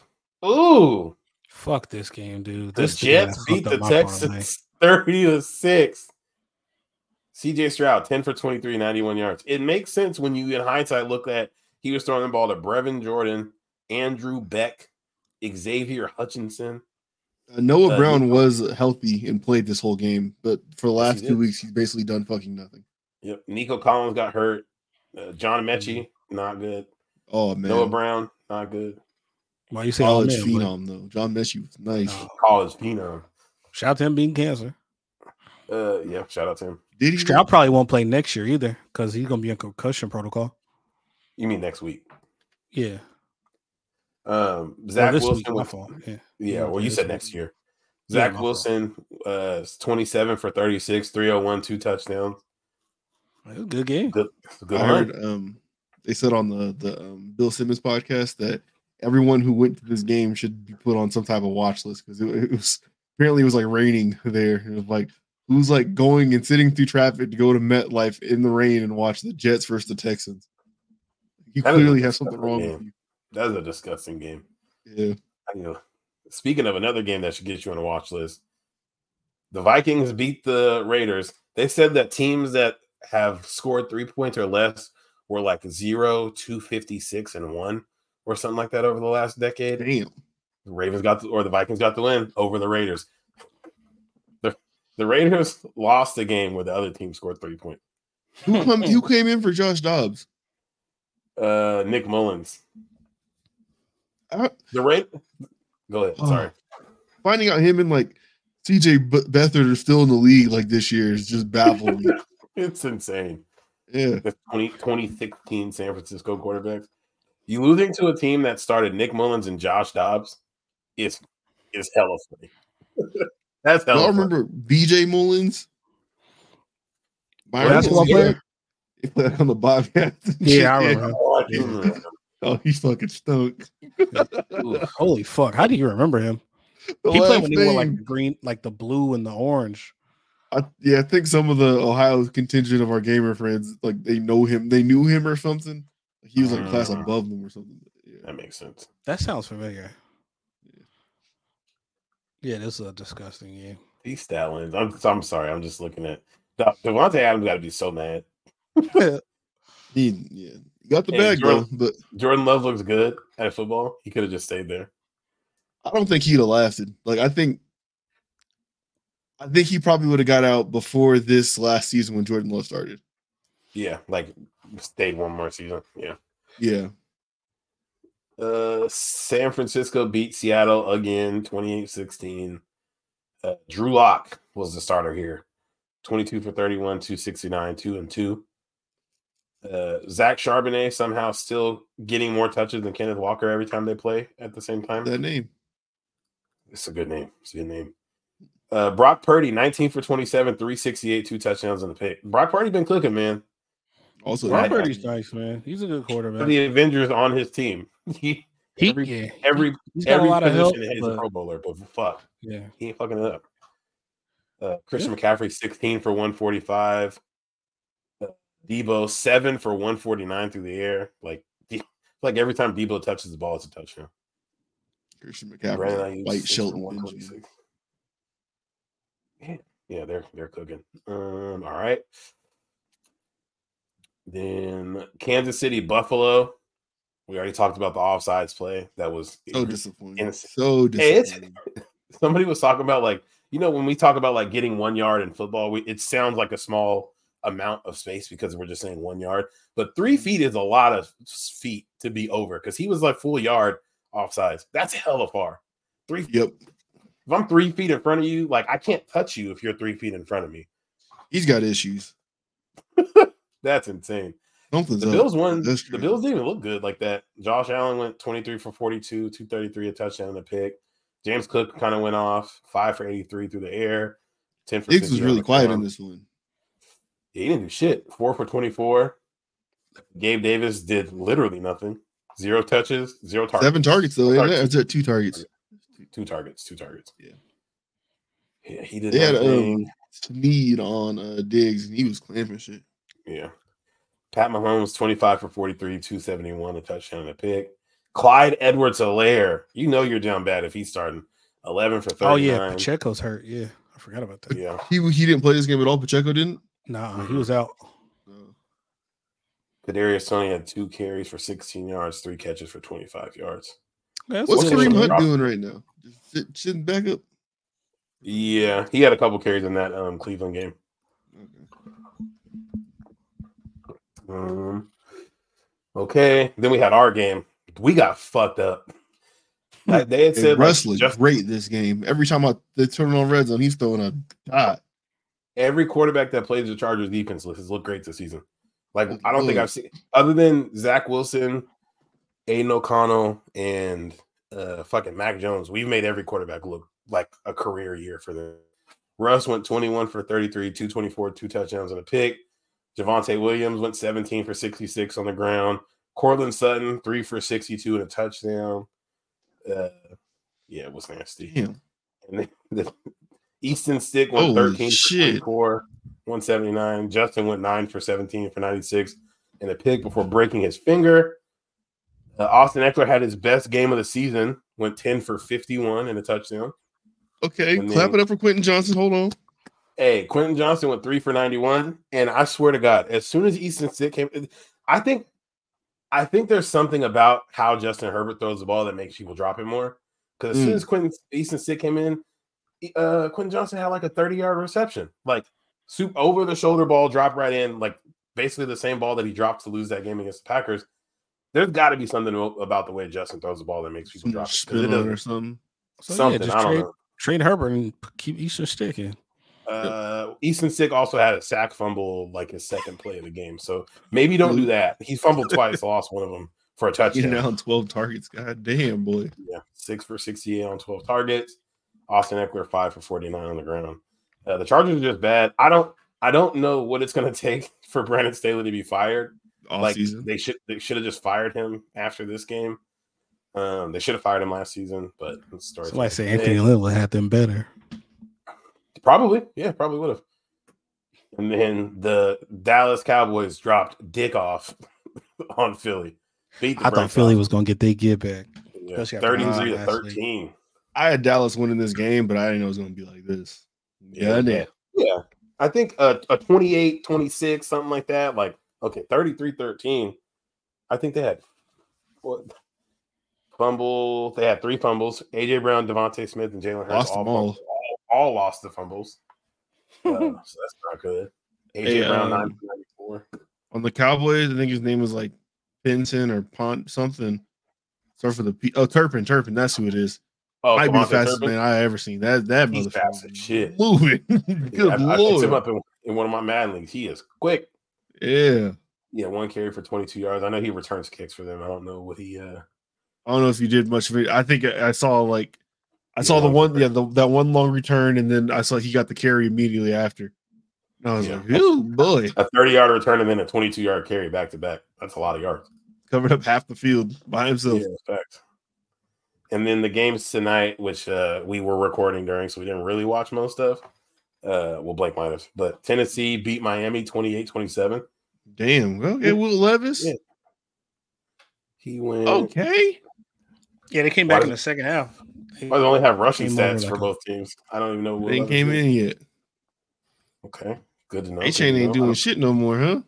ooh, Fuck this game, dude. the This game Jets fucked beat up the my parlay. Texans 30 to 6. CJ Stroud, 10 for 23, 91 yards. It makes sense when you, in hindsight, look at he was throwing the ball to Brevin Jordan, Andrew Beck, Xavier Hutchinson. Uh, Noah Uh, Brown was healthy and played this whole game, but for the last he two did. weeks, he's basically done fucking nothing. Yep. Nico Collins got hurt. Uh, John Mechie, not good. Oh man, Noah Brown, not good. Why you say all man, college but phenom though. John Mechie was nice. College phenom. shout out to him being cancer. Uh, yeah. Shout out to him. Did he? Stroud probably won't play next year either because he's gonna be in concussion protocol. You mean next week? Yeah, Um, Well, Zach Oh, this Wilson. week, my was- fault, yeah. yeah, Yeah, well, you this said week. next year. Yeah, Zach my fault. Wilson, uh, is 27 for 36, 301, two touchdowns. It was a good game. Good, good I run. heard um, they said on the the um, Bill Simmons podcast that everyone who went to this game should be put on some type of watch list because it, it was apparently it was like raining there. It was like who's like going and sitting through traffic to go to MetLife in the rain and watch the Jets versus the Texans. You That is a clearly have something disgusting wrong game. with you. That was a disgusting game. Yeah. I know. Speaking of another game that should get you on a watch list, the Vikings beat the Raiders. They said that teams that have scored three points or less were like 0, 256, and 1 or something like that over the last decade. Damn. The Ravens got the, or the Vikings got the win over the Raiders. The, the Raiders lost the game where the other team scored three points. Who Hmm, come, who came in for Josh Dobbs? Uh, Nick Mullins. I- The Raid. Go ahead. Oh. Sorry. Finding out him and like CJ B- Beathard are still in the league like this year is just baffling. me. It's insane. Yeah. The 20, 2016 San Francisco quarterbacks. You losing to a team that started Nick Mullins and Josh Dobbs is is hella funny. That's hella Y'all funny. remember BJ Mullins? Byron basketball player? Mullins, yeah. He played on the Bobcats. and shit, Yeah, I remember. him. Oh, I do remember. Oh, he fucking stunk. Oof. Holy fuck! How do you remember him? The he last played when they were like name. the green, like the blue and the orange. I, yeah, I think some of the Ohio contingent of our gamer friends, like they know him, they knew him or something. He was like a class Mm. above them or something. Yeah. That makes sense. That sounds familiar. Yeah, this is a disgusting game. These stat lines. I'm I'm sorry. I'm just looking at Da- Devontae Adams got to be so mad. He, yeah. He got the Hey, bag though, Jordan- but Jordan Love looks good at football. He could have just stayed there. I don't think he'd have lasted. Like I think I think he probably would have got out before this last season when Jordan Love started. Yeah, like stayed one more season. Yeah. Yeah. Uh, San Francisco beat Seattle again 28 16. Uh, Drew Lock was the starter here 22 for 31, 269, 2 and 2. Uh, Zach Charbonnet somehow still getting more touches than Kenneth Walker every time they play at the same time. That name. It's a good name. It's a good name. Uh, Brock Purdy 19 for 27, 368, two touchdowns and a pick. Brock Purdy been cooking, man. Also, Right. Brock Purdy's nice, man. He's a good For quarterback. the Avengers on his team. he, He, every, yeah, every, he's got every a lot of position help. he's a But Pro Bowler, but fuck. yeah, He ain't fucking it up. Uh, Christian McCaffrey, 16 for 145. Uh, Debo, 7 for 149 through the air. Like, De- like every time Debo touches the ball, it's a touchdown. Christian McCaffrey, Brandon like Ayuk, White 6 for Shelton. Benjamin. 126. Yeah, yeah, they're they're cooking. Um, all right. Then Kansas City, Buffalo. We already talked about the offsides play. That was So disappointing. Innocent. So Hey, it's- disappointing. somebody was talking about like you know when we talk about like getting one yard in football we, it sounds like a small amount of space because we're just saying one yard but Mm-hmm. three feet is a lot of s- feet to be over because he was like full yard offsides that's hella far three Yep. if i'm three feet in front of you like i can't touch you if you're three feet in front of me He's got issues. that's insane Something's the up. bills won That's the true. bills didn't even look good like that josh allen went 23 for 42 233 a touchdown and a pick james cook kind of went off 5 for 83 through the air 10 for Diggs was 50 on really the quiet ground. in this one. Yeah, he didn't do shit. Four for 24. Gabe Davis did literally nothing. Zero touches, zero targets. Seven targets though. Two Yeah, targets. that's it. Two targets. Two targets. Two targets. Yeah. Yeah, he did They had nothing. um, Sneed on uh, Diggs, and he was clamping shit. yeah. Pat Mahomes, 25 for 43, 271, a touchdown and a pick. Clyde Edwards Alaire. You know you're down bad if he's starting. 11 for 39. oh yeah, Pacheco's hurt. Yeah, Mm-hmm. I forgot about that. Yeah. He he didn't play this game at all. Pacheco didn't. Nah, he was out. No. Kadarius Tony had two carries for 16 yards, three catches for 25 yards. That's What's good. Kareem Hunt doing right now? Just sit, sitting back up. Yeah, he had a couple carries in that um, Cleveland game. Um, okay, then we had our game. We got fucked up. Like, they had Hey, said like, wrestling great this game. Every time I they turn on red zone, he's throwing a dot. every quarterback that plays the Chargers defense has looked great this season. Like I don't think good. I've seen other than Zach Wilson, Aiden O'Connell, and uh fucking Mac Jones, we've made every quarterback look like a career year for them. Russ went 21 for 33, 224, two touchdowns and a pick. Javante Williams went 17 for 66 on the ground. Cortland Sutton, three for 62 and a touchdown. Uh, yeah, it was nasty. Damn. And then the Easton Stick went Holy 13 shit. for 24, 179. Justin went 9 for 17 for 96 and a pick before breaking his finger. Uh, Austin Eckler had his best game of the season, went 10 for 51 and a touchdown. Okay, And clap then- it up for Quentin Johnson. Hold on. Hey, Quentin Johnson went three for 91. And I swear to God, as soon as Easton Stick came, I think I think there's something about how Justin Herbert throws the ball that makes people drop it more. Because as soon Mm. as Quentin Easton Stick came in, e- uh Quentin Johnson had like a 30 yard reception, like soup over the shoulder ball, drop right in, like basically the same ball that he dropped to lose that game against the Packers. There's got to be something about the way Justin throws the ball that makes people drop it. 'cause it Spin on doesn't- or something. So, something, yeah, I just don't trade, know. trade Herbert and p- keep Easter sticking. Uh, Easton Stick also had a sack fumble like his second play of the game. So maybe don't do that. He fumbled twice, lost one of them for a Getting touchdown. out on twelve targets. God damn boy. Yeah, six for 68 on 12 targets. Austin Eckler five for 49 on the ground. Uh, the Chargers are just bad. I don't I don't know what it's going to take for Brandon Staley to be fired. Off like season. they should they should have just fired him after this game. Um, they should have fired him last season, but it's a story. Somebody for say another day. Anthony Lynn would have them better. Probably, yeah, probably would have. And then the Dallas Cowboys dropped dick off on Philly. Beat the I thought brakes Philly off. was gonna get their get back. Yeah, especially after thirty-three to last week. thirteen. I had Dallas winning this game, but I didn't know it was gonna be like this. Yeah, damn. Yeah. I think a, a 28, 26, something like that. Like, okay, 33 13. I think they had what fumble. They had three fumbles. AJ Brown, Devontae Smith, and Jalen Hurts Lost them all. fumbled- all- all lost the fumbles. Uh, so that's not good. AJ Hey, Brown, um, 9 for 94. On the Cowboys, I think his name was like Benson or Pont something. Start for the P- oh Turpin, Turpin. That's who it is. Oh, Might be the Devontae fastest Turpin? man I ever seen. That that He's motherfucker fast as shit. moving. Yeah, Good I, I picked him lord. up in, in one of my Mad Leagues. He is quick. Yeah. Yeah, one carry for 22 yards. I know he returns kicks for them. I don't know what he uh I don't know if you did much of it. I think I I saw like I Yeah, saw the long one, yeah, the, that one long return, and then I saw he got the carry immediately after. And I was Yeah. like, "Ooh, boy!" a 30 yard return and then a 22 yard carry back to back. That's a lot of yards. Covered up half the field by himself. Yeah, fact. And then the games tonight, which uh, we were recording during, so we didn't really watch most of. Uh, well, Blake might have, but Tennessee beat Miami 28 27. Damn. Okay, Will Levis. Yeah. He went. Okay. Yeah, they came Why back do- in the second half. Why do they only have rushing Came over stats for like a- both teams? I don't even know. They Will ain't Levis came is. in yet. Okay. Good to know. H good to ain't know. I doing don't- shit no more, huh?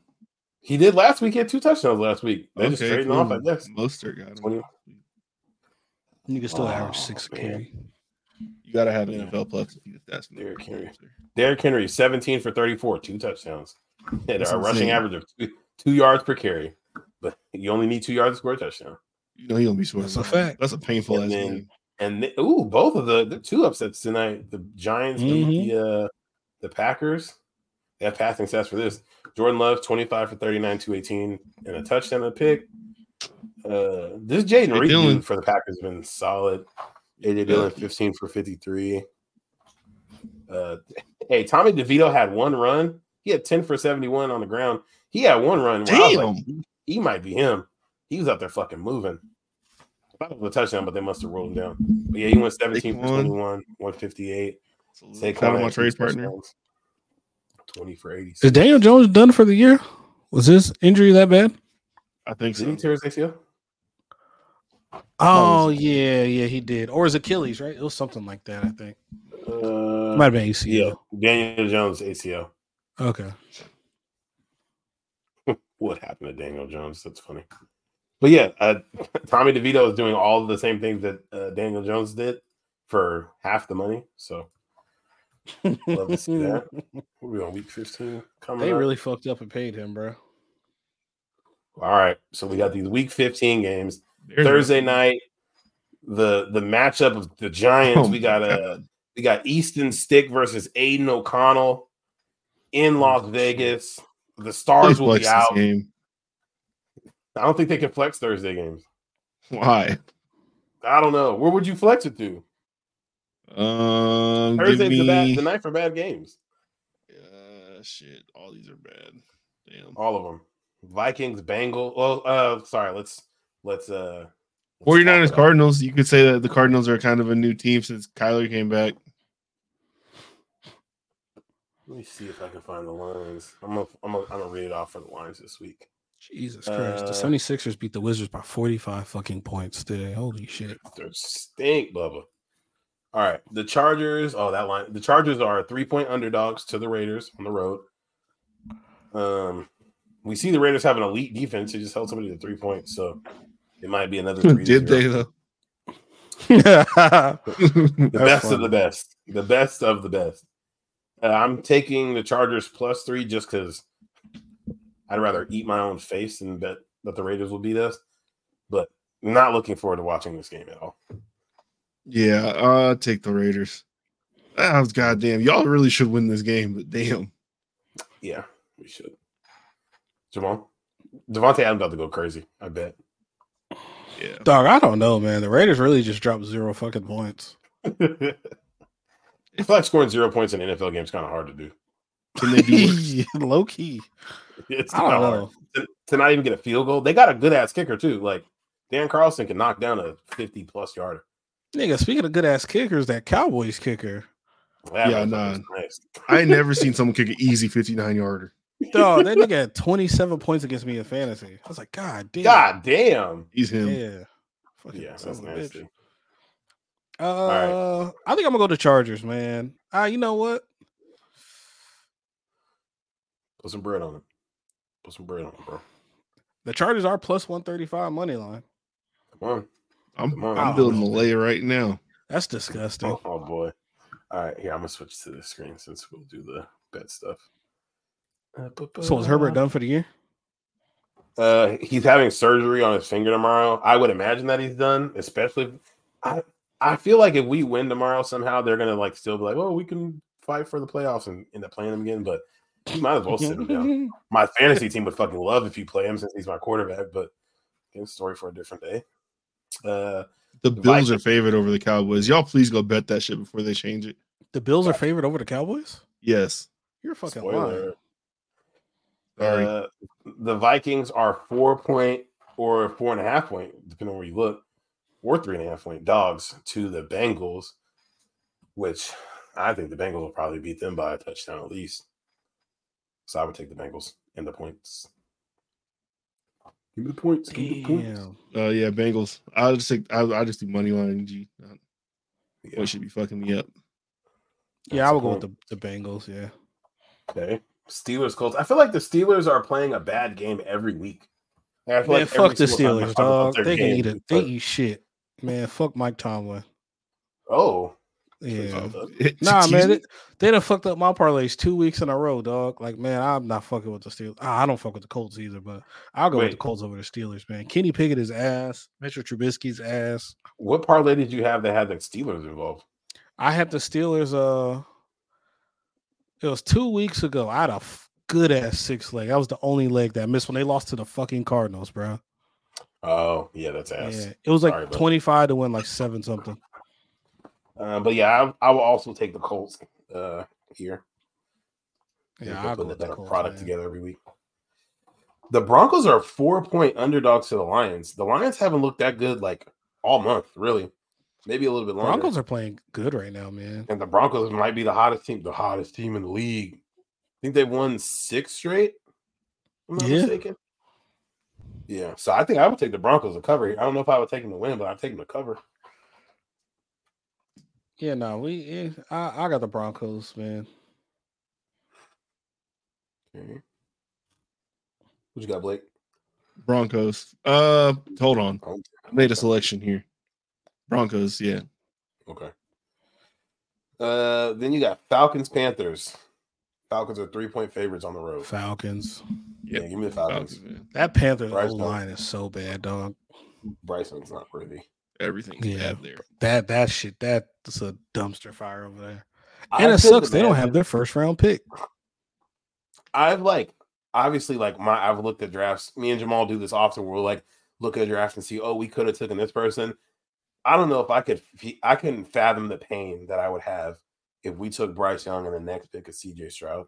He did last week. He had two touchdowns last week. They just Okay, trading cool. off, I guess. Mostert got him. 20 You can still average Oh, six a man. carry. You gotta have Yeah. NFL plus if you- that's Derrick Henry. Mostert. Derrick Henry, 17 for 34, two touchdowns. Had That's a rushing insane. average of two, two yards per carry, but you only need two yards to score a touchdown. You know he gonna be scoring. That's a runs. fact. That's a painful ass And then- game. And the, ooh, both of the, the two upsets tonight. The Giants beat the uh, the Packers. They have passing stats for this. Jordan Love, 25 for 39, 218, and a touchdown and a pick. Uh, this Jaden Hey, Reed Dillon. dude for the Packers has been solid. AJ Dillon, 15 for 53. Uh, hey, Tommy DeVito had one run. He had 10 for 71 on the ground. He had one run. where I was like, Damn. he might be him. He was out there fucking moving. Thought it was a touchdown, but they must have rolled him down. But yeah, he went 17 for Saquon. 21, 158. Saquon Shout out my had two trade partner. touchdowns, 20 for 86. Is Daniel Jones done for the year? Was his injury that bad? I think Did he so. tear his ACL? Oh yeah, yeah, he did. Or his Achilles, right? It was something like that. I think Uh, might have been ACL. yeah, Daniel Jones ACL. Okay. What happened to Daniel Jones? That's funny. But yeah, uh, Tommy DeVito is doing all of the same things that uh, Daniel Jones did for half the money. So love to see that. What are we on week fifteen? Coming They up? really fucked up and paid him, bro. All right, so we got these week 15 games. There's- Thursday night, the the matchup of the Giants. Oh we got a we got Easton Stick versus Aiden O'Connell in Las Vegas. The stars Please will Oh, flex be this out. game. I don't think they can flex Thursday games. Why? I don't know. Where would you flex it to? Um, give Thursday's the, bad, me, the night for bad games. Uh, shit, all these are bad. Damn, all of them. Vikings, Bengals. Well, uh, sorry. Let's let's uh 49ers Cardinals. You could say that the Cardinals are kind of a new team since Kyler came back. let me see if I can find the lines. I'm gonna I'm gonna, I'm gonna read it off for the lines this week. Jesus Christ. Uh, the 76ers beat the Wizards by 45 fucking points today. Holy shit. They stink, Bubba. All right, the Chargers. Oh, that line. The Chargers are three point underdogs to the Raiders on the road. Um, we see the Raiders have an elite defense. They just held somebody to three points, so it might be another. Three Did they though? the the best of the best, the best of the best. Uh, I'm taking the Chargers plus three just because I'd rather eat my own face than bet that the Raiders will beat us. But not looking forward to watching this game at all. Yeah, uh, take the Raiders. Ah, goddamn, y'all really should win this game, but damn. Yeah, we should. Jamal, Devontae Adams about to go crazy. I bet. Yeah. Dog, I don't know, man. The Raiders really just dropped zero fucking points. I feel like scoring zero points in an NFL game is kind of hard to do. Can they do worse? Low key. It's I don't kinda hard. know. To, to not even get a field goal. They got a good ass kicker too. Like Dan Carlson can knock down a 50 plus yarder. Nigga, speaking of good ass kickers, that Cowboys kicker. That Yeah, motherfucker's nice. I ain't never seen someone kick an easy 59 yarder. Dog, that nigga had 27 points against me in fantasy. I was like, God damn. God damn. He's him. Yeah. Fucking Yeah, son that's of a bitch. nasty. Uh, I think I'm gonna go to Chargers, man. Ah, you know what? Put some bread on him. Put some bread on him, bro. The Chargers are plus 135 money line. Come on. I'm, Come on. I'm building a lay right now. That's disgusting. Oh, oh, boy. All right, here I'm gonna switch to the screen since we'll do the bet stuff. So was Herbert done for the year? Uh, he's having surgery on his finger tomorrow. I would imagine that he's done, especially. if- I I feel like if we win tomorrow somehow, they're gonna like still be like, oh, we can fight for the playoffs and end up playing him again. But you might as well sit him down. My fantasy team would fucking love if you play him since he's my quarterback. But again, story for a different day. Uh, The Bills are favored over the Cowboys. Y'all please go bet that shit before they change it. The Bills are favored over the Cowboys? Yes. You're fucking lying. Spoiler. Sorry. Uh, the Vikings are four point or four and a half point, depending on where you look, or three and a half point dogs to the Bengals, which I think the Bengals will probably beat them by a touchdown at least. So I would take the Bengals and the points. Give me the points. Give me the points. Damn. Uh, yeah, Bengals. I just think I, I just do money line. G. Yeah. What should be fucking me up? Yeah, I would go with the, the Bengals. Yeah. Okay. Steelers Colts. I feel like the Steelers are playing a bad game every week. I feel Man, like every fuck the single time I Steelers, talk about dog. their They can game, eat we it. They fuck- eat shit. Man, fuck Mike Tomlin. Oh, Yeah. Excuse Nah, man, me? they, they done fucked up my parlays two weeks in a row, dog. Like, man, I'm not fucking with the Steelers. Ah, I don't fuck with the Colts either, but I'll go with the Wait. Colts over the Steelers, man. Kenny Pickett is ass. Mitchell Trubisky's ass. What parlay did you have that had the Steelers involved? I had the Steelers. Uh, it was two weeks ago. I had a good ass six leg. That was the only leg that I missed when they lost to the fucking Cardinals, bro. Oh, yeah, that's ass. Yeah, it was like Sorry, bud. 25 to win, like seven something. Uh, but yeah, I, I will also take the Colts uh, here. They Yeah, keep I'll putting go a with the better Colts, product man. together every week. The Broncos are four point underdogs to the Lions. The Lions haven't looked that good like all month, really. Maybe a little bit longer. Broncos are playing good right now, man. and the Broncos might be the hottest team, the hottest team in the league. I think they won six straight. if I'm not Yeah. mistaken. Yeah. So I think I would take the Broncos to cover here. I don't know if I would take them to win, but I'd take them to cover. Yeah, no, we. eh, I, I got the Broncos, man. Okay. What you got, Blake? Broncos. Uh, hold on. I made a selection here. Broncos. Yeah. Okay. Uh, then you got Falcons, Panthers. Falcons are three point favorites on the road. Falcons. Yeah, give me the Falcons. That Panthers Bryce O line is so bad, dog. Bryson's not worthy. Everything Yeah, that that shit that's a dumpster fire over there. I And it couldn't sucks they don't have imagine- their first round pick. I've like obviously like my I've looked at drafts. Me and Jamal do this often. We'll like look at a draft and see, oh, we could have taken this person. I don't know if I could. f- I couldn't fathom the pain that I would have if we took Bryce Young and the next pick is C.J. Stroud,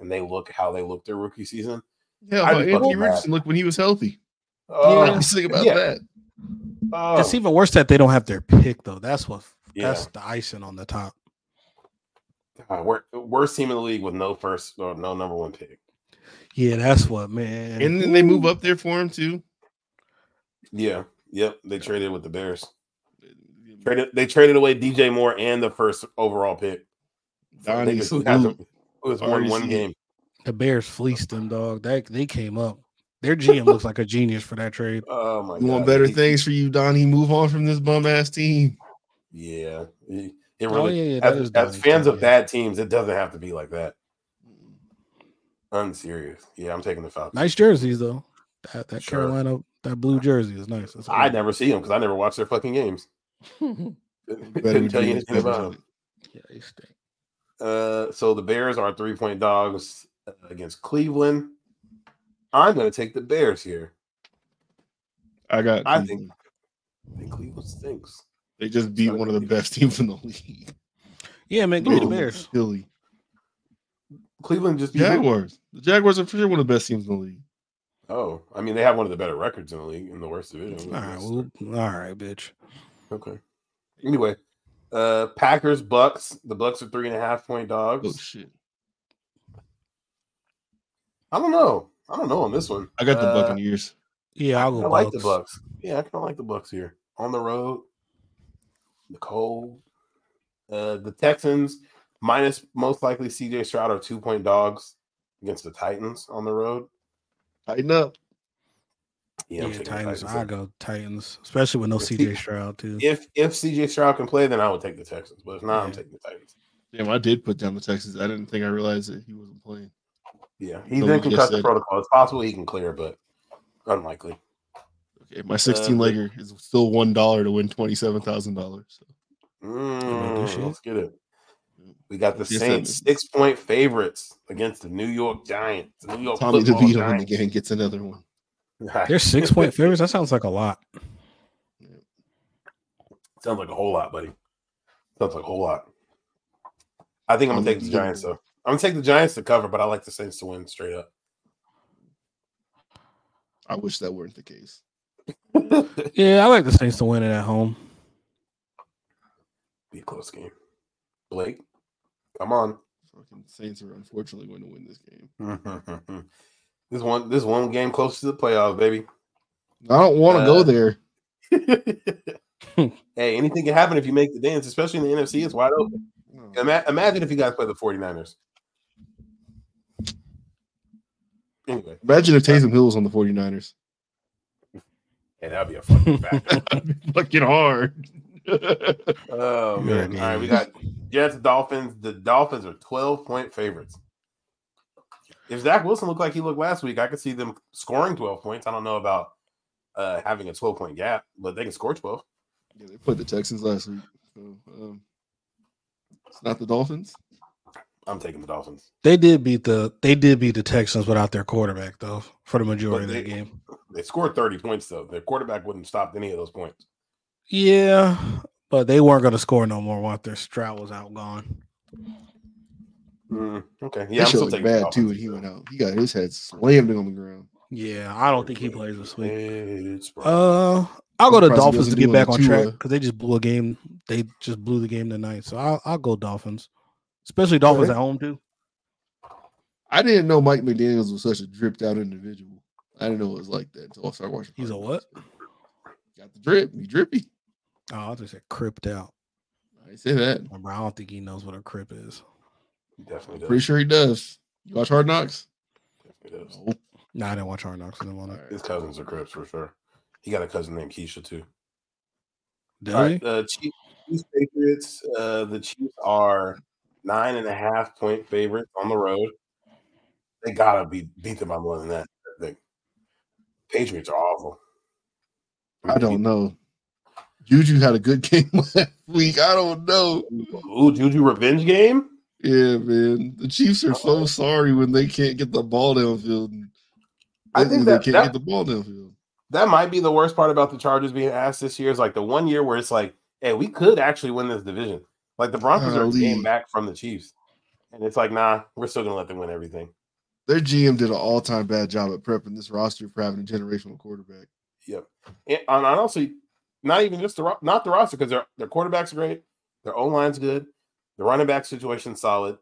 and they look how they looked their rookie season. Yeah. I'd but Anthony be fucking mad. Richardson. Look when he was healthy. Oh, you know, think about yeah. that. Oh, It's even worse that they don't have their pick though. That's what that's Yeah. the icing on the top. God, wor- worst team in the league with no first or no number one pick. Yeah, that's what man. And then they move up there for him too. Yeah. Yep. They traded with the Bears. Traded, they traded away DJ Moore and the first overall pick. For Donnie niggas who had salute. the- who has won one RC. game. The Bears fleeced Uh-huh. them, dog. That they came up. Their GM looks like a genius for that trade. Oh my You want god. better he- things for you, Donnie? Move on from this bum ass team. Yeah. he- It really Oh, yeah, yeah, that as, is as Donnie's fans of team, yeah. bad teams, it doesn't have to be like that. I'm serious. Yeah, I'm taking the Falcons. Nice jerseys though. That that Sure. Carolina that blue jersey is nice. That's I never see them because I never watch their fucking games. we Couldn't tell do you this anything business about 'em. on it. yeah, they stink. Uh, so the Bears are three point dogs uh, against Cleveland. I'm going to take the Bears here. I got. I Cleveland. think, I think Cleveland stinks. they just beat one of the best teams in the league. Yeah, man, give me the Ooh, Bears. Philly Cleveland just beat who? Jaguars. The Jaguars are for sure one of the best teams in the league. Oh, I mean, they have one of the better records in the league in the worst division. All right, well, all right, bitch. Okay. Anyway, uh, Packers Bucks. The Bucks are three and a half point Oh dogs. shit! I don't know. I don't know on this one. I got the Uh, Buccaneers. Yeah, I'll go. I like the Bucks. Bucks. Yeah, I kind of like the Bucks here on the road. The cold. Uh, the Texans minus most likely C.J. Stroud are two point dogs against the Titans on the road. Tighten up. Yeah, Yeah, I'm taking the Titans. I here. go Titans, especially with no If he- CJ Stroud too. If if C.J. Stroud can play, then I would take the Texans. But if not, I'm Yeah. taking the Titans. Damn, I did put down the Texans. I didn't think I realized that he wasn't playing. Yeah, he's So in we just concussion said- protocol. It's possible he can clear, but unlikely. Okay, Uh, my sixteen legger is still one dollar to win twenty seven thousand dollars. So. do shit. Mm, let's get it. We got the Yes, that Saints is. six point favorites against the New York Giants. The New York Tommy Oh, football DeVito in the Giants. game gets another one. They're six point favorites. That sounds like a lot. Sounds like a whole lot, buddy. Sounds like a whole lot. I think I'm gonna take the Giants though. I'm gonna take the Giants to cover, but I like the Saints to win straight up. I wish that weren't the case. Yeah, I like the Saints to win it at home. Be a close game. Blake, come on. Fucking Saints are unfortunately going to win this game. this one, this one game close to the playoffs, baby. I don't want to Uh, go there. Hey, anything can happen if you make the dance, especially in the NFC. It's wide open. Ima- imagine if you guys play the 49ers. Anyway, Imagine if Taysom Hill was on the 49ers. hey, that'd be a fucking fact. Fucking hard. oh You're man! an All right, we got idiot. Jets, Dolphins. The Dolphins are 12 point favorites. If Zach Wilson looked like he looked last week, I could see them scoring 12 points. I don't know about uh, having a 12 point gap, but they can score 12. Yeah, they played the Texans last week. So, um, it's not the Dolphins. I'm taking the Dolphins. They did beat the they did beat the Texans without their quarterback though for the majority But of that they- game. They scored 30 points, though. Their quarterback wouldn't have stopped any of those points. Yeah, but they weren't going to score no more once their Stroud was out gone. Mm, okay. Yeah, Yeah, that I'm shit still looked taking the bad Dolphins. too when he went out. He got his head slammed on the ground. Yeah, I don't think he plays this week. It's Uh, I'll go to Surprised he Dolphins wasn't to get doing the back on Tua. track because they just blew a game. They just blew the game tonight, so I'll, I'll go Dolphins, especially Dolphins Okay. at home too. I didn't know Mike McDaniels was such a dripped out individual. I didn't know it was like that until I started watching. He's a what? Got the drip. He drippy. Oh, I just said cripped out. I say that. Remember, I don't think he knows what a crip is. Definitely does. Pretty sure he does. You watch Hard Knocks? Definitely does. No. No, I didn't watch Hard Knocks. I didn't want His cousins are Crips for sure. He got a cousin named Keisha too. Did All he? right, uh, Chiefs, Chiefs Patriots. Uh, the Chiefs are nine and a half point favorites on the road. They gotta be beat them by more than that. I think. Patriots are awful. I don't know. Juju had a good game last week. I don't know. Ooh, Juju revenge game? Yeah, man. The Chiefs are so sorry when they can't get the ball downfield. I think When that- they can't that- get the ball downfield. That might be the worst part about the Chargers being asked this year is like the one year where it's like, hey, we could actually win this division. Like the Broncos are a game Golly. back from the Chiefs, and it's like, nah, we're still gonna let them win everything. Their GM did an all-time bad job at prepping this roster for having a generational quarterback. Yep. And, and honestly, not even just the ro- not the roster because their their quarterback's great, their O line's good, the running back situation's solid.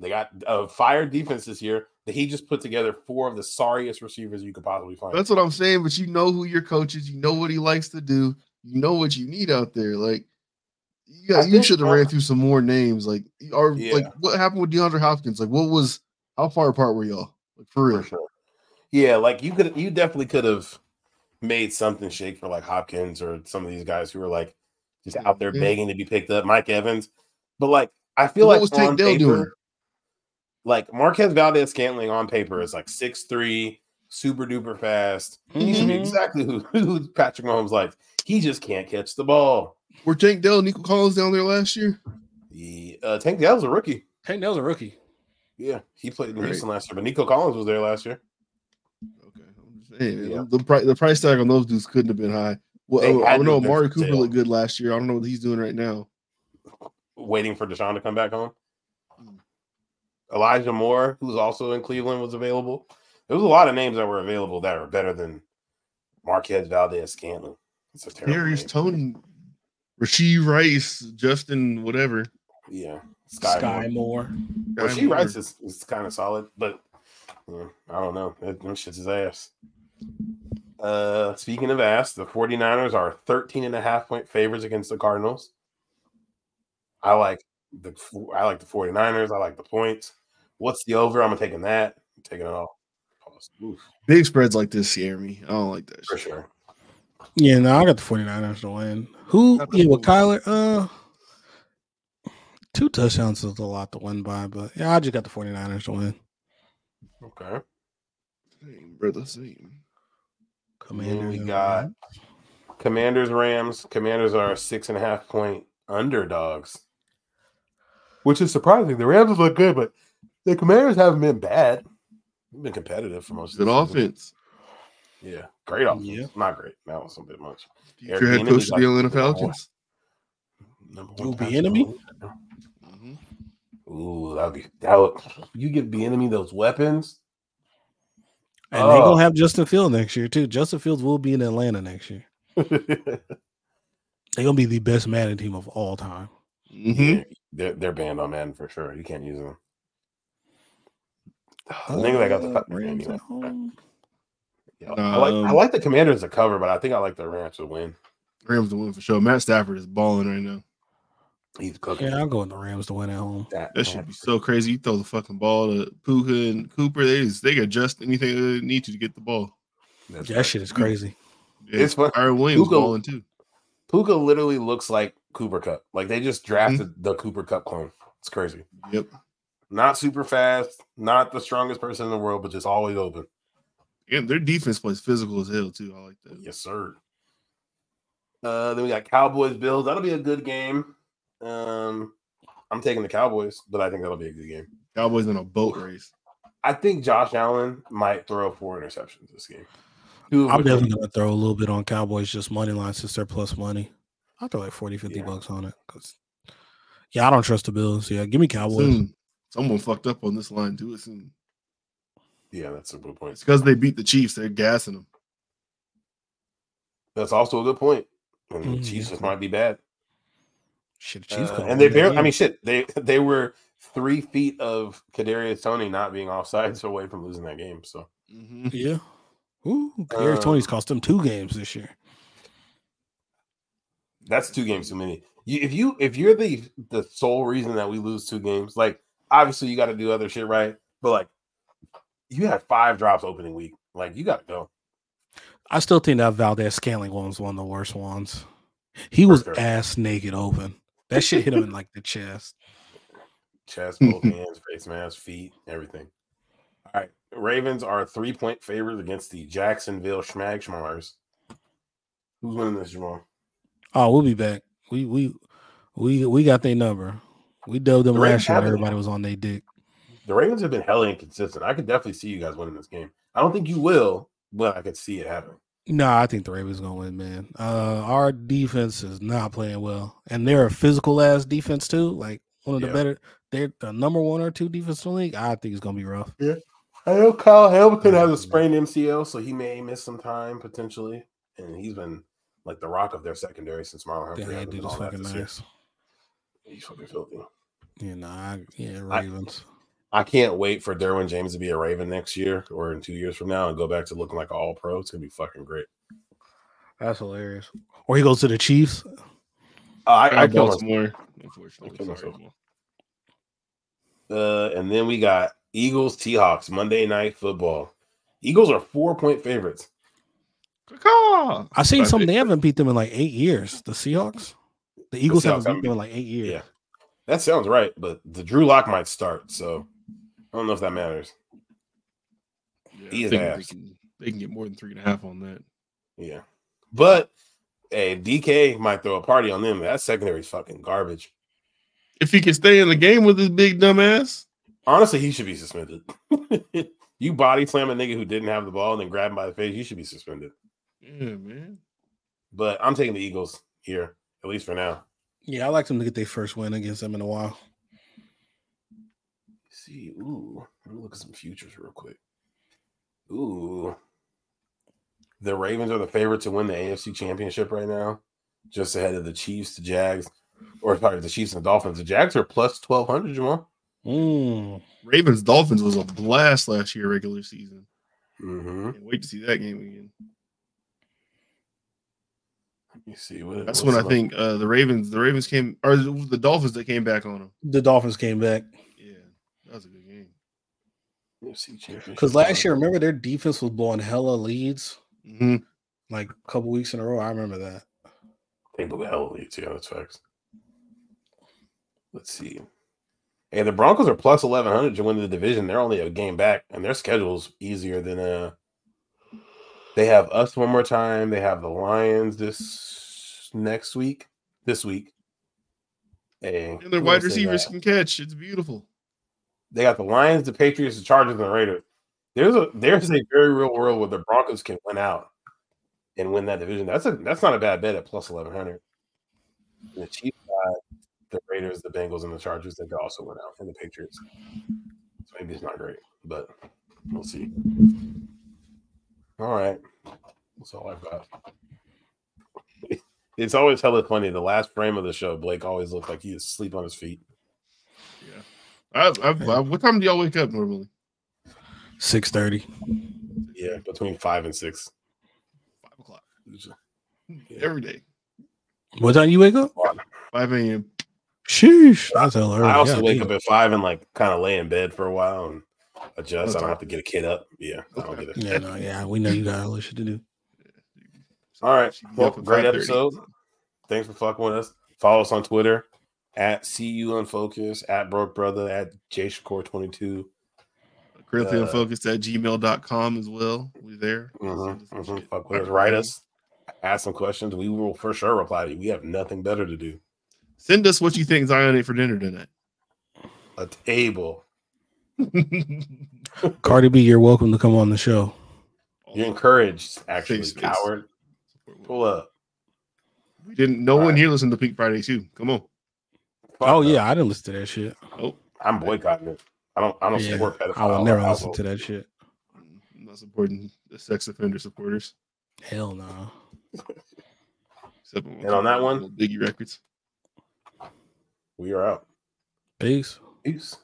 They got a fire defense this year that he just put together four of the sorriest receivers you could possibly find. That's what I'm saying. But you know who your coach is. You know what he likes to do. You know what you need out there. Like, I yeah, you think- should have ran through some more names. Like, or like Yeah. what happened with DeAndre Hopkins? Like, what was how far apart were y'all? Like for real? Yeah, like you could you definitely could have made something shake for like Hopkins or some of these guys who were like just out there Mhm. begging to be picked up, Mike Evans. But like I feel What like was Tank on Dell paper, doing? like Marquez Valdez Scantling on paper is like six three, super duper fast. He should be Mhm. exactly who, who Patrick Mahomes likes. He just can't catch the ball. Were Tank Dell and Nico Collins down there last year? He, uh, Tank Dell's a rookie. Tank Dell's a rookie. Yeah, he played in Right. Houston last year, but Nico Collins was there last year. Hey, man, the price the price tag on those dudes couldn't have been high. They Well, I had to know have been Amari for Cooper sale. looked good last year. I don't know what he's doing right now. waiting for Deshaun to come back home. Elijah Moore, who's also in Cleveland, was available. There was a lot of names that were available that were better than Marquez Valdez Scantlin. It's a terrible. Darius Tony, Rasheed Rice, Justin, whatever. Yeah. Sky, Sky Moore. Moore. Well, Sky she Moore. writes is, is kind of solid, but yeah, I don't know. That, them shit's his ass. Uh, speaking of ass, the 49ers are 13 and a half point favorites against the Cardinals. I like the I like the 49ers. I like the points. What's the over? I'm taking that. I'm taking it all. Pause. Oof, Big spreads like this scare me. I don't like that. for sure. Yeah, no, I got the 49ers to win. Who? Yeah, with Kyler. Uh, two touchdowns is a lot to win by, but yeah, I just got the 49ers to win. Okay. Same, brother. Same. Commander. We got Commanders Rams. Commanders are six and a half point underdogs, which is surprising. The Rams look good, but the Commanders haven't been bad. They've been competitive for most of Good the season. offense. Yeah, great offense. Not great. That was a bit much. Eric Your head Bieniemy's coach of like the Atlanta number one- Falcons. Number Ooh, one pass enemy. Mm-hmm. Ooh, that'd be that. Would, you give the enemy those weapons. And they're Oh. gonna have Justin Fields next year too. Justin Fields will be in Atlanta next year. They're gonna be the best Madden team of all time. Mhm. Yeah, they're, they're banned on Madden for sure. You can't use them. I think they got the Uh, Falcons Rams anyway. at home. Yeah, I like I Um, like the Commanders to cover, but I think I like the Rams to win. Rams to win for sure. Matt Stafford is balling right now. He's cooking. Yeah, I'm going the Rams to win at home. That, That should be so crazy. You throw the fucking ball to Puka and Cooper. They just, they adjust anything they need to to get the ball. That's That shit is crazy. Yeah, It's fun. Kyron Williams Puka- balling too. Puka literally looks like Cooper Cup. Like they just Mm-hmm. drafted the Cooper Cup clone. It's crazy. Yep. Not super fast, not the strongest person in the world, but just always open. And their defense plays physical as hell too. I like that. Yes, sir. Uh, then we got Cowboys Bills. That'll be a good game. Um, I'm taking the Cowboys, but I think that'll be a good game. Cowboys in a boat race. I think Josh Allen might throw four interceptions this game. Two of I'm which will definitely gonna throw a little bit on Cowboys just money line since they're plus money. I'll throw like 40, 50 bucks on it. 'cause- yeah, I don't trust the Bills. Yeah, give me Cowboys. Soon. Someone fucked up on this line. Do it soon. Yeah, that's a good point. It's because they beat the Chiefs. They're gassing them. That's also a good point. And the Mhm. Chiefs just might be bad. Shit, Chiefs Uh, could've and they won that barely. I game. mean, shit. They they were three feet of Kadarius Tony not being offsides away from losing that game. So Mm-hmm. Yeah. Ooh, Kadarius Tony's Um, cost them two games this year. that's two games too many. You, if you if you're the the sole reason that we lose two games, like obviously you got to do other shit right, but like you had five drops opening week. Like you gotta go. I still think that Valdez Scanling one was one of the worst ones. He was ass naked open. That shit hit him in like the chest. Chest, both hands, face mask, feet, everything. All right. Ravens are three point favorites against the Jacksonville Schmag Schmars. Who's winning this, Jamal? Oh, we'll be back. We we we we got their number. We dove them The Ravens last year. have it. Everybody was on their dick. The Ravens have been hella inconsistent. I could definitely see you guys winning this game. I don't think you will, but I could see it happening. No, I think the Ravens gonna win, man. Uh, our defense is not playing well, and they're a physical ass defense too. Like one of the Yeah. better, they're the number one or two defense in the league. I think it's gonna be rough. Yeah, I know Kyle Hamilton has a sprained MCL, so he may miss some time potentially. And he's been like the rock of their secondary since Marlon That Humphrey. hasn't hand dude been is all that fucking this year. nice. He's fucking filthy. You know, I, yeah, I- Ravens. I can't wait for Derwin James to be a Raven next year or in two years from now and go back to looking like an all pro. It's gonna be fucking great. That's hilarious. Or he goes to the Chiefs. Uh, I, I Uh, kill Baltimore, I unfortunately. kill Sorry. myself. Uh, and then we got Eagles Seahawks Monday Night Football. Eagles are four point favorites. Caw. I seen I some. They haven't beat them in like eight years. The Seahawks, the Eagles Seahawks haven't haven't beat them in like eight years. Yeah, that sounds right. But the Drew Lock might start, so I don't know if that matters. Yeah, I He is think they ass. can, they can get more than three and a half on that. Yeah, but hey, DK might throw a party on them. That secondary is fucking garbage. If he can stay in the game with his big dumb ass, Honestly, he should be suspended. you body slam a nigga who didn't have the ball and then grab him by the face. You should be suspended. yeah, man. But I'm taking the Eagles here, at least for now. Yeah, I like them to get their first win against them in a while. see, ooh, let me look at some futures real quick. Ooh, the Ravens are the favorite to win the AFC Championship right now, just ahead of the Chiefs, the Jags, or sorry, the Chiefs and the Dolphins. The Jags are plus twelve hundred, Jamal. Mm. Ravens Dolphins was a blast last year regular season. Mm-hmm. Can't wait to see that game again. Let me see. What, That's when what's I the- think uh, the Ravens the Ravens came or it was the Dolphins that came back on them. The Dolphins came back Yeah, that was a good game. AFC Championship. because last year, remember their defense was blowing hella leads Mm-hmm. Mhm. like a couple weeks in a row. I remember that. They blew the hell out of you, too. That's facts. Let's see. And the Broncos are plus eleven hundred to win the division. They're only a game back, and their schedule's easier than uh. They have us one more time. They have the Lions this next week. This week, and, And their who wide else they receivers got? can catch. It's beautiful. They got the Lions, the Patriots, the Chargers, and the Raiders. There's a there's a very real world where the Broncos can win out and win that division. That's a that's not a bad bet at plus eleven hundred. The Chiefs got the Raiders, the Bengals, and the Chargers that could also win out, and the Patriots. So maybe it's not great, but we'll see. All right, that's all I've got. It's always hella funny. The last frame of the show, Blake always looked like he was asleep on his feet. I, I, I, what time do y'all wake up normally? Six thirty. Yeah, between five and six. Five o'clock Yeah. every day. What time you wake up? Five a.m. Sheesh, that's hella early. I also God wake damn. up at five and like kind of lay in bed for a while and adjust. I don't Okay. have to get a kid up. Yeah, I don't get it. Yeah, no, yeah, we know you got all this shit to do. All right. She be Well, up at great 5:30. episode. Thanks for fucking with us. Follow us on Twitter at CU Unfocus, at Broke Brother, at J Shakur 22. Currently Uh, Mm-hmm, unfocused at gmail.com as well. We there. Send Mm-hmm, us some shit. Fuck with us. Write us, ask some questions. We will for sure reply to you. We have nothing better to do. Send us what you think Zion ate for dinner tonight. A table. Cardi B, you're welcome to come on the show. You're encouraged, actually, Face, face. coward. Pull up. we didn't. No All one right. here listened to Pink Friday too. Come on. Fuck oh up. yeah, I didn't listen to that shit. Oh, I'm boycotting it. I don't. I don't Yeah, support pedophiles. I will never listen to that shit. I'm not supporting the sex offender supporters. Hell no. Except when And on that one- Biggie Records. We are out. Peace. Peace.